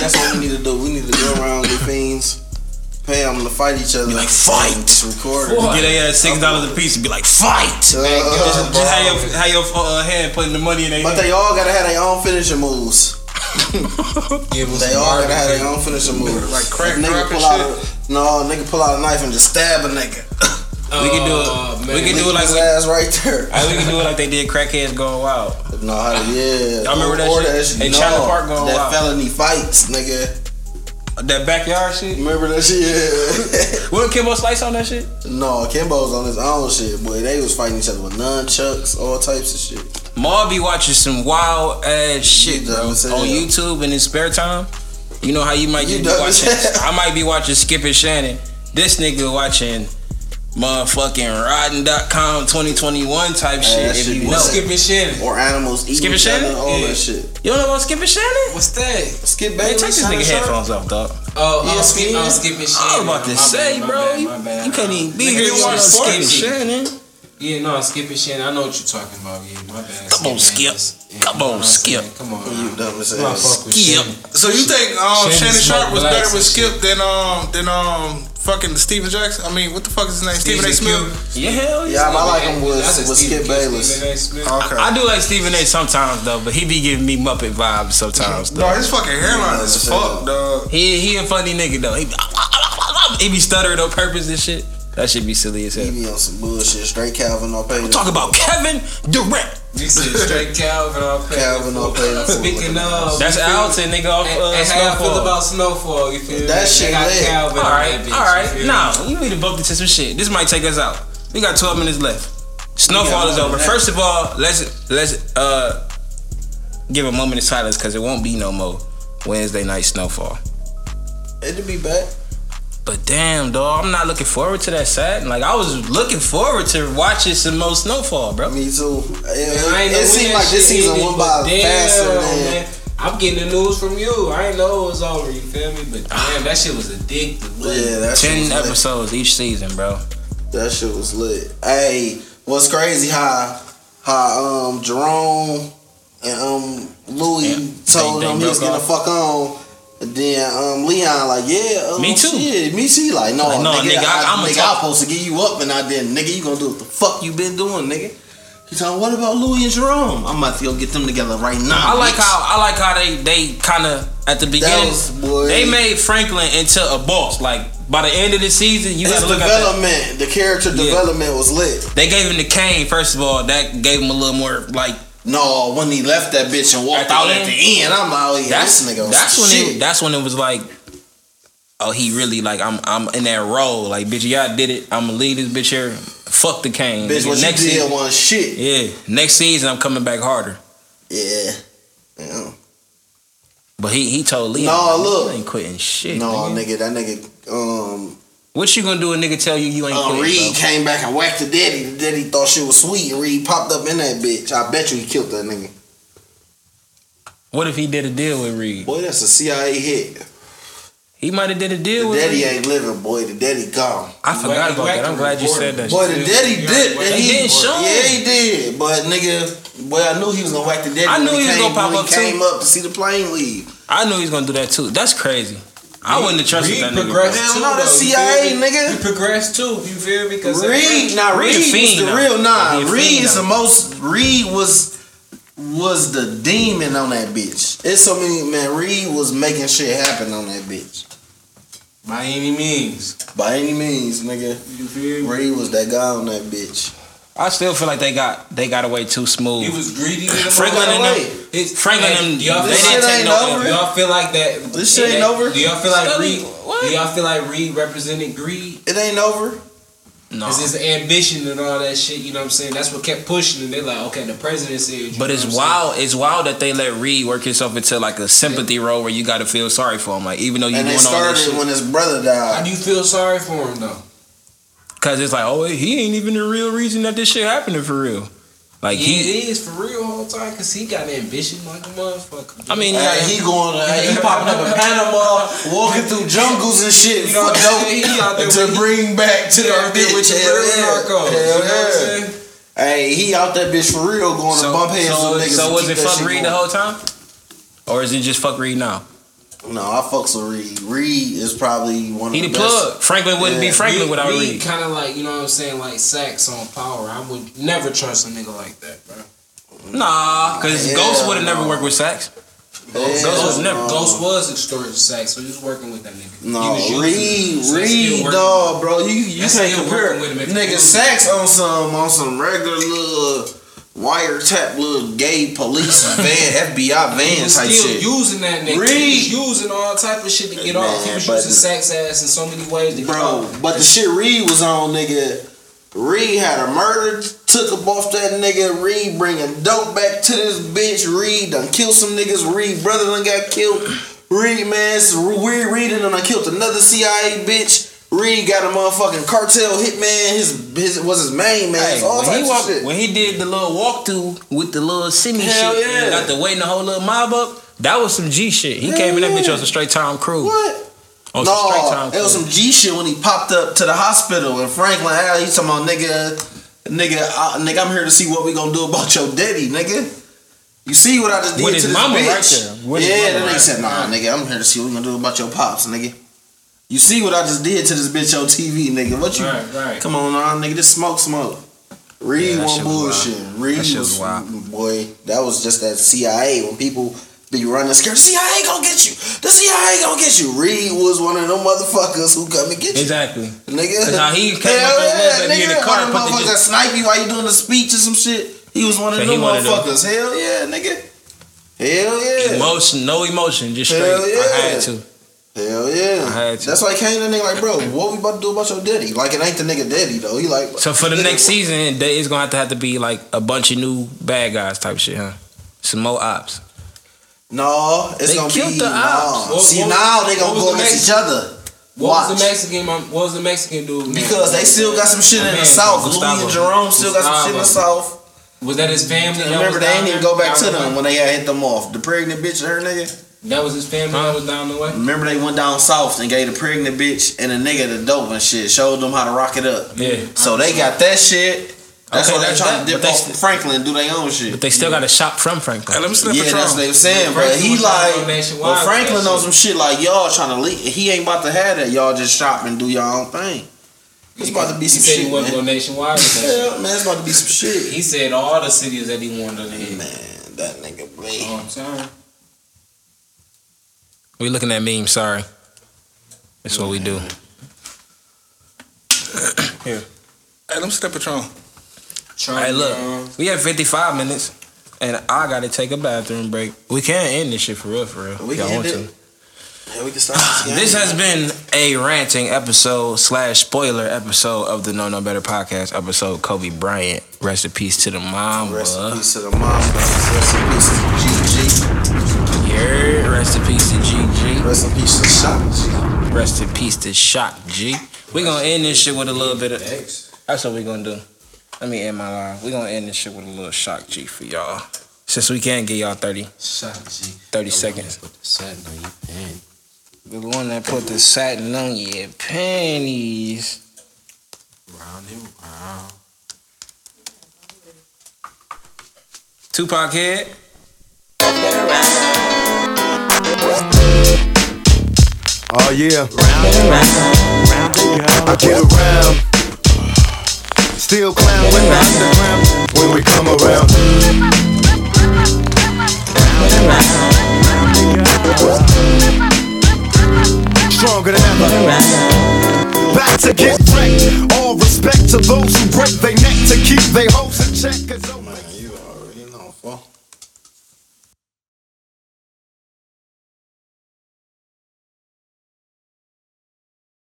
[SPEAKER 4] that's what we need to do. We need to go around with fiends, pay them to fight each other.
[SPEAKER 1] like, "Fight!"
[SPEAKER 4] and Record. it.
[SPEAKER 1] Get a uh, six dollars a piece and be like, fight.
[SPEAKER 4] Uh,
[SPEAKER 1] Just have your, have your uh, hand putting the money in their
[SPEAKER 4] But
[SPEAKER 1] hand.
[SPEAKER 4] they all gotta have their own finishing moves.
[SPEAKER 3] Give us
[SPEAKER 4] They
[SPEAKER 3] some
[SPEAKER 4] all gotta
[SPEAKER 3] barbecue.
[SPEAKER 4] have their own finishing moves.
[SPEAKER 2] Like crack
[SPEAKER 4] If nigga
[SPEAKER 2] drop
[SPEAKER 4] pull
[SPEAKER 2] and
[SPEAKER 4] out a, no, nigga pull out a knife and just stab a nigga.
[SPEAKER 1] We can do it.
[SPEAKER 3] man.
[SPEAKER 1] we can
[SPEAKER 4] Nigga
[SPEAKER 1] do it like
[SPEAKER 4] his
[SPEAKER 1] we,
[SPEAKER 4] ass right there.
[SPEAKER 1] Hey, we can do it like they did crackheads going wild.
[SPEAKER 4] No, how to- yeah.
[SPEAKER 1] Y'all remember that
[SPEAKER 4] Or
[SPEAKER 1] shit? Hey,
[SPEAKER 4] no,
[SPEAKER 1] China Park going
[SPEAKER 4] that
[SPEAKER 1] wild.
[SPEAKER 4] felony fights, nigga.
[SPEAKER 1] That backyard shit.
[SPEAKER 4] Remember that shit?
[SPEAKER 1] Wasn't Kimbo Slice on that shit?
[SPEAKER 4] Yeah. no, Kimbo's on his own shit, boy. They was fighting each other with nunchucks, all types of shit.
[SPEAKER 1] Maul be watching some wild ass shit,
[SPEAKER 4] You
[SPEAKER 1] bro,
[SPEAKER 4] dumb
[SPEAKER 1] on
[SPEAKER 4] as hell.
[SPEAKER 1] YouTube in his spare time. You know how you might
[SPEAKER 4] You
[SPEAKER 1] just be
[SPEAKER 4] dumb as
[SPEAKER 1] watching.
[SPEAKER 4] hell.
[SPEAKER 1] I might be watching Skip and Shannon. This nigga watching motherfucking Rotten.com 2021 type shit.
[SPEAKER 4] that
[SPEAKER 1] if
[SPEAKER 4] shit
[SPEAKER 1] you
[SPEAKER 4] be
[SPEAKER 1] know,
[SPEAKER 4] sick.
[SPEAKER 1] Skip-
[SPEAKER 3] Skip and shit.
[SPEAKER 4] Or animals eating
[SPEAKER 1] Skip and
[SPEAKER 4] each
[SPEAKER 1] Shannon?
[SPEAKER 4] other, all
[SPEAKER 3] Yeah.
[SPEAKER 4] that shit.
[SPEAKER 1] you don't know about Skip and Shannon?
[SPEAKER 3] What's that?
[SPEAKER 4] Skip
[SPEAKER 1] Hey,
[SPEAKER 4] back.
[SPEAKER 1] take this nigga headphones off, dog.
[SPEAKER 3] Oh,
[SPEAKER 4] Yeah,
[SPEAKER 3] oh, skip, oh,
[SPEAKER 4] skip.
[SPEAKER 3] skip and shit.
[SPEAKER 1] I was about to
[SPEAKER 3] My
[SPEAKER 1] say,
[SPEAKER 3] bad, my
[SPEAKER 1] bro,
[SPEAKER 3] bad,
[SPEAKER 1] you,
[SPEAKER 3] my bad.
[SPEAKER 1] you can't even be
[SPEAKER 3] Nigga,
[SPEAKER 1] here.
[SPEAKER 3] you
[SPEAKER 1] You
[SPEAKER 3] watch
[SPEAKER 1] want Skip and
[SPEAKER 3] sports?
[SPEAKER 1] Shannon?
[SPEAKER 3] Yeah, no, Skip and shit. I know what you're talking about. Yeah, my bad.
[SPEAKER 1] Come on, Skip.
[SPEAKER 3] Anders. Yeah, you
[SPEAKER 1] Come
[SPEAKER 3] know
[SPEAKER 1] on,
[SPEAKER 3] what I'm saying?
[SPEAKER 1] Skip.
[SPEAKER 3] Come on.
[SPEAKER 4] You dumb as
[SPEAKER 3] I'm not
[SPEAKER 4] ass.
[SPEAKER 3] fuck with
[SPEAKER 1] Skip.
[SPEAKER 3] Shannon.
[SPEAKER 2] So you think um,
[SPEAKER 3] Shannon
[SPEAKER 2] Shannon Sharp
[SPEAKER 3] Sharp
[SPEAKER 2] was
[SPEAKER 3] relax
[SPEAKER 2] better with
[SPEAKER 3] and shit.
[SPEAKER 2] Skip than um than um fucking Steven Jackson? I mean, what the fuck is his name? Stephen A.
[SPEAKER 3] Stephen
[SPEAKER 2] Smith.
[SPEAKER 1] Yeah, hell yeah.
[SPEAKER 4] Yeah, I like him with,
[SPEAKER 3] That's a Stephen
[SPEAKER 4] with Skip
[SPEAKER 3] King,
[SPEAKER 4] Bayless.
[SPEAKER 3] Stephen A. Smith.
[SPEAKER 4] Okay.
[SPEAKER 1] I do like Stephen A. sometimes though, but he be giving me Muppet vibes sometimes.
[SPEAKER 2] No, his fucking hairline is
[SPEAKER 4] Yeah,
[SPEAKER 2] fucked, dog.
[SPEAKER 1] He he a funny nigga though. He be, he be stuttering on purpose and shit. That should be silly as
[SPEAKER 4] He
[SPEAKER 1] hell.
[SPEAKER 4] be on some bullshit. Straight Calvin on paper.
[SPEAKER 1] Talk about Kevin Durant.
[SPEAKER 3] You said straight Calvin on paper.
[SPEAKER 4] Calvin on paper.
[SPEAKER 3] Speaking of,
[SPEAKER 1] That's
[SPEAKER 3] you feel-
[SPEAKER 1] Alton, nigga. Off
[SPEAKER 3] And,
[SPEAKER 1] uh,
[SPEAKER 3] and how I feel
[SPEAKER 1] Snowfall.
[SPEAKER 3] about Snowfall, you feel
[SPEAKER 4] That
[SPEAKER 3] me?
[SPEAKER 4] shit
[SPEAKER 3] They got
[SPEAKER 4] lit.
[SPEAKER 3] Calvin
[SPEAKER 1] All
[SPEAKER 3] on
[SPEAKER 1] right,
[SPEAKER 3] that bitch,
[SPEAKER 1] all
[SPEAKER 3] you
[SPEAKER 1] right.
[SPEAKER 3] feel
[SPEAKER 1] Nah, you need to bump into some shit. This might take us out. We got 12 minutes left. Snowfall
[SPEAKER 4] Yeah,
[SPEAKER 1] is over.
[SPEAKER 4] yeah.
[SPEAKER 1] First of all, let's let's uh give a moment of silence because it won't be no more Wednesday night Snowfall.
[SPEAKER 4] It'd be back.
[SPEAKER 1] But damn, dog, I'm not looking forward to that sad. Like I was looking forward to watching some more snowfall, bro.
[SPEAKER 4] Me too. It,
[SPEAKER 3] me? I
[SPEAKER 4] it,
[SPEAKER 3] ain't know when
[SPEAKER 4] seemed
[SPEAKER 3] that
[SPEAKER 4] like this
[SPEAKER 3] shit
[SPEAKER 4] season
[SPEAKER 3] ended,
[SPEAKER 4] went
[SPEAKER 3] but
[SPEAKER 4] by
[SPEAKER 3] damn,
[SPEAKER 4] faster than.
[SPEAKER 3] man. I'm getting the news from you. I ain't know it was over. You feel me? But damn, that shit was addictive.
[SPEAKER 4] Yeah, that shit
[SPEAKER 1] Ten
[SPEAKER 4] was lit.
[SPEAKER 1] episodes each season, bro.
[SPEAKER 4] That shit was lit. Hey, what's crazy? How how um Jerome and um Louis
[SPEAKER 1] Yeah,
[SPEAKER 4] told
[SPEAKER 1] they- they
[SPEAKER 4] him he was
[SPEAKER 1] broke
[SPEAKER 4] gonna
[SPEAKER 1] off.
[SPEAKER 4] fuck on, And then um, Leon like, yeah, uh,
[SPEAKER 1] Me too.
[SPEAKER 4] Shit, me too. Like, no,
[SPEAKER 1] Like,
[SPEAKER 4] no, nigga, I, am
[SPEAKER 1] I'ma
[SPEAKER 4] nigga,
[SPEAKER 1] talk-
[SPEAKER 4] I'm supposed to get you up, and I didn't. Nigga, you gonna do what the fuck you been doing, nigga? He talking. What about Louis and Jerome? I'm about to go get them together right now.
[SPEAKER 1] I like
[SPEAKER 4] bitch."
[SPEAKER 1] how I like how they they kind of at the beginning
[SPEAKER 4] was- boy.
[SPEAKER 1] they made Franklin into a boss. Like by the end of the season, you
[SPEAKER 4] his
[SPEAKER 1] gotta look at that.
[SPEAKER 4] development, the character
[SPEAKER 1] Yeah.
[SPEAKER 4] development was lit.
[SPEAKER 1] They gave him the cane first of all. That gave him a little more like
[SPEAKER 4] No, when he left that bitch and
[SPEAKER 1] At
[SPEAKER 4] walked
[SPEAKER 1] the
[SPEAKER 4] out
[SPEAKER 1] end?
[SPEAKER 4] at the end, I'm like, oh, yeah,
[SPEAKER 1] that's
[SPEAKER 4] this nigga. was
[SPEAKER 1] that's when
[SPEAKER 4] shit.
[SPEAKER 1] it, that's when it was like. Oh, he really like I'm. I'm in that role. Like, bitch, y'all did it. I'm gonna leave this bitch here. Fuck the cane.
[SPEAKER 4] bitch, what you did
[SPEAKER 1] season,
[SPEAKER 4] was shit.
[SPEAKER 1] yeah, next season I'm coming back harder.
[SPEAKER 4] Yeah. yeah.
[SPEAKER 1] But he he told Leon,
[SPEAKER 4] No,
[SPEAKER 1] "You
[SPEAKER 4] look.
[SPEAKER 1] ain't quitting shit.
[SPEAKER 4] No,
[SPEAKER 1] nigga.
[SPEAKER 4] nigga, that nigga, um,
[SPEAKER 1] What you gonna do? A nigga tell you you ain't
[SPEAKER 4] uh,
[SPEAKER 1] quitting?
[SPEAKER 4] Reed
[SPEAKER 1] bro?
[SPEAKER 4] came back and whacked the daddy. The daddy thought shit was sweet. and Reed popped up in that bitch. I bet you he killed that nigga.
[SPEAKER 1] What if he did a deal with Reed?
[SPEAKER 4] Boy, that's a CIA hit.
[SPEAKER 1] He might have did a
[SPEAKER 4] The
[SPEAKER 1] deal with
[SPEAKER 4] daddy
[SPEAKER 1] Reed.
[SPEAKER 4] ain't living, boy. The daddy gone.
[SPEAKER 1] I forgot about that. I'm glad you said that.
[SPEAKER 4] Boy, the daddy did.
[SPEAKER 1] They
[SPEAKER 4] and he,
[SPEAKER 1] didn't show him.
[SPEAKER 4] Yeah, he did. But nigga, boy, I knew he was gonna whack the daddy.
[SPEAKER 1] I
[SPEAKER 4] when
[SPEAKER 1] knew he was
[SPEAKER 4] came-
[SPEAKER 1] gonna pop
[SPEAKER 4] when
[SPEAKER 1] up,
[SPEAKER 4] he
[SPEAKER 1] too.
[SPEAKER 4] came up to see the plane leave.
[SPEAKER 1] I knew he was gonna do that too. That's crazy. I wouldn't have trusted
[SPEAKER 3] Reed
[SPEAKER 1] that nigga.
[SPEAKER 3] progressed
[SPEAKER 1] bro.
[SPEAKER 4] Hell
[SPEAKER 3] too,
[SPEAKER 4] no, that's
[SPEAKER 3] though, you feel
[SPEAKER 4] CIA,
[SPEAKER 3] me? He
[SPEAKER 4] nigga.
[SPEAKER 3] progressed too. You feel me? Because
[SPEAKER 4] Reed, now
[SPEAKER 1] Reed
[SPEAKER 4] Reed,
[SPEAKER 1] a
[SPEAKER 4] was
[SPEAKER 1] fiend
[SPEAKER 4] the
[SPEAKER 1] now.
[SPEAKER 4] real nah.
[SPEAKER 1] He a
[SPEAKER 4] Reed
[SPEAKER 1] fiend
[SPEAKER 4] is the
[SPEAKER 1] now.
[SPEAKER 4] most. Reed was was the demon on that bitch. It's so many man. Reed was making shit happen on that bitch
[SPEAKER 3] by any means,
[SPEAKER 4] by any means, nigga.
[SPEAKER 3] you feel me?
[SPEAKER 4] Reed was that guy on that bitch.
[SPEAKER 1] I still feel like they got they got away too smooth.
[SPEAKER 3] He was greedy.
[SPEAKER 1] Franklin
[SPEAKER 4] By the
[SPEAKER 1] and
[SPEAKER 4] way,
[SPEAKER 1] them,
[SPEAKER 3] His,
[SPEAKER 1] Franklin and
[SPEAKER 3] do y'all feel
[SPEAKER 1] they
[SPEAKER 4] this
[SPEAKER 1] didn't
[SPEAKER 4] shit
[SPEAKER 1] take
[SPEAKER 4] ain't
[SPEAKER 1] no.
[SPEAKER 4] over.
[SPEAKER 1] L.
[SPEAKER 3] Y'all feel like that?
[SPEAKER 4] This shit ain't
[SPEAKER 3] that-
[SPEAKER 4] over.
[SPEAKER 3] Do y'all feel like
[SPEAKER 1] Scully,
[SPEAKER 3] Reed?
[SPEAKER 1] what?
[SPEAKER 3] Do y'all feel like Reed represented greed?
[SPEAKER 4] It ain't over.
[SPEAKER 1] No,
[SPEAKER 3] Cause his ambition and all that shit. You know what I'm saying? That's what kept pushing. And they're like, okay, the president said. you
[SPEAKER 1] but
[SPEAKER 3] know
[SPEAKER 1] it's
[SPEAKER 3] what I'm
[SPEAKER 1] wild. It's wild that they let Reed work himself into like a sympathy role where you got to feel sorry for him. Like even though you
[SPEAKER 4] And
[SPEAKER 1] doing
[SPEAKER 4] it
[SPEAKER 1] all this
[SPEAKER 4] started
[SPEAKER 1] shit,
[SPEAKER 4] when his brother
[SPEAKER 3] saying? How do
[SPEAKER 4] died.
[SPEAKER 3] you feel sorry for him though?
[SPEAKER 1] because it's like oh he ain't even the real reason that this shit happened for real. Like
[SPEAKER 3] Yeah, it
[SPEAKER 1] he,
[SPEAKER 3] is for real whole time. Cause he got ambition like a motherfucker.
[SPEAKER 1] I mean,
[SPEAKER 4] Hey,
[SPEAKER 1] like,
[SPEAKER 4] he going. hey, he popping up in Panama, walking through jungles and
[SPEAKER 3] You
[SPEAKER 4] shit
[SPEAKER 3] know
[SPEAKER 4] for
[SPEAKER 3] what I'm saying? He out there
[SPEAKER 4] dope to
[SPEAKER 3] with-
[SPEAKER 4] bring back to
[SPEAKER 3] to
[SPEAKER 4] that
[SPEAKER 3] that bit
[SPEAKER 4] bitch.
[SPEAKER 3] with your
[SPEAKER 4] Hell
[SPEAKER 3] real
[SPEAKER 4] yeah.
[SPEAKER 3] narcos.
[SPEAKER 4] Hell
[SPEAKER 3] you know what I'm saying?
[SPEAKER 4] yeah. Hey, he out that bitch for real going to bump heads
[SPEAKER 1] so,
[SPEAKER 4] with niggas.
[SPEAKER 1] so
[SPEAKER 4] and
[SPEAKER 1] was
[SPEAKER 4] keep
[SPEAKER 1] it
[SPEAKER 4] that
[SPEAKER 1] fuck
[SPEAKER 4] shit
[SPEAKER 1] Reed the whole
[SPEAKER 4] going.
[SPEAKER 1] time, or is it just fuck Reed now?
[SPEAKER 4] No, I fucks with Reed. Reed is probably one of
[SPEAKER 1] He
[SPEAKER 4] the
[SPEAKER 1] the
[SPEAKER 4] best.
[SPEAKER 1] plug. Franklin wouldn't
[SPEAKER 4] Yeah.
[SPEAKER 1] be Franklin without Reed.
[SPEAKER 3] Kind of like you know what I'm saying, like sex on power. I would never trust a nigga like that, bro.
[SPEAKER 1] Nah, because
[SPEAKER 4] Yeah,
[SPEAKER 1] Ghost would have
[SPEAKER 4] no.
[SPEAKER 1] never worked with Sax.
[SPEAKER 4] Ghost-
[SPEAKER 1] Ghost was
[SPEAKER 3] Ghost,
[SPEAKER 1] never-
[SPEAKER 3] Ghost was extorted sex, so he was working with that nigga.
[SPEAKER 4] No,
[SPEAKER 3] He was using
[SPEAKER 4] Reed,
[SPEAKER 3] him. So that's
[SPEAKER 4] Reed,
[SPEAKER 3] still working.
[SPEAKER 4] dog, bro. You you
[SPEAKER 3] That's
[SPEAKER 4] can't
[SPEAKER 3] still
[SPEAKER 4] compare
[SPEAKER 3] working with him.
[SPEAKER 4] nigga sex on some on some regular little wiretap little gay police van FBI
[SPEAKER 3] He
[SPEAKER 4] van
[SPEAKER 3] was
[SPEAKER 4] type
[SPEAKER 3] still
[SPEAKER 4] shit.
[SPEAKER 3] using that nigga.
[SPEAKER 4] Reed.
[SPEAKER 3] He was using all type of shit to get
[SPEAKER 4] Man,
[SPEAKER 3] off. He was
[SPEAKER 4] but-
[SPEAKER 3] using sex ass in so many ways to get
[SPEAKER 4] bro.
[SPEAKER 3] off.
[SPEAKER 4] But the shit Reed was on, nigga. Reed had a murder, took up off that nigga. Reed bringing dope back to this bitch. Reed done killed some niggas. Reed brother done got killed. Reed man, it's Reed Reed done done killed another CIA bitch. Reed got a motherfucking cartel hitman. His his was his main man.
[SPEAKER 1] Hey,
[SPEAKER 4] all
[SPEAKER 1] when
[SPEAKER 4] types
[SPEAKER 1] he walked,
[SPEAKER 4] of shit.
[SPEAKER 1] when he did the little walkthrough with the little semi
[SPEAKER 4] Hell
[SPEAKER 1] shit, and
[SPEAKER 4] yeah.
[SPEAKER 1] got the waiting the whole little mob up. That was some G shit. He
[SPEAKER 4] Hell
[SPEAKER 1] came in that bitch
[SPEAKER 4] yeah.
[SPEAKER 1] on some straight time crew.
[SPEAKER 4] What?
[SPEAKER 1] On some Oh, straight
[SPEAKER 4] No,
[SPEAKER 1] time
[SPEAKER 4] it was
[SPEAKER 1] crew.
[SPEAKER 4] some G shit when he popped up to the hospital in Franklin Alley. He talking about nigga, nigga, uh, nigga. I'm here to see what we gonna do about your daddy, nigga. You see what I just did
[SPEAKER 1] With
[SPEAKER 4] to
[SPEAKER 1] his
[SPEAKER 4] this
[SPEAKER 1] mama
[SPEAKER 4] bitch?
[SPEAKER 1] right there. With his
[SPEAKER 4] yeah,
[SPEAKER 1] mama
[SPEAKER 4] then they
[SPEAKER 1] right
[SPEAKER 4] said, nah, nigga. I'm here to see what we gonna do about your pops, nigga. You see what I just did to this bitch on TV, nigga? What you?
[SPEAKER 3] Right, right.
[SPEAKER 4] Come on, nah, nigga. This smoke, smoke.
[SPEAKER 1] Yeah,
[SPEAKER 4] Reed
[SPEAKER 1] that
[SPEAKER 4] one
[SPEAKER 1] shit was wild.
[SPEAKER 4] bullshit. Reed
[SPEAKER 1] That shit
[SPEAKER 4] was,
[SPEAKER 1] was wild.
[SPEAKER 4] boy. That was just that CIA when people be running scared. CIA gonna get you. The CIA gonna get you. Reed was one of them motherfuckers who come and get you,
[SPEAKER 1] Exactly.
[SPEAKER 4] nigga.
[SPEAKER 1] Now he came
[SPEAKER 4] Hell
[SPEAKER 1] up there
[SPEAKER 4] yeah,
[SPEAKER 1] with that nigga in the
[SPEAKER 4] nigga.
[SPEAKER 1] car
[SPEAKER 4] One of
[SPEAKER 1] and
[SPEAKER 4] them
[SPEAKER 1] put the
[SPEAKER 4] motherfuckers
[SPEAKER 1] ju-
[SPEAKER 4] that snipe you while you doing the speech or some shit. He was one of
[SPEAKER 1] So he
[SPEAKER 4] them
[SPEAKER 1] one of them.
[SPEAKER 4] motherfuckers. Hell yeah, nigga. Hell yeah.
[SPEAKER 1] Emotion, no emotion, just straight.
[SPEAKER 4] Hell
[SPEAKER 1] I had
[SPEAKER 4] yeah.
[SPEAKER 1] to.
[SPEAKER 4] Hell yeah.
[SPEAKER 1] I had to.
[SPEAKER 4] That's why he came to the nigga like, bro, what we about to do about your daddy? Like it ain't the nigga daddy though. He like
[SPEAKER 1] So for the
[SPEAKER 4] nigga,
[SPEAKER 1] next season, they- it's gonna have to have to be like a bunch of new bad guys type shit, huh? Some more ops.
[SPEAKER 4] No, it's
[SPEAKER 1] They
[SPEAKER 4] gonna
[SPEAKER 1] killed
[SPEAKER 4] be
[SPEAKER 1] the
[SPEAKER 4] the
[SPEAKER 1] ops.
[SPEAKER 4] nah.
[SPEAKER 3] What-
[SPEAKER 4] See
[SPEAKER 3] what-
[SPEAKER 4] now they gonna
[SPEAKER 3] what was
[SPEAKER 4] go
[SPEAKER 3] the
[SPEAKER 4] against
[SPEAKER 3] next-
[SPEAKER 4] each other.
[SPEAKER 3] What
[SPEAKER 4] Watch.
[SPEAKER 3] was the Mexican? my- What was the Mexican dude? name?
[SPEAKER 4] Because they still got some shit in the
[SPEAKER 3] Man,
[SPEAKER 4] south. Louis
[SPEAKER 1] Gustavo.
[SPEAKER 4] and Jerome still got some shit in the south.
[SPEAKER 3] Was that his family? that
[SPEAKER 4] Remember
[SPEAKER 3] was
[SPEAKER 4] they
[SPEAKER 3] down
[SPEAKER 4] ain't even
[SPEAKER 3] there?
[SPEAKER 4] go back
[SPEAKER 3] That
[SPEAKER 4] to
[SPEAKER 3] was-
[SPEAKER 4] them when they had hit them off. The pregnant bitch and her nigga.
[SPEAKER 3] That was his family that was down the way.
[SPEAKER 4] Remember they went down south and gave the pregnant bitch and the nigga the dope and shit. Showed them how to rock it up.
[SPEAKER 1] Yeah.
[SPEAKER 4] So they got that shit. That's
[SPEAKER 1] Okay,
[SPEAKER 4] why they're
[SPEAKER 1] that's
[SPEAKER 4] trying to
[SPEAKER 1] that,
[SPEAKER 4] dip
[SPEAKER 1] but they
[SPEAKER 4] off
[SPEAKER 1] st-
[SPEAKER 4] Franklin and do their own shit.
[SPEAKER 1] But they still got a shop from Franklin.
[SPEAKER 2] Hey, let me see that
[SPEAKER 4] yeah,
[SPEAKER 2] Patron.
[SPEAKER 4] that's what they were saying, but
[SPEAKER 3] Franklin
[SPEAKER 4] he
[SPEAKER 3] was trying to go
[SPEAKER 4] like,
[SPEAKER 3] nationwide
[SPEAKER 4] but
[SPEAKER 3] with
[SPEAKER 4] Franklin
[SPEAKER 3] that
[SPEAKER 4] on
[SPEAKER 3] shit.
[SPEAKER 4] some shit like y'all trying to leak. He ain't about to have that. Y'all just shop and do your own thing. It's about to be
[SPEAKER 3] He
[SPEAKER 4] some
[SPEAKER 3] said
[SPEAKER 4] shit,
[SPEAKER 3] he wasn't
[SPEAKER 4] man.
[SPEAKER 3] going nationwide with that
[SPEAKER 4] Yeah, man, it's about to be some
[SPEAKER 3] shit.
[SPEAKER 4] shit.
[SPEAKER 3] He said all the cities that he wanted to hit.
[SPEAKER 4] Man, that nigga
[SPEAKER 3] You know
[SPEAKER 4] Blade.
[SPEAKER 3] what I'm saying?
[SPEAKER 1] We looking at memes. Sorry, that's what we do.
[SPEAKER 2] Hey, let me see that Patron.
[SPEAKER 3] Trying
[SPEAKER 1] Hey,
[SPEAKER 3] to,
[SPEAKER 1] look,
[SPEAKER 3] um,
[SPEAKER 1] we have 55 minutes, and I gotta take a bathroom break. We can end this shit for real, for real.
[SPEAKER 4] We
[SPEAKER 1] if y'all
[SPEAKER 4] can
[SPEAKER 1] want
[SPEAKER 4] end
[SPEAKER 1] to.
[SPEAKER 4] it. Yeah, we can stop this
[SPEAKER 3] Ah,
[SPEAKER 4] game.
[SPEAKER 1] This has been a ranting episode slash spoiler episode of the No No Better podcast episode. Kobe Bryant, rest in peace to the mom.
[SPEAKER 4] Rest in peace to the mom. Rest in peace to GG.
[SPEAKER 1] Yeah, rest in peace to GG.
[SPEAKER 4] Rest in peace to Shot.
[SPEAKER 1] Rest in peace to Shock G. we gonna end this shit with a little bit of. That's what we gonna do. Let me end my live. we gonna end this shit with a little Shock G for y'all. Since we can't get y'all 30,
[SPEAKER 3] Shot G.
[SPEAKER 1] 30 seconds.
[SPEAKER 3] Put the satin on your pants.
[SPEAKER 1] The one that put the satin on your panties.
[SPEAKER 3] Round and round.
[SPEAKER 1] Tupac head.
[SPEAKER 8] Oh yeah. I get around. Still clown when when we come around. Stronger than ever. Back to get wrecked. All respect to those who break their neck to keep their hopes in check. 'cause oh my-